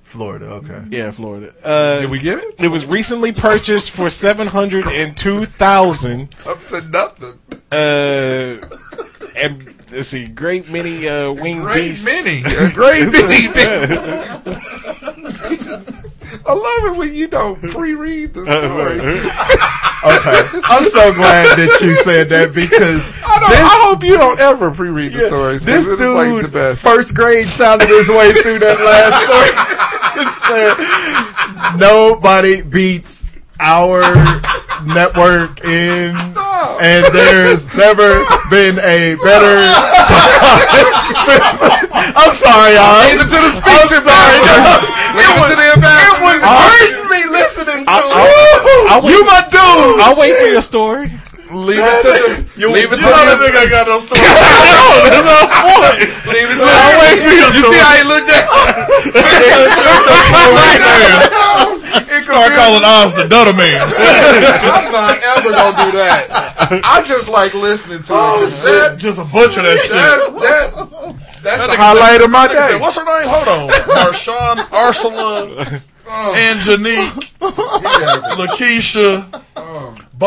J: Florida, okay.
K: Yeah, Florida. Uh,
I: Did we get it?
J: <laughs>
K: It was recently purchased for seven hundred and two thousand.
I: Up to nothing.
K: Uh, and let's see, great many uh, wing
I: Great
K: beasts. Uh,
I: mini.
K: <laughs>
I: A
J: <laughs>
I: great mini. <laughs> I love it when you don't pre-read
J: <laughs>
K: uh,
I: the story.
J: Okay. I'm so glad that you said that because
I: I, don't, I hope you don't ever pre-read
J: <laughs>
I: the stories. 'cause
J: This
I: it's
J: dude,
I: like the best.
J: first grade, sounded his way through that last <laughs> story. It said, Nobody beats our network in, and there's never been a better. <laughs> I'm sorry, y'all.
I: Listen to the
J: I'm
I: speech.
J: sorry. dog. It
I: Listen
J: was,
I: to the ambassador.
J: it was hurting me listening to.
K: I- I- I
J: you my dude.
K: I'll wait for your story.
I: Leave it to the. Leave it to
N: You know that
I: the.
N: nigga ain't got
J: <laughs>
N: no story.
I: Leave it to the. You see how he looked at? <laughs>
N: Start calling Oz the Dutter Man.
I: I'm not ever gonna do that. I just like listening to it. 'cause that-
N: <laughs> Just a bunch of that shit.
I: that- that- that's the highlight of my
N: Like I said,
I: day.
N: what's her name? Hold on. Marshawn, Ursula, Angelique, Lakeisha,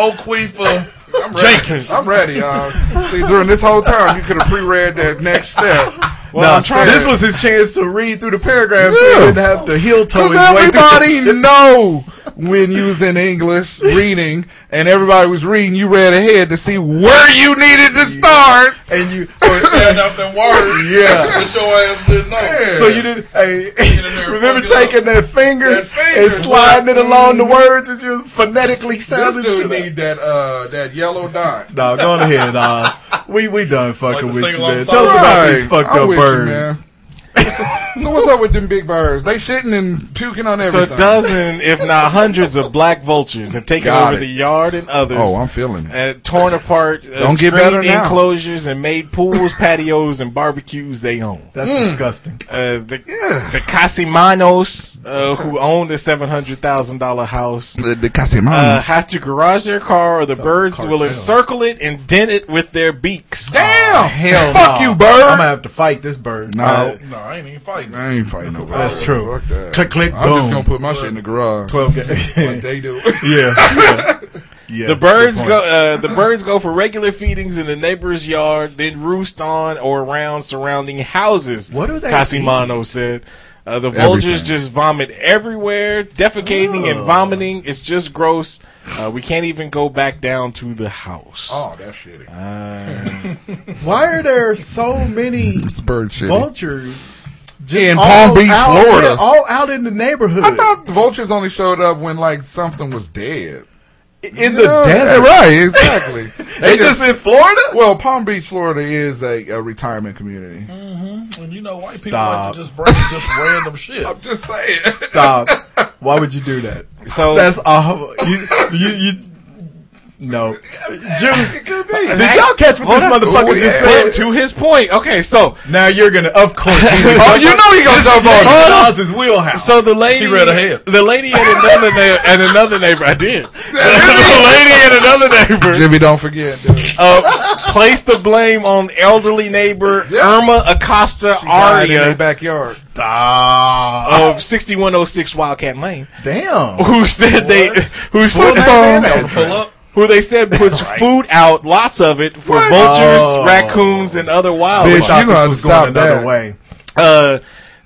N: Boquefa.
I: I'm ready. I'm ready, y'all. See, during this whole time, you could have pre-read that next step.
J: Nah,
K: I'm trying
J: this was his chance to read through the paragraphs so
I: Yeah.
J: he didn't have to heel toe his
I: Because
J: way through. the
I: everybody
J: shit.
I: know when you was in English reading and everybody was reading, you read ahead to see where you needed to start.
J: And you
N: Tearing out them words.
J: Yeah.
N: But your ass didn't know.
J: So you didn't. Hey,
K: <laughs>
J: <laughs> remember taking that finger,
N: finger,
J: and sliding it
N: like,
J: along the words as you phonetically
N: This
J: sounded.
N: dude need that uh that yellow dot.
J: No, go on ahead, dog. We we done fucking
N: the
J: with you,
N: sing-along
J: man.
N: song.
J: Tell us about
I: Right.
J: these fucked
I: I'm
J: up
I: with you,
J: birds.
I: man. so what's up with them big birds? They shitting and puking on
K: So
I: everything.
K: a dozen, if not hundreds, of black vultures have taken
I: Got
K: over
I: it.
K: the yard and others.
I: Oh, I'm feeling it.
K: and torn apart, uh,
I: Don't get
K: screened
I: better now.
K: enclosures, and made pools, patios, and barbecues they own.
J: That's
I: Mm.
J: disgusting.
K: Uh, the, the Casimanos, uh, who own the seven hundred thousand dollar house,
I: The, the Casimano.
K: uh, have to garage their car, or the birds will encircle it and dent it with their beaks.
I: Damn!
J: Hell,
I: Fuck
J: no.
I: you, bird!
J: I'm gonna have to fight this bird.
I: no,
J: Uh,
N: No, I ain't even fighting.
I: I ain't fighting nobody.
J: that's true.
I: Fuck that.
J: Click, click,
I: I'm just
J: boom.
I: gonna put my shit in the garage.
J: twelve games. yeah,
I: Like they do.
J: <laughs> yeah, yeah.
K: the birds
J: good
K: go.
J: point.
K: Uh, the birds go for regular feedings in the neighbor's yard, then roost on or around surrounding houses.
J: What are they
K: Casimano said. Uh, the vultures
I: Everything.
K: just vomit everywhere, defecating
J: Oh.
K: and vomiting. It's just gross. Uh, we can't even go back down to the house.
N: Oh, that's shitty.
J: Why are there so many
I: It's bird shit.
J: vultures just
I: In
J: all
I: Palm Beach,
J: out-
I: Florida.
J: yeah, all out in the neighborhood
I: I thought vultures only showed up when like something was dead.
J: in the
I: You know?
J: desert?
I: Yeah, right? Exactly.
J: <laughs> They just, in Florida.
I: Well, Palm Beach, Florida is a, a retirement community.
N: And you know, white people
J: Stop.
N: like to just break just random shit.
I: Just saying.
J: Stop. Why would you do that?
K: So
J: That's awful. You, you, you,
I: <laughs>
J: no. Juice. Did y'all catch what this
K: Hold
J: motherfucker
I: Ooh,
J: just
I: yeah.
J: said?
K: to his point. Okay, so
J: Now you're gonna, of course,
I: <laughs> <laughs> Oh, you know he gonna jump on. it.
J: Nas is wheelhouse.
K: So the lady,
N: read ahead.
K: the lady and another na- and another neighbor. I did. the lady and
I: <laughs>
K: another neighbor.
I: Jimmy, don't forget. Dude.
K: uh, place the blame on elderly neighbor Irma Acosta
I: Died in their
K: Aria
I: backyard.
J: Stop.
K: of 6106 Wildcat Lane,
J: Damn.
K: who said they who
J: Full
K: said,
J: name and
N: Don't
J: address.
N: pull up.
K: who they said puts food out, lots of it for vultures,
J: Oh.
K: raccoons, and other
I: Bitch,
K: wildlife.
J: Thought
I: you gonna
J: this was going
I: stop
J: another
I: that.
J: way.
K: Uh,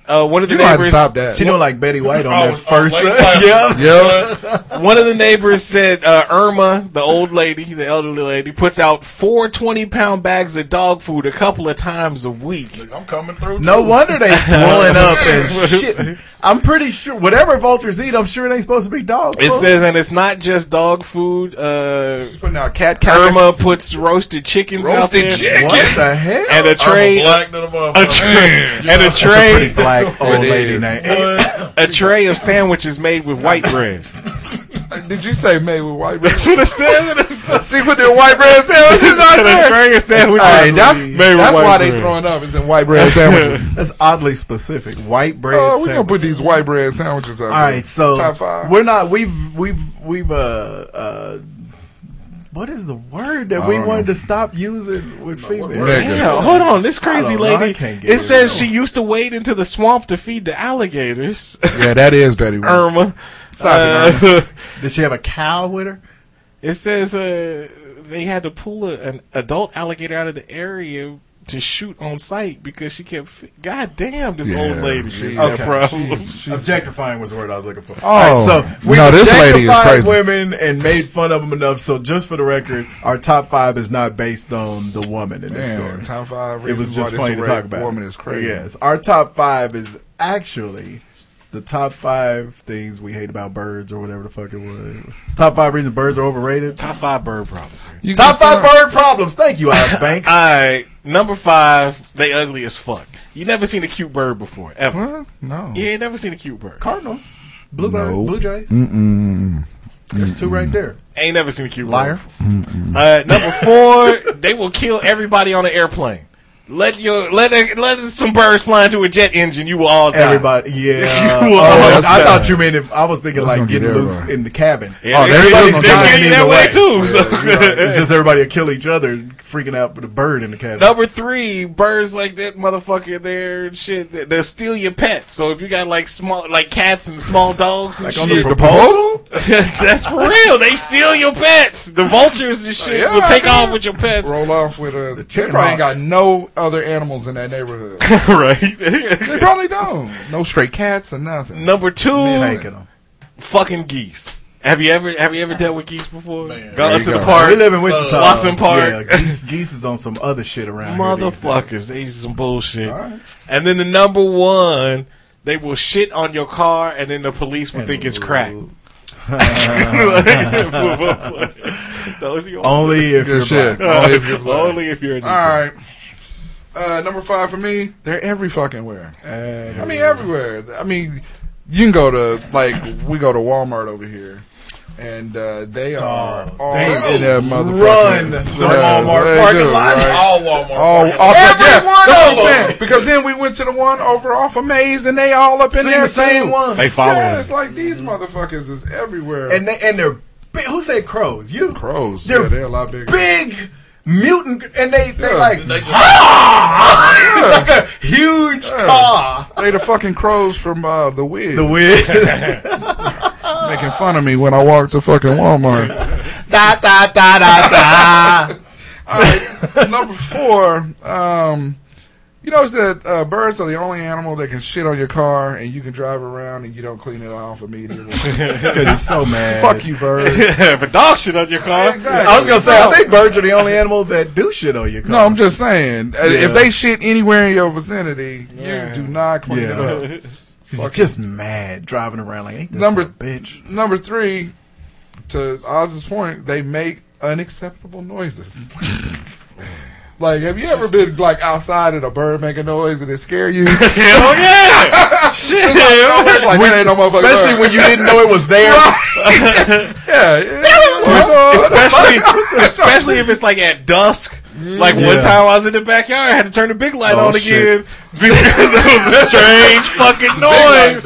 K: uh, one of the
I: You gonna have to
K: neighbors,
I: stop that.
J: She know like Betty White on
N: Oh,
J: that first.
N: oh, late class.
J: <laughs> yeah.
I: Yep.
K: one of the neighbors said uh, Irma, the old lady, the elderly lady, puts out four 20 pound bags of dog food a couple of times a week.
N: I'm coming through.
J: No
N: too.
J: wonder they blowing up and shit. I'm pretty sure whatever vultures eat, I'm sure it ain't supposed to be dog.
K: It
J: food.
K: says, and it's not just dog food. Uh,
I: Putting out cat
K: Irma
I: cameras.
K: puts roasted chickens out
I: Roasted
K: there,
I: chicken.
J: what the hell?
K: and a
N: I'm a
K: tray, a,
N: black little
K: tray,
N: motherfucker.
K: <laughs> and a
J: That's a
K: tray,
J: pretty black old
I: It
J: lady
I: is.
J: name.
K: a tray of sandwiches made with white bread.
I: Uh, Did you say made with white bread? <laughs>
K: That's what it <laughs> says. It says-
I: See what the white bread sandwiches out
K: And a
I: there.
K: tray of sandwiches.
I: Hey, that's
K: made with
I: that's
K: white
I: why they
K: bread.
I: throwing up is in white bread
J: <laughs>
I: sandwiches.
J: That's oddly specific. White bread.
I: oh, we gonna
J: sandwich.
I: put these white bread sandwiches up.
J: All right, so
I: top five.
J: we're not. We've we've we've uh uh. What is the word that we
I: don't
J: wanted
I: know.
J: to stop using with females?
I: Nigga.
K: Yeah, hold on, this
J: I
K: crazy
J: don't know, I
K: lady.
J: can't get
K: It
J: it.
K: says she used to wade into the swamp to feed the alligators. <laughs>
I: Yeah, that is Betty White.
K: Irma.
I: Stop it,
K: Uh,
J: Did she have a cow with her?
K: <laughs> It says uh, they had to pull a, an adult alligator out of the area to shoot on site because she kept. Fi- God damn, this
I: Yeah,
K: old lady.
I: she's-
K: She's got
J: okay,
K: problems.
J: Objectifying was the word I was looking for. Oh,
I: Oh, no, this lady is crazy.
J: women and made fun of them enough. So just for the record, our top five is not based on the woman in this
I: Man,
J: story.
I: top five
J: It was
I: reasons
J: just
I: why this
J: funny to
I: rape
J: talk about.
I: woman is crazy.
J: Yes, our top five is actually the top five things we hate about birds or whatever the fuck it was. Top five reasons birds are overrated.
K: Top five bird problems. Here.
I: You
J: Top
I: can
J: five
I: stop.
J: bird problems. Thank you, Alex
I: <laughs>
J: Banks.
K: All right, number five. They ugly as fuck. You never seen a cute bird before, ever.
I: What? No.
K: You ain't never seen a cute bird.
J: Cardinals, bluebirds,
I: No.
J: blue jays. There's two right there.
K: Ain't never seen a cute
J: Liar.
K: bird. Uh, number four. <laughs> they will kill everybody on an airplane. Let your let a, let some birds fly into a jet engine. You will all die.
J: <laughs> Everybody, yeah.
K: You
J: Oh,
K: are-
J: I thought you meant it. I was thinking
I: gonna
J: like
I: get
J: getting loose
I: everybody.
J: in the cabin.
K: Yeah,
I: Oh,
K: they-
I: everybody's
K: they-
I: dying
K: they get
J: either
K: that way
J: way.
K: too. so-
J: <laughs> it's just everybody will kill each other, freaking out with a bird in the cabin.
K: <laughs> Number three, birds like that motherfucker there, and shit, they- they'll steal your pet. So if you got like small, like cats and small dogs and
J: Like on the
K: shit,
I: The
J: proposal?
I: proposal?
K: <laughs> that's for real. They steal your pets. The vultures and shit
I: Yeah,
K: will take
I: yeah.
K: off with your
I: <laughs>
K: pets.
I: Roll off with a. They
J: chicken
I: probably ain't
J: hawk.
I: got no other animals in that neighborhood. they
K: right.
I: probably don't. No stray cats or
K: <laughs>
I: nothing.
K: Number two,
J: Taking 'em.
K: fucking geese. Have you ever have you ever dealt with geese before?
J: There
K: Gone
J: you
K: up to the
J: go.
K: park.
J: We live in Wichita.
K: Uh, Watson Park.
J: Yeah, geese, geese is on some other shit around here. these
K: Motherfuckers, they some bullshit. And then the number one, they will shit on your car, and then the police will think it's crack. <laughs> Those are your-
J: Only if
I: Good
J: you're
I: shit.
J: black.
I: Only if you're black.
K: Only if you're a
I: Oh, <laughs> All right. Uh, number five for me, they're every fucking where. I mean, everywhere. I mean, you can go to like we go to Walmart over here, and uh, they are all
J: they
I: in that motherfucker.
J: run the Walmart parking lot.
N: All Walmart
I: All,
N: parking
I: all
N: lot.
I: Every yeah,
N: Every one
I: that's what
N: of
I: I'm
N: them.
I: saying. Because then we went to the one over off of Maze, and they all up in
J: Same
I: there.
J: the same
I: too.
J: one. They follow
I: Yeah,
J: him.
I: it's like these motherfuckers is everywhere.
J: And they and they're bi- who said crows? You
I: crows.
J: They're
I: yeah, they're a lot
J: <laughs>
I: bigger.
J: big mutant, and they they
I: Yeah.
J: like
N: They just-
J: it's like a huge <laughs> car.
I: They the fucking crows from uh, the Wiz.
J: ah. The <laughs> wind.
I: making fun of me when I walk to fucking Walmart.
J: <laughs> da da da da da.
I: All right, number four. Um, you notice that uh, birds are the only animal that can shit on your car and you can drive around and you don't clean it off immediately.
J: <laughs> Because he's so mad.
I: Fuck
J: <laughs>
I: you,
K: <laughs>
I: bird.
K: if a dog shit on your car,
I: Exactly.
J: I was gonna say I think birds are the only animal that do shit on your car.
I: No, I'm just saying. uh,
J: Yeah.
I: If they shit anywhere in your vicinity,
K: Yeah.
I: you do not clean it up.
J: Yeah. He's just mad driving around like ain't this
I: Number-
J: a bitch.
I: Number three, to Oz's point, they make unacceptable noises. like, have you ever been like outside and a bird make a noise and it scare you? <laughs>
K: hell Oh, yeah, shit.
I: It's like, that ain't no motherfucking
J: Especially
I: bird.
J: when you didn't know it was there. <laughs>
I: yeah, yeah.
K: especially especially if it's like at dusk. Like one
J: Yeah.
K: time I was in the backyard, I had to turn the big light
J: Oh,
K: on
J: shit.
K: again because there was a strange fucking noise.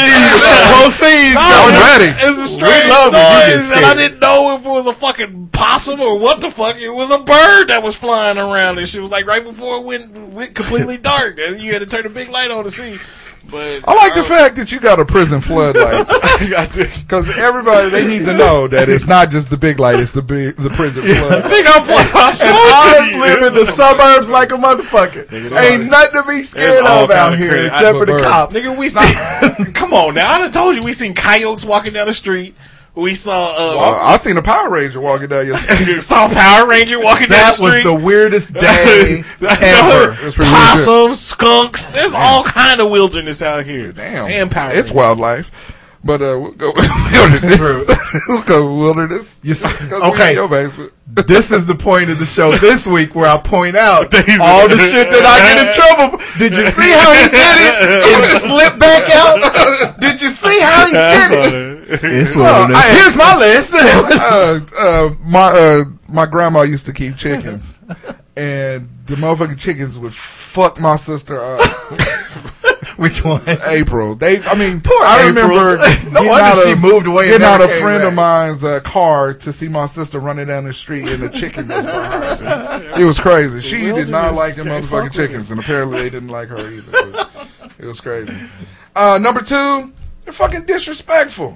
J: Proceed. Proceed.
K: Oh,
J: I'm
K: it-
J: ready.
K: It was a strange
J: love when you get
K: noise, and I
J: scared.
K: didn't know if it was a fucking possum or what the fuck. It was a bird that was flying around, and she was like right before it went went completely dark. And you had to turn the big light on to see. But
I: I like the fact that you got a prison floodlight
K: I did-
I: because everybody they need to know that it's not just the big light; it's the big, the prison
K: I
I: flood.
K: think I'm playing. I showed
J: I
K: to you.
J: live in the suburbs like a motherfucker. Ain't nothing to be scared
K: all
J: of
K: kind
J: out
K: of
J: here
K: crazy-
J: except
I: I-
J: for the
I: birds.
J: cops.
K: Nigga, we see. <laughs> come on now. I done told you we seen coyotes walking down the street. We saw uh,
I: Uh, I seen a Power Ranger walking
K: <laughs>
I: down yesterday.
K: saw Power Ranger walking down the
J: That was
K: street. <laughs>
J: the <laughs> weirdest day ever.
I: It's pretty
K: Possums, skunks. There's all kind of wilderness out here.
I: Damn,
K: and Power.
I: it's
K: Rangers.
I: wildlife, but uh, we'll go <laughs> wilderness. <laughs> we'll go wilderness.
J: You see-
I: <laughs> 'Cause we in
J: okay,
I: your basement.
J: this is the point of the show this week where I point <laughs> out all the shit that I get <laughs> in trouble. for. Did you see how he did it
K: <laughs>
J: and slip back out? Did you see how he did it? It's wilderness. Here's my list. <laughs>
I: uh, uh, my uh, my grandma used to keep chickens,
K: <laughs>
I: and the motherfucking chickens would fuck my sister up.
J: Which one?
I: April. They, I mean,
J: Poor
I: I
J: April.
I: remember.
J: <laughs> No
I: getting
J: wonder
I: out
J: she moved away and
I: Getting out a
J: never came
I: friend of
J: back.
I: mine's uh, car to see my sister running down the street and the chicken
K: <laughs>
I: was behind her. It was crazy. She did not
K: wilderness
I: like them
K: can't
I: motherfucking
K: fuck with
I: chickens, and apparently they didn't like her either. It was, it was crazy. Uh, number two, they're
J: <laughs>
I: fucking disrespectful.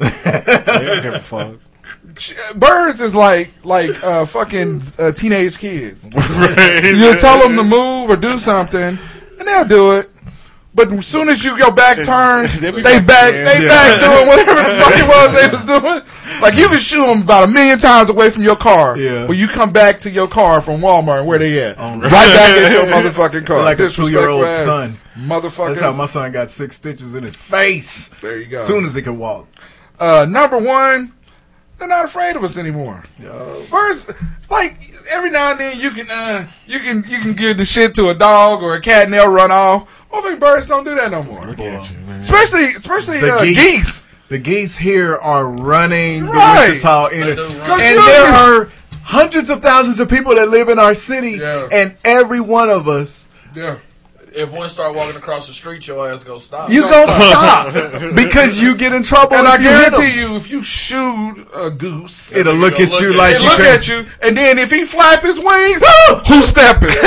I: Ch- Birds is like like uh, fucking uh, teenage kids. You tell them to move or do something, and they'll do it. But as soon as you go back
J: <laughs>
I: turn,
K: They
I: they
K: be
I: back,
K: back there.
I: they back doing whatever the fuck it was they was doing. Like you can shoot them about a million times away from your car.
J: Yeah.
I: When you come back to your car from Walmart, where they at? Right back
J: <laughs>
I: at your motherfucking car.
J: Like a two-year-old
I: Disrespectful ass
J: son.
I: Motherfuckers.
J: That's how my son got six stitches in his face.
I: There you go.
J: As soon as he could walk.
I: Uh, number one, they're not afraid of us anymore. Birds, like every now and then you can uh, you can you can give the shit to a dog or a cat and they'll run off. Motherfucking birds don't do that no more. Especially especially
J: The
I: uh,
J: geese.
I: geese.
J: The geese here are running
I: Right.
J: the Wichita area.
N: do
J: And
N: run.
J: there are hundreds of thousands of people that live in our city.
I: Yeah.
J: And every one of us,
I: Yeah.
N: If one start walking across the street, your ass gonna stop.
J: you
I: <laughs>
J: going to stop because you get in trouble.
I: And I
J: if you hit
I: guarantee you, if you shoot a goose,
J: 'em. It'll look
N: They'll
J: at you
N: look
J: like
N: at
I: they
J: you
I: look
J: could-
I: at you, and then if he flap his wings, who stepping? <laughs>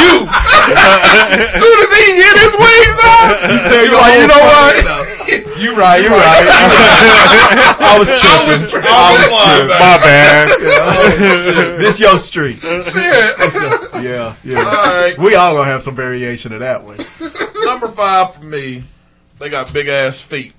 I: you. soon as he hit his wings out, you
J: tell your whole
I: like, you know
J: fucking
I: <laughs> what?
J: You right, you right. <laughs> I was
I: <laughs>
J: tripping. I was
K: My bad.
J: tripping. This your street.
I: <laughs> Shit.
J: Yeah, yeah.
N: right.
J: We all gonna have some
I: <laughs>
J: variation of that one.
N: Number five for me, they got big ass feet.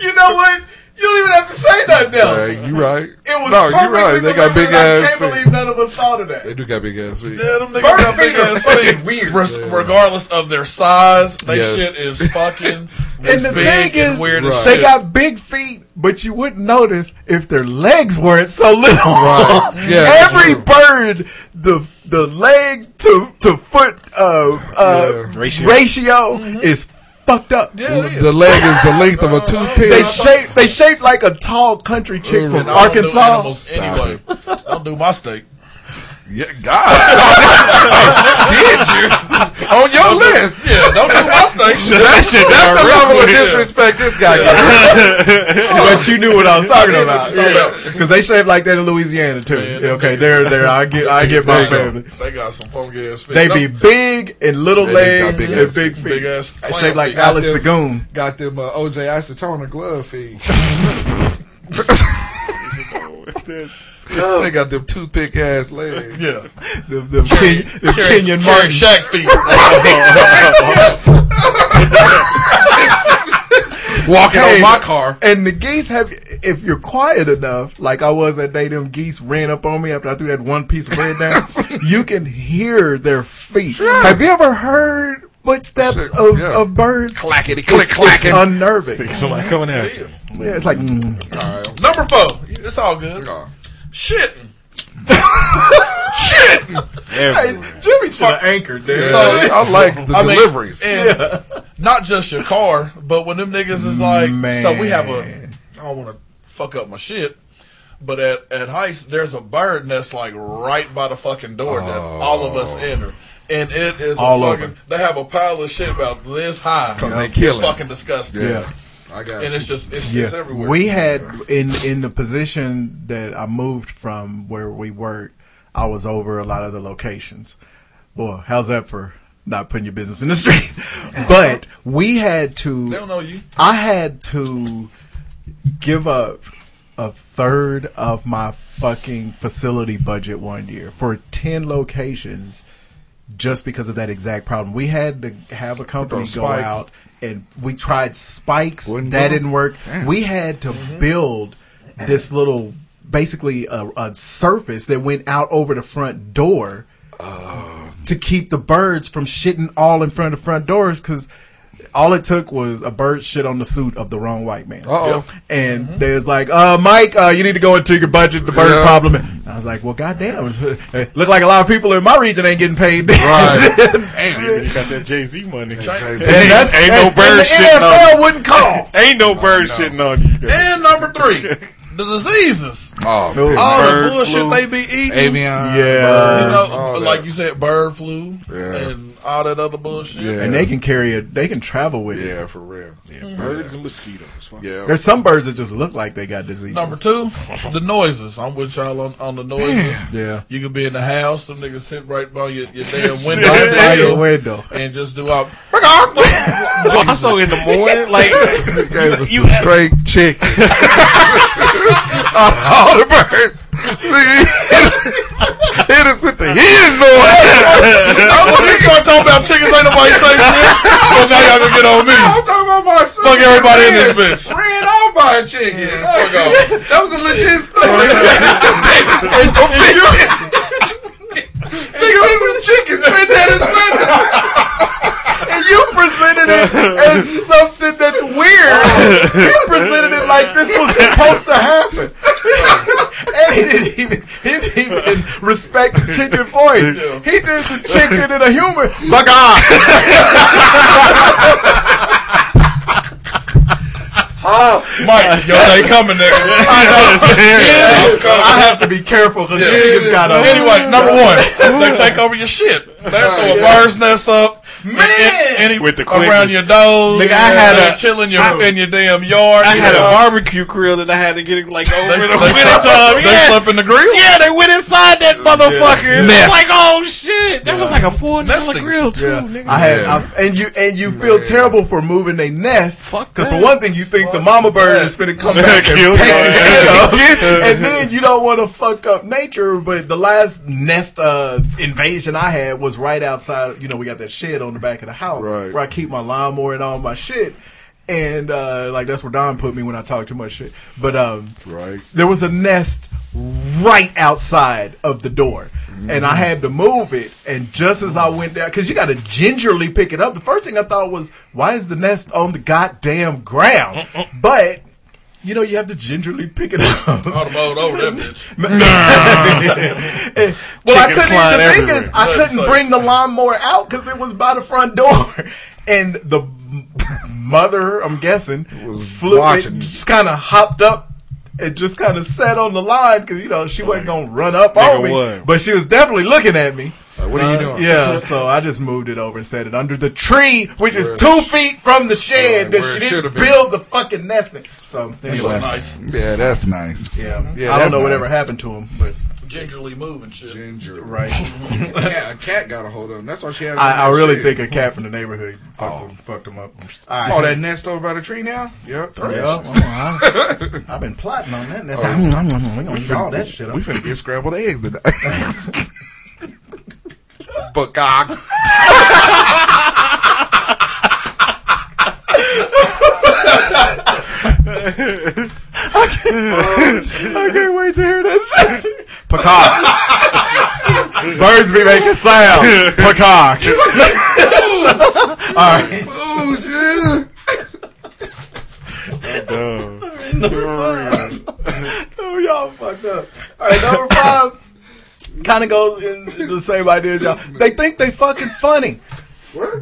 J: You know what? You don't even have to say nothing else.
I: Hey, you right.
J: It was
I: no, you right. They got big
J: I
I: ass
J: can't
I: feet.
J: believe none of us thought of that.
I: They do got big ass feet.
L: Yeah, them niggas got big ass feet. Res- Regardless of their size, they
I: Yes.
L: shit is <laughs> fucking
J: And the
L: big
J: thing is,
L: and weird as
J: they
L: shit.
J: got big feet, but you wouldn't notice if their legs weren't
L: <laughs>
J: so little.
I: <laughs> <laughs> Right. Yeah, that's
J: Every bird, the the leg to to foot uh, uh, ratio,
L: Mm-hmm.
J: is fucked up.
I: The leg is the
J: <laughs>
I: length of a toothpick.
J: They shape they shaped like a tall country chick
L: And I
J: from
L: don't do
J: Arkansas.
L: animals Anyway, don't do my steak.
I: Yeah, God. Did you? On your list.
L: Yeah, don't do my steak.
I: That shit that's the level of disrespect this guy gets.
J: <laughs> but you knew what I was talking
I: Yeah, that's
J: about.
I: what I'm talking
J: Because they shape like that in Louisiana too. okay, there, there. I get, I get my family.
L: They got some funky ass feet.
J: They
L: No,
J: be big and little
I: They got
J: legs
I: big ass
J: and big feet.
L: big ass.
J: They
L: clam
J: shape like
L: feet.
J: Alice the Goon.
O: Got them uh, OJ Isotona glove feet.
I: they got them toothpick ass legs.
L: Yeah.
J: The, the,
L: Carry-
J: Ken- the
L: carry-
J: Kenyan
L: carry
J: Martin.
L: Shaq feet.
I: Walking on my car.
J: And the geese have, if you're quiet enough, like I was that day, them geese ran up on me after I threw that one piece of bread
I: <laughs>
J: down. you can hear their feet. Have you ever heard footsteps of,
I: yeah.
J: of birds?
I: Clackety
J: It's-
I: click
J: it's
I: clacking.
J: unnerving.
K: Somebody coming out.
J: Yeah, it's like, mm.
L: Number four. It's all good.
I: Oh,
L: Shitting.
J: hey, Jimmy should have anchored, dude.
L: So-
I: I like the
L: I mean,
I: deliveries.
L: and Not just your car, but when them niggas is like, so we have a. I don't want to fuck up my shit, but at at Heist, there's a bird nest like right by the fucking door that all of us enter. And it is
J: All
L: a
J: over.
L: fucking. They have a pile of shit about this high.
I: 'Cause they
L: It's
I: killing.
L: fucking disgusting.
J: Yeah.
I: I got
L: And it's just it's just
J: yeah,
L: everywhere.
J: we had in in the position that I moved from where we worked. I was over a lot of the locations. Boy, how's that for not putting your business in the street? <laughs> but we had to.
L: They don't know you.
J: I had to give up a third of my fucking facility budget one year for 10 locations just because of that exact problem. We had to have a company
I: Those
J: go
I: spikes.
J: out and we tried spikes.
I: Wouldn't
J: that
I: go.
J: didn't work. We had to build this little, basically, a, a surface that went out over the front door to keep the birds from shitting all in front of the front doors because all it took was a bird shit on the suit of the wrong white man.
I: Uh-oh.
J: And they was like, uh, Mike, uh, you need to go into your budget, the bird
I: Yeah.
J: problem. And I was like, well, goddamn. it's- uh, it Look like a lot of people in my region ain't getting paid. <laughs>
K: Hey, you got that Jay Z money.
J: And that's,
K: ain't no
J: and- and
K: bird
J: the
K: shitting
J: NFL
K: on you.
J: wouldn't call.
K: <laughs> Ain't no bird shitting on you.
L: And number three, the diseases.
I: Oh,
J: Ooh.
L: All the
K: Bird
L: bullshit
K: flu.
L: they be eating.
I: avian.
J: Yeah.
L: You know,
I: all
L: like
I: that.
L: you said, bird flu
I: Yeah.
L: and all that other bullshit.
I: Yeah.
J: And they can carry it. They can travel with it.
I: Yeah, for real.
K: Birds and mosquitoes. Fuck.
I: Yeah.
J: There's some birds that just look like they got disease.
L: Number two, the noises. I'm with y'all on, on the noises.
J: Yeah.
L: You could be in the house, some niggas sit right by your,
I: <laughs>
L: your damn window
J: Outside your
L: sill
J: window.
L: and just do all.
K: Well, I saw in the
L: <laughs>
K: morning, like
I: They gave us
K: You
I: some
K: have-
I: straight chicken. <laughs> all the birds. Hit us with the hen
L: <laughs>
I: noise.
L: I want to start talking about chickens. Ain't nobody say shit. 'Cause now y'all gonna get on me.
I: I'm talking about my sister.
L: Fuck everybody in
I: Ran-
L: this bitch.
I: Ran off by a chicken.
L: fuck off.
I: That was a legit story. Nigga, this is chicken sitting at his window.
J: And you presented it as something that's weird. You presented it like this was supposed to happen. <laughs> and he didn't even he didn't even respect the chicken voice. He did the chicken in a human. But God.
L: Mike, yo, they coming, <laughs> nigga.
J: I have to be careful because you got a
L: Anyway, number one, they take over your shit. They throw a bird's nest up, man, any,
K: With the
L: around
K: quickness.
L: your doors.
J: Nigga, I had
L: they
J: a-
L: chill in your
J: I-
L: in your damn yard.
K: I had a
L: Yeah.
K: barbecue grill that I had to get like over
L: They,
K: the
L: they, slept-
K: winter time.
L: they
K: Yeah.
L: slept in the grill.
K: Yeah, they went inside that motherfucker. It was
I: Mess.
K: Like, oh shit! shit. That was like a four dollar grill too, nigga.
J: I had, I, and you and you feel terrible for moving they nest because for one thing you think the mama bird is going to come back and
K: Kill
J: pack
K: your
J: the shit up,
K: ass.
J: and then you don't want to fuck up nature. But the last nest uh, invasion I had was right outside. You know, we got that shed on the back of the house where I keep my lawnmower and all my shit. And uh, like that's where Don put me when I talk too much shit. But um,
I: Right.
J: there was a nest right outside of the door. And
N: Mm.
J: I had to move it. And just as I went down, because you got to gingerly pick it up, the first thing I thought was, why is the nest on the goddamn ground? But, you know, you have to gingerly pick
N: <laughs>
J: it up.
N: I'd have mowed over that
J: <laughs>
N: bitch.
J: well, I
N: Chickens flying
J: couldn't. The thing is,
N: everywhere.
J: I
N: Blood
J: couldn't
N: sucks.
J: bring the lawnmower out because it was by the front door, <laughs> and the m- mother, I'm guessing, flew.
I: watching.
J: It just kind of hopped up. and just kind of sat on the line because you know she wasn't gonna run up
I: Nigga,
J: on me,
I: what?
J: but she was definitely looking at me.
I: what are you
J: Uh,
I: doing?
J: Yeah, so I just moved it over and set it under the tree, which is two feet from the shed that
I: where
J: she
I: it
J: didn't
I: should've been.
J: build the fucking nest in. So anyway,
I: Yeah, that's nice.
J: Yeah,
I: yeah
J: Mhm. I don't
I: that's
J: know
I: nice.
J: whatever happened to him, but
N: Gingerly move and shit.
P: Ginger.
J: <laughs> Right.
P: yeah, <laughs> a cat got a hold of him. That's why she had. Oh. him in
J: I, I
P: that
J: really
P: shed.
J: think a cat from the neighborhood fucked, him, fucked him up. All
P: Oh, that nest over by the tree now. Yep.
J: Yeah. Oh, I- <laughs> I've been plotting on that. That's
P: Oh.
J: we gonna
P: We
J: eat
P: finna-
J: all that shit up.
I: We
J: <laughs>
I: finna get scrambled eggs tonight. Buckog.
J: I can't wait to hear that shit. Peacock. Birds be making sound. Peacock. all right.
P: Oh
J: Oh, y'all fucked up. All right, number five kind of goes in the same idea as y'all. They think they fucking funny.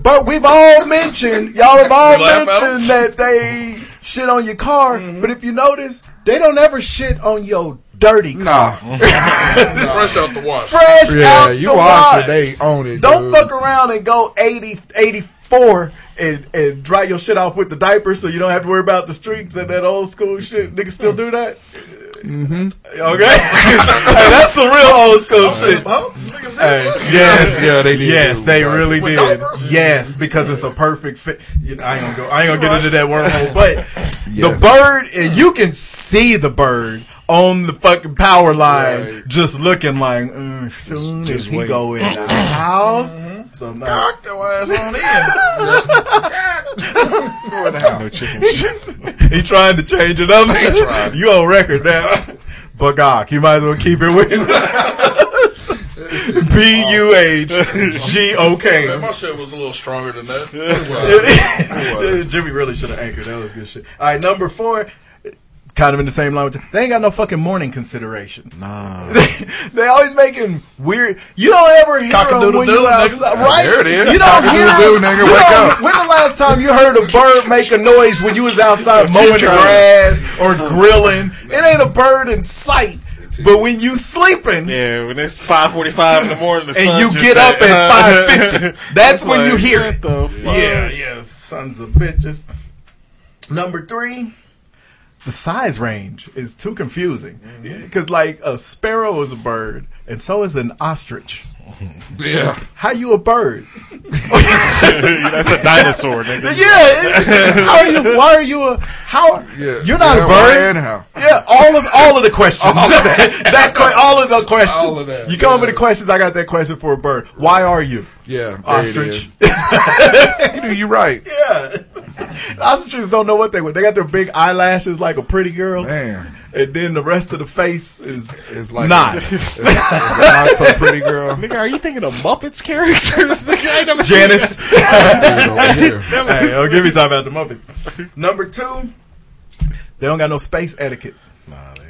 J: But we've all mentioned, y'all have all
N: You laugh at 'em? Mm-hmm.
J: mentioned that they shit on your car. But if you notice, they don't ever shit on your dirty
N: Mm.
J: car.
N: Fresh out the wash.
J: Fresh
I: Yeah,
J: out
I: you
J: the
I: wash it,
J: wash.
I: they own it,
J: Don't
I: dude.
J: fuck around and go 80, 84 and, and dry your shit off with the diaper so you don't have to worry about the streaks and that old school shit. Niggas still do that?
I: Mm-hmm.
J: Okay, <laughs> Hey, that's some real old school shit. Hey, yes,
I: Yeah, they did
J: Yes,
I: do,
J: they
I: right.
J: really
I: With
J: did. Yes, because it's a perfect fit. You know, I ain't gonna go. I ain't gonna get into that
I: <laughs>
J: wormhole. But
I: Yes.
J: the bird, and you can see the bird on the fucking power line, just looking like mm, soon as he go in the
N: <coughs>
J: house. So now, <laughs> he trying to change it up. you on record now. But God, you might as well keep
N: <laughs>
J: it with B U H G O
N: <laughs> Man,
J: K.
N: my shit was a little stronger than that.
J: Jimmy really should have anchored. That was good shit. All right, number four. Kind of in the same language. They ain't got no fucking morning consideration. <laughs> Nah. they always making weird. You don't ever hear 'em when
N: Cock-a-doodle-doo,
J: you
N: nigga.
J: outside, right?
N: There it is.
J: You don't hear 'em-
I: Cock-a-doodle-doo, nigga,
J: you
I: wake
J: don't-
I: up.
J: When the last time you heard a bird make a noise when you
N: <laughs>
J: was outside
I: What you
J: mowing the
I: trying to-
J: grass or grilling? It ain't a bird in sight. But when you sleeping,
K: Yeah, when it's five forty five in the morning, the
J: and
K: sun
J: you
K: just
J: get
K: set. <laughs>
J: up at five fifty. That's
K: It's
J: when you
K: like,
J: hear
K: what
J: it.
K: the fuck? <laughs>
J: Yeah, yeah, sons of bitches. Number three, the size range is too confusing because, like, a sparrow is a bird, and so is an ostrich.
I: Yeah.
J: How you a bird?
K: That's a dinosaur, nigga.
J: Yeah. How are you? Why are you a? How
I: Yeah.
J: you're not
I: Yeah,
J: a
I: why
J: bird?
I: and how?
J: Yeah, all of all of the questions. <laughs> that, que- all of the questions.
I: All of that,
J: you come up with the questions. I got that question for a bird. Why are you?
I: Yeah, there
J: ostrich.
I: <laughs> You do you right.
J: Ostriches don't know what they were. They got their big eyelashes like a pretty girl,
I: Man.
J: and then the rest of the face is
I: It's
J: like
I: like
J: not.
I: It's, it's not so
J: <laughs>
I: pretty girl.
K: Nigga, are you thinking of Muppets characters? <laughs> Nigga, I ain't never seen
J: Janice.
I: <laughs> Yeah.
J: hey, oh, give me time about the <laughs> Muppets. Number two, they don't got no space etiquette.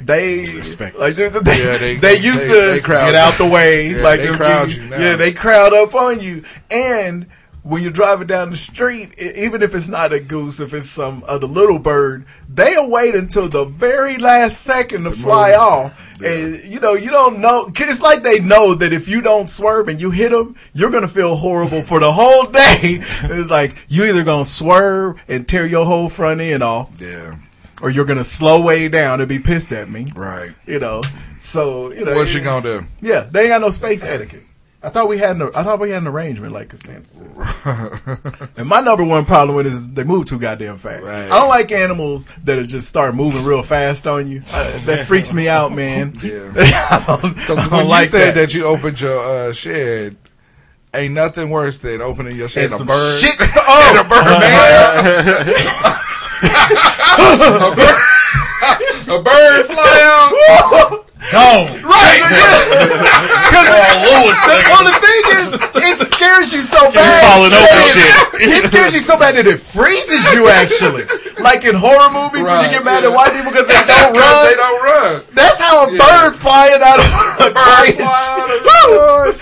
J: They
K: respect
J: like there's a- they, <laughs>
I: Yeah,
J: they,
I: they-
J: used
I: they-
J: to
I: they
J: get
I: crowd you.
J: out the way
I: Yeah,
J: like
I: they
J: they'll
I: crowd
J: give
I: you now.
J: yeah they crowd up on you and when you're driving down the street e- even if it's not a goose if it's some other little bird they'll wait until the very last second to fly
I: move.
J: off and you know you don't know 'cause it's like they know that if you don't swerve and you hit them you're gonna feel horrible for the whole day <laughs> it's like you either gonna swerve and tear your whole front end off
I: Yeah.
J: or you're gonna slow way down and be pissed at me.
I: Right.
J: You know. So you know
I: What you
J: it-
I: gonna do?
J: Yeah, they ain't got no space etiquette. I thought we had an I thought we had an arrangement like Costanza
I: <laughs>
J: said. and my number one problem with it is they move too goddamn fast. I don't like animals that are just start moving real fast on you. I- that freaks me out, man.
I: <laughs> Yeah.
J: <laughs> I don't, I
I: Because
J: don't
I: when
J: like
I: you said that.
J: that.
I: you opened your uh, shed, ain't nothing worse than opening your shed
J: And
I: and, a
J: some
I: bird. <laughs>
J: shit
I: st- oh, and a bird,
J: <laughs>
I: man. a, bird, <laughs> a bird fly out.
J: No. Right. Because <laughs> well, the thing is, it scares you so bad.
L: falling over
J: that
L: and
J: it,
L: shit.
J: it scares you <laughs> so bad that it freezes you. Actually, like in horror movies, when you get mad at white people because <laughs>
I: <laughs>
J: they don't run.
I: They don't run.
J: That's how a bird flying out of
I: <laughs>
J: a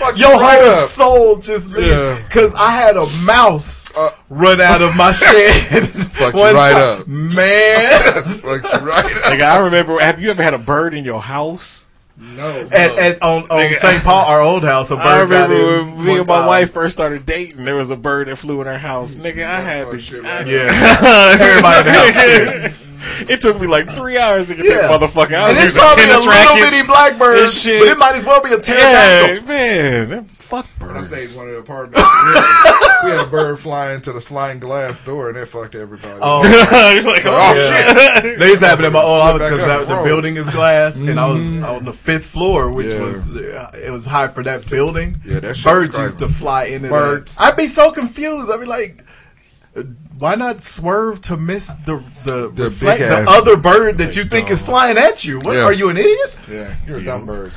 J: <laughs> bird Your whole soul just because I had a mouse run out of <laughs> my shed.
I: Fucked you
J: one
I: right
J: time.
I: up.
J: man. <laughs>
I: Fucked you right up.
K: Like I remember, have you ever had a bird in your house?
I: No.
J: At, at on, on
K: Nigga.
J: St. Paul, our old house, a bird
K: I
J: got in
K: remember when me
J: one
K: and my
J: time.
K: wife first started dating. There was a bird that flew in our house, nigga. I had to, I-
J: Yeah. <laughs> Everybody in the
K: <laughs>
J: house scared.
K: It took me like three hours to get
J: Yeah.
K: that motherfucker out.
J: And
K: There
J: it's
K: was
J: probably a
K: tennis
J: little
K: rackets
J: <laughs> bitty blackbird,
K: and shit.
J: but it might as well be a pterodactyl.
K: Yeah, man, that fuck bird.
I: I stayed
K: <laughs>
I: in one of
L: <laughs>
I: the apartments. We had, we had a bird flying to the sliding glass door, and it fucked everybody.
J: Oh,
K: oh,
J: Yeah. They used to happen at my old office because the building is glass, and I was on the fifth floor, which
I: Mm-hmm. Yeah.
J: was uh, it was high for that building.
I: Yeah, that shit
J: birds
I: was
J: used to fly in and out.
I: Birds.
J: I'd be so confused. I'd be like. uh, Why not swerve to miss the the, reflect-
I: big
J: the
I: ass-
J: other bird that you think is flying at you? What
I: Yeah.
J: are you an idiot?
I: Yeah, you're a dumb bird.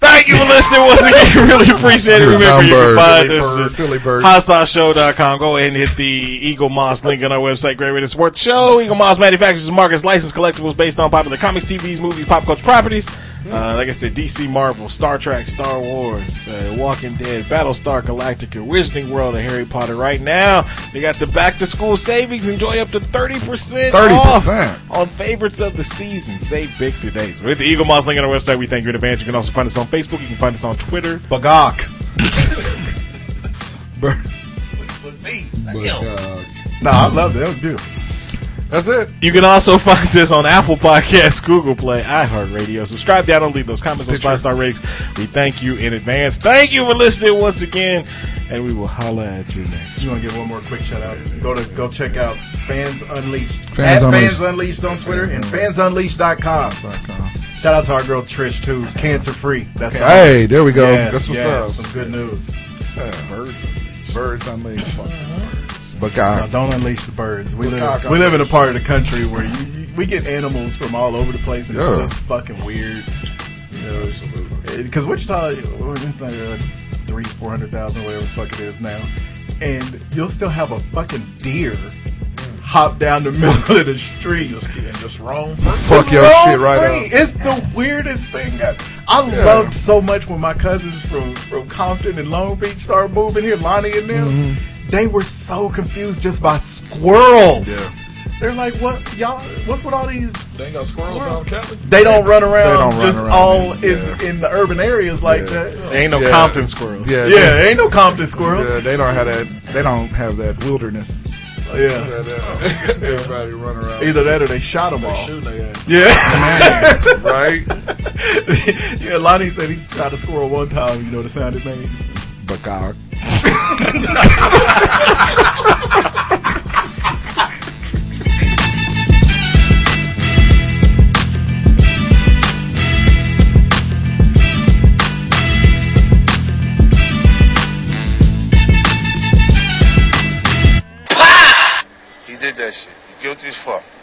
K: Thank you for listening once again. <laughs> Really appreciate it.
I: You're a
K: Remember,
I: dumb
K: you can
I: bird.
K: find
I: Silly
K: us
I: bird. Silly bird.
K: HotSauceShow.com. Go ahead and hit the Eagle Moss link on our website, Great Rated Sports Show. Eagle Moss manufactures and markets licensed collectibles based on popular comics, TVs, movies, pop culture properties. Uh, like I said, DC, Marvel, Star Trek, Star Wars, uh, Walking Dead, Battlestar Galactica, Wizarding World, and Harry Potter. Right now, they got the back to school savings. Enjoy up to 30%
I: 30%.
K: off on favorites of the season. Save big today. So hit the Eagle Moss link on our website. We thank you in advance. You can also find us on Facebook. You can find us on Twitter.
I: <laughs>
J: Bagok. No, I loved it. That was beautiful.
I: That's it.
K: You can also <laughs> find us on Apple Podcasts, Google Play, iHeartRadio. Subscribe, download, leave those comments, those
I: Stitcher.
K: five star ratings. We thank you in advance. Thank you for listening once again, and we will holla at you next.
J: Just want to give one more quick shout out. Go to go check out Fans Unleashed.
K: Fans
J: At
K: Unleashed.
J: Fans Unleashed on Twitter and fansunleashed.com. Shout out to our girl Trish too, cancer free. That's the-
I: Hey, there we go.
J: Yes,
I: That's what's
J: yes,
I: up.
J: Some good news.
I: Birds, birds unleashed. Fuck birds.
J: No,
I: Bagok.
J: don't unleash the birds. We live,
I: Bagok.
J: we live in a part of the country where you, you- we get animals from all over the place, and
I: Yeah.
J: it's just fucking weird. You know, because Wichita, well, it's like uh, three, four hundred thousand, whatever the fuck it is now, and you'll still have a fucking deer hop down the <laughs> middle of the street. Just kidding, just wrong.
I: Fuck your shit right up.
J: It's the weirdest thing. That, I
I: Yeah.
J: loved so much when my cousins from from Compton and Long Beach started moving here, Lonnie and them.
I: Mm-hmm.
J: They were so confused just by squirrels. They're like, what y'all? What's with all these? They squirrels
N: out in Cali?
J: They don't run around
K: don't run
J: just
K: around,
J: all in, in the urban areas like that.
K: There ain't no
I: Yeah.
K: Compton squirrels.
I: Yeah,
J: Yeah, ain't no Compton squirrels.
I: Yeah, they don't have that. They don't have that wilderness.
J: Yeah.
I: <laughs> Everybody run around.
J: Either that or they shot them all.
N: shooting their ass.
J: Yeah. <laughs>
I: right?
J: yeah, Lonnie said he's tried to squirrel one time. You know the sound it made.
I: Bagok.
H: He did that shit. You guilty as fuck.